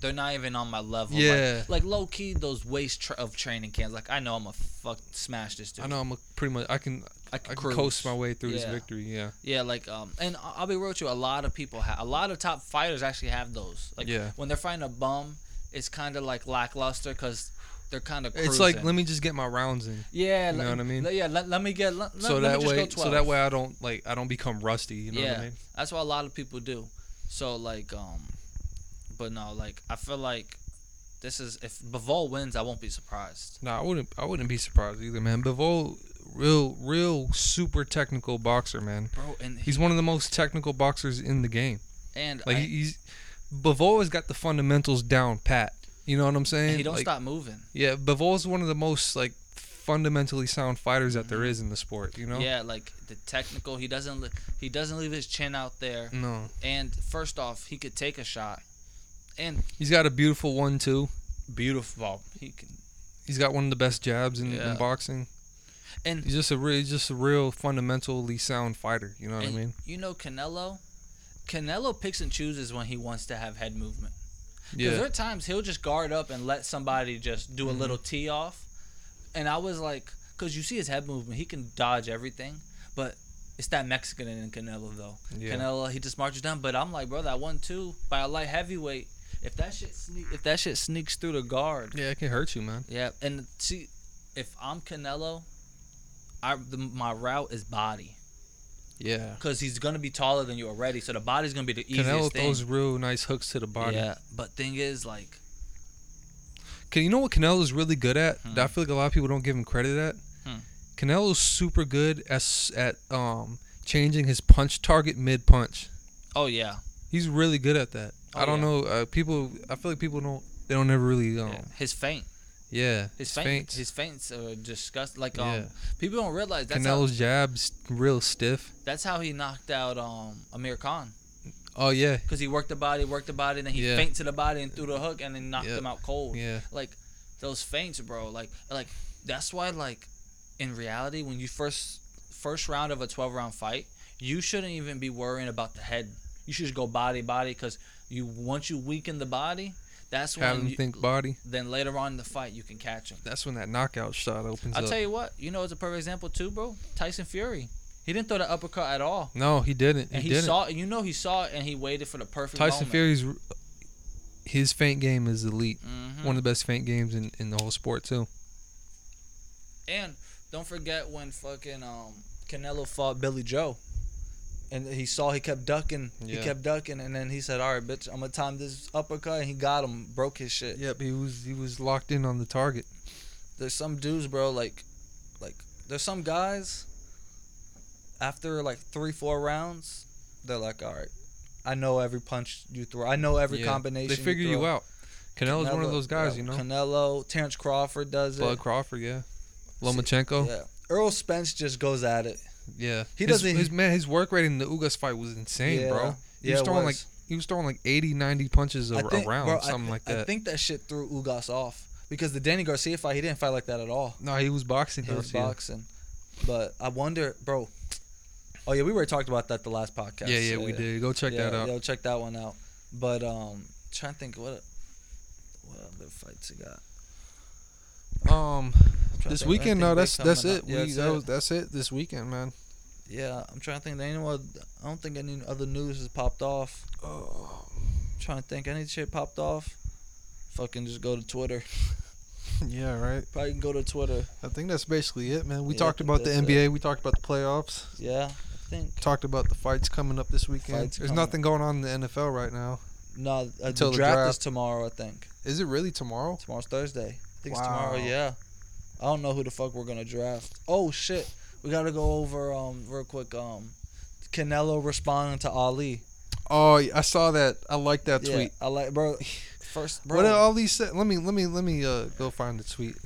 they're not even on my level. Like- Yeah. Like, low key, those waste tra- of training camps. Like I know I'm a fuck smash this dude. I know I'm a, pretty much. I can. I I can can, cruise. coast my way through this Yeah. victory. Yeah. Yeah, like um, and I- I'll be real with you. A lot of people, ha- a lot of top fighters actually have those. Like Yeah. when they're fighting a bum, it's kind of like lackluster because they're kind of. It's like let me just get my rounds in, Yeah, you let- know what I mean? let- Yeah, let, let me get. Let, let- so let that me just way, go so 12. that way I don't like I don't become rusty. You know yeah, what I mean? that's what a lot of people do. So like um, but no, like I feel like this is if Bivol wins, I won't be surprised. No, I wouldn't. I wouldn't be surprised either, man. Bivol, real, real super technical boxer, man. Bro, and He's one of the most technical boxers in the game. and Like I- he's, Bivol has got the fundamentals down pat. You know what I'm saying? and he don't Like, stop moving. Yeah, Bivol's one of the most like fundamentally sound fighters that there is in the sport. You know? Mm-hmm. Yeah, like the technical, he doesn't li- he doesn't leave his chin out there. No, And first off, he could take a shot, and he's got a beautiful one too. beautiful. Well, he can, He's got one of the best jabs in, Yeah. in boxing. and He's just a real, just a real fundamentally sound fighter. You know what and I mean? you know Canelo, Canelo picks and chooses when he wants to have head movement. Because there Yeah. are times he'll just guard up and let somebody just do a little tee off. And I was like, because you see his head movement, he can dodge everything. But it's that Mexican in Canelo, though. Yeah. Canelo, he just marches down. But I'm like, bro, that one, two by a light heavyweight. If that shit sneak, if that shit sneaks through the guard, Yeah, it can hurt you, man. yeah. And see, if I'm Canelo, I the, my route is body Yeah. because he's gonna be taller than you already, so the body's gonna be the easiest Canelo thing. throws real nice hooks to the body. yeah, but thing is, like, Can you know what Canelo's really good at? That I feel like a lot of people don't give him credit at. Hmm. Canelo's super good at at um changing his punch target mid punch. oh yeah, He's really good at that. Oh, I don't yeah. know. Uh, people, I feel like people don't. They don't ever really. Um, yeah. yeah. his feint. His, feint, feints. his feints are disgusting. Like um, Yeah. people don't realize that's Canelo's jabs real stiff. how that's how he knocked out um Amir Khan Oh yeah, because he worked the body, worked the body, then he Yeah. feinted the body and threw the hook and then knocked Yeah. him out cold. yeah. Like those feints, bro. Like like that's why like in reality when you first first round of a 12 round fight, you shouldn't even be worrying about the head. You should just go body body because you once you weaken the body, that's Have when him you, think body. then later on in the fight you can catch him. That's when that knockout shot opens I'll up. tell you what, you know, it's a perfect example too, bro. Tyson Fury, he didn't throw the uppercut at all, no, he didn't. He, and he, didn't. saw it. You know, he saw it, and he waited for the perfect Tyson moment. Fury's his feint game is elite. Mm-hmm. Mhm. One of the best feint games in, in the whole sport too. And don't forget when fucking um, Canelo fought Billy Joe, and he saw he kept ducking, he Yeah. kept kept ducking, and then he said, "All right, bitch, I'm gonna time this uppercut," and he got him, broke his shit. Yep, he was he was locked in on the target. there's some dudes, bro, like like there's some guys after like three, four rounds, they're like, All right, I know every punch you throw. I know every combination. They figure you, throw." out. Canelo's one Canelo- of those guys, yeah, you know. Canelo, Terrence Crawford does it. Bud Crawford, yeah. Lomachenko, Yeah. Earl Spence just goes at it. yeah. He His- doesn't- His man, his work rate in the Ugas fight was insane, Yeah. bro. He Yeah, was it throwing was. like he was throwing like 80, 90 punches a, I think- a round, bro, I something thi- like that. I think that shit threw Ugas off because the Danny Garcia fight, he didn't fight like that at all. no, he was boxing. He was Garcia. boxing, but I wonder, bro. Oh yeah, we already talked about that the last podcast. Yeah, yeah, we did. Go check yeah, that out. Yo, check that one out. But um, trying to think what what other fights you got. Um, to this think. weekend, no, Anything big that's that's coming it. up. Yeah, we, that's that it. Was, that's it this weekend, man. Yeah, I'm trying to think. Any more? I don't think any other news has popped off. Oh, I'm trying to think, any shit popped off? Fucking just go to Twitter. yeah, right. Probably can go to Twitter. I think that's basically it, man. We Yeah, I talked think about the that's it. NBA. We talked about the playoffs. Yeah, I think. Talked about the fights coming up this weekend. Fights There's coming nothing going on in the NFL right now. No, uh, the Until draft, the is draft. tomorrow. I think Is it really tomorrow? tomorrow's Thursday. I think it's tomorrow. Wow. Yeah. I don't know who the fuck we're gonna draft. Oh shit, we gotta go over um real quick um Canelo responding to Ali. Oh, yeah, I saw that. I like that Yeah, tweet. I like bro. (sighs) First, bro. What did all these say? Let me let me let me uh go find the tweet.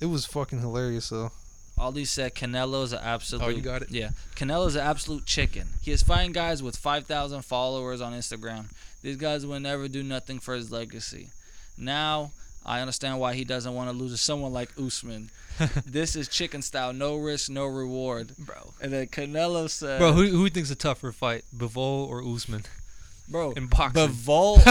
It was fucking hilarious though. Ali said Canelo's an absolute. Oh, you got it? Yeah, Canelo's an absolute chicken. He is fighting guys with 5,000 followers on Instagram. These guys will never do nothing for his legacy. Now I understand why he doesn't want to lose to someone like (laughs) Usman. this is chicken style, no risk, no reward, bro. And then Canelo said, Bro, who who thinks a tougher fight, Bivol or Usman bro, (laughs) in boxing? Bivol,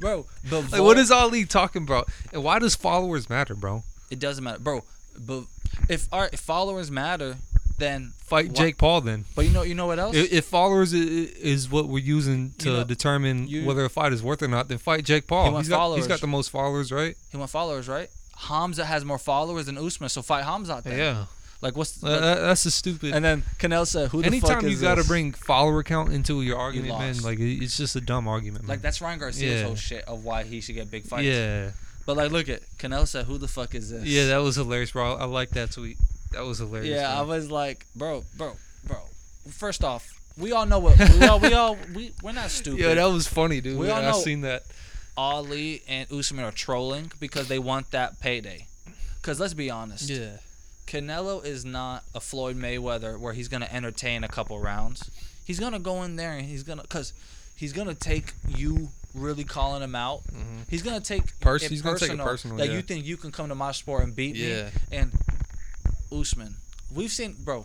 bro. The Like, what is Ali talking about? And why does followers matter, bro? It doesn't matter, bro. But if our if followers matter, then Fight wha- Jake Paul then. But you know, you know what else? I- If followers i- i- is what we're using to You know, determine you- whether a fight is worth it or not, then fight Jake Paul. He wants He's got, he's followers. got the most followers, right? he won followers, right? Hamza has more followers than Usman, so fight Hamza out there. Like what's Uh, like, that- that's a stupid. and then Canelo said, "Who the fuck Anytime is you got to this? bring follower count into your argument, man, lost. like it- it's just a dumb argument. Like man. that's Ryan Garcia's Yeah. whole shit of why he should get big fights. Yeah, But like, look at Canelo said, "Who the fuck is this?" yeah, that was hilarious, bro. I, I like that tweet. That was hilarious. yeah. I man. was like, bro, bro, bro. First off, we all know what we (laughs) all we all we we're not stupid. yeah, that was funny, dude. We all I know- seen that. Ali and Usman are trolling because they want that payday. Because let's be honest, Yeah, Canelo is not a Floyd Mayweather where he's gonna entertain a couple rounds. He's gonna go in there and he's gonna cause he's gonna take you really calling him out. Mm-hmm. He's gonna take Pers- it he's gonna take it personal, that yeah. you think you can come to my sport and beat Yeah. me. And Usman, we've seen bro.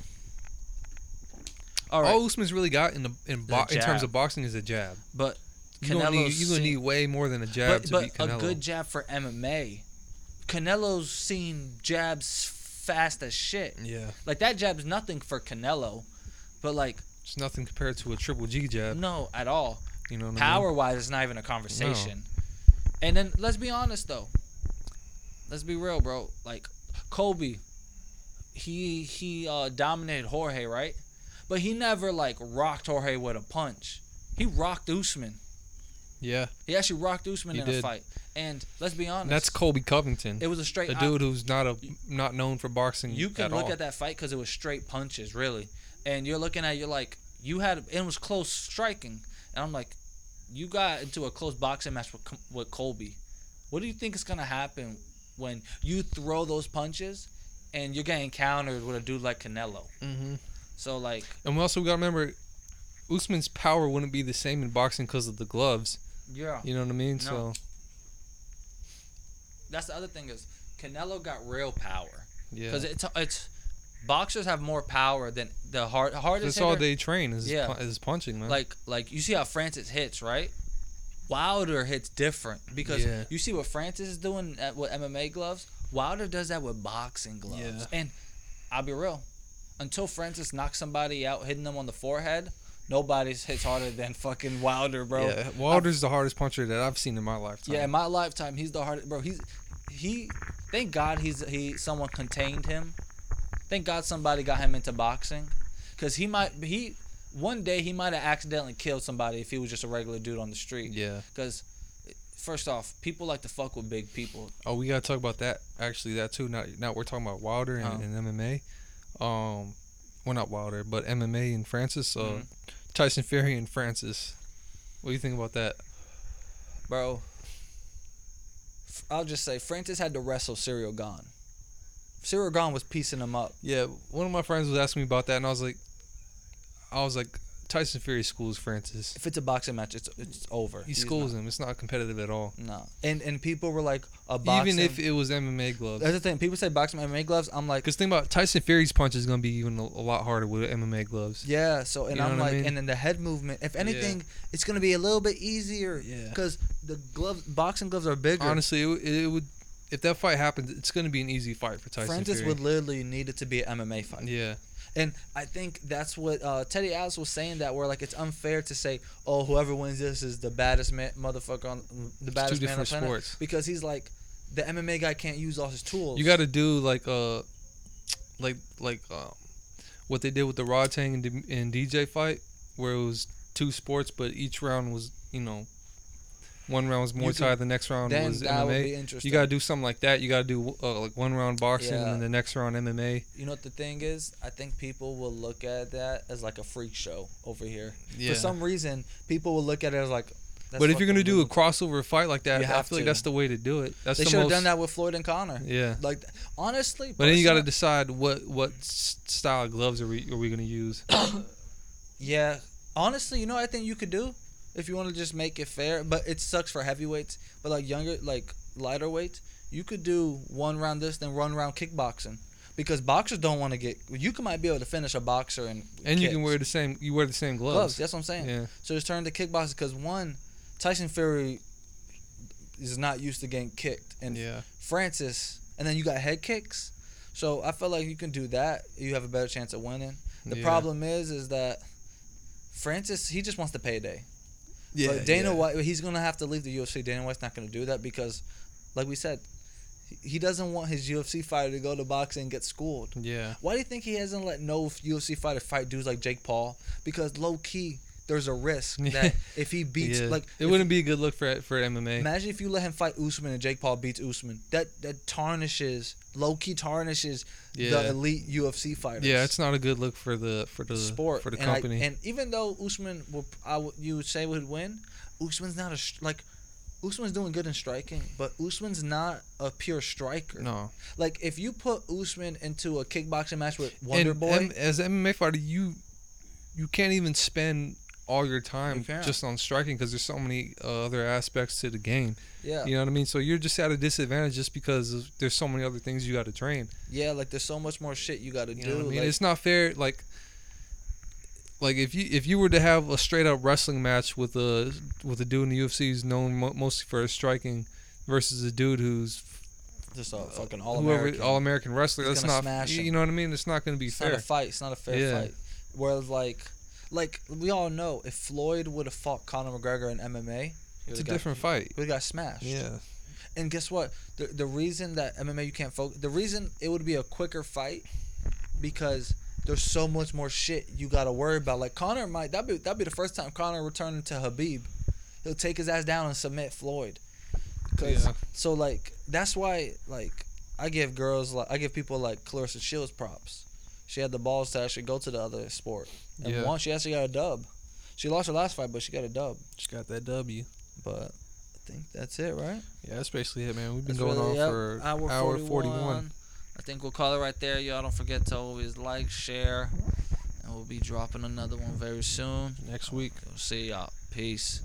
All right, all Usman's really got in the in, bo- Is a in terms jab. of boxing is a jab. but You gonna need, Canelo's you gonna seen- need way more than a jab but, to but beat Canelo. a good jab for MMA. Canelo's seen jabs fast as shit. yeah, Like that jab's nothing for Canelo, but like it's nothing compared to a triple G jab. no at all. You know, what I Power wise, it's not even a conversation. And then let's be honest though. Let's be real, bro. Like Kobe, he he uh, dominated Jorge, right? But he never like rocked Jorge with a punch. He rocked Usman. mean? yeah. He actually rocked Usman He in a did. fight. And let's be honest, And that's Colby Covington, it was a straight. a out- dude who's not a not known for boxing. you can at look all. at that fight because it was straight punches, really. And you're looking at you're like you had it was close striking, and I'm like, you got into a close boxing match with Com- with Colby. What do you think is gonna happen when you throw those punches and you're getting countered with a dude like Canelo? Mm-hmm. So like, And we also got to remember, Usman's power wouldn't be the same in boxing because of the gloves. yeah, You know what I mean? So No. that's the other thing is Canelo got real power yeah, because it's it's boxers have more power than the hard hardest. that's all hitter- they train is Yeah. pu- is punching, man. like like you see how Francis hits, right? Wilder hits different because Yeah. you see what Francis is doing at, with MMA gloves. Wilder does that with boxing gloves. Yeah. And I'll be real, until Francis knocks somebody out, hitting them on the forehead, nobody's hits harder than fucking Wilder, bro. yeah, Wilder's the hardest puncher that I've seen in my lifetime. Yeah, in my lifetime, he's the hardest, bro. He's he. Thank God he's he. Someone contained him. Thank God somebody got him into boxing, cause he might he. One day he might have accidentally killed somebody if he was just a regular dude on the street. Yeah. Cause, first off, people like to fuck with big people. Oh, we gotta talk about that. Actually, that too. Not now we're talking about Wilder and, Oh. and MMA. Um, well, not Wilder, but MMA and Francis. Uh, Tyson Fury and Francis. What do you think about that? bro. f- I'll just say Francis had to wrestle Cyril Gone. Cyril Gone was piecing him up. Yeah, one of my friends was asking me about that, and I was like, I was like, Tyson Fury schools Francis. If it's a boxing match, it's it's over. He He's schools him. It's not competitive at all. not- No, and and people were like a boxing. Even if it was MMA gloves. That's the thing. People say boxing MMA gloves. I'm like, Because think about it, Tyson Fury's punch is gonna be even a, a lot harder with MMA gloves. Yeah, so and You know I'm what I like, mean? and then the head movement. If anything, it's gonna be a little bit easier. Yeah. Because the gloves, boxing gloves are bigger. Honestly, it, would- it would. If that fight happens, it's gonna be an easy fight for Tyson Francis Fury. would literally need it to be an MMA fight. yeah, And I think that's what uh, Teddy Atlas was saying that where like it's unfair to say, oh, whoever wins this is the baddest man, motherfucker on the baddest man on the different planet. sports. Because he's like, the MMA guy can't use all his tools. you got to do like uh, like like um, what they did with the Rod Tang and, D- and DJ fight, where it was two sports, but each round was you know, one round was Muay can- Thai, the next round then was that would be MMA. You interesting. got to do something like that. You got to do uh, like one round boxing Yeah. and then the next round MMA. You know what the thing is? I think people will look at that as like a freak show over here. Yeah. For some reason, people will look at it as like. That's but if you're gonna fucking do a weird. crossover fight like that, You I have feel like to. that's the way to do it. That's they the should have most, done that with Floyd and Connor. Yeah. Like honestly, But then you got personally- to decide what what s- style of gloves are we are we gonna use? Yeah, honestly, you know, what I think you could do if you want to just make it fair. But it sucks for heavyweights. But like younger, like lighter weights, you could do one round this, then one round kickboxing, because boxers don't want to get. You can might be able to finish a boxer and And you can kicks. wear the same you wear the same gloves. That's what I'm saying. Yeah. So just turn to kickboxing because one, Tyson Fury is not used to getting kicked, and Yeah. Francis, and then you got head kicks. So I feel like you can do that. You have a better chance of winning. The Yeah. problem is, is that Francis he just wants the payday. but Dana yeah. White, he's gonna have to leave the UFC. Dana White's not gonna do that because, like we said, he- he doesn't want his UFC fighter to go to boxing and get schooled. Yeah. Why do you think he hasn't let no UFC fighter fight dudes like Jake Paul? Because low key, there's a (laughs) risk that if he beats Yeah. like it if- wouldn't be a good look for for MMA. Imagine if you let him fight Usman and Jake Paul beats Usman. That that tarnishes, low key tarnishes Yeah. the elite UFC fighters. yeah, it's not a good look for the for the sport for the and I- company. and even though Usman, will, I would you would say would win, Usman's not a sh- like. Usman's doing good in striking, but Usman's not a pure striker. no. Like if you put Usman into a kickboxing match with Wonder Boy, M- as an MMA fighter, you you can't even spend all your time You can't. just on striking because there's so many uh, other aspects to the game. yeah, You know what I mean? So you're just at a disadvantage just because of, there's so many other things you got to train. yeah, like there's so much more shit you got to You do. know what I mean? like- it's not fair. Like, like if you if you were to have a straight up wrestling match with a with a dude in the UFC who's known mo- mostly for his striking versus a dude who's just a fucking all whoever American. all American wrestler. He's That's gonna not smash you him. know what I mean. It's not going to be It's fair. not a fight. It's not a fair Yeah. fight. Whereas like, like we all know, if Floyd would have fought Conor McGregor in MMA, it's a different fight. We got smashed. Yeah. And guess what? The the reason that MMA you can't focus. The reason it would be a quicker fight, because there's so much more shit you gotta worry about. Like Conor might that be that be the first time Conor returning to Habib. He'll take his ass down and submit Floyd. 'Cause- Yeah. So like that's why like I give girls like I give people like Clarissa Shields props. She had the balls to actually go to the other sport and Yeah. won. She actually got a dub. She lost her last fight, but she got a dub. Just got that W. But I think that's it, right? Yeah, that's basically it, man. We've been That's going really- on yep, for hour, 41. I think we'll call it right there. Y'all don't forget to always like, share, and we'll be dropping another one very soon. next week. We'll see y'all. Peace.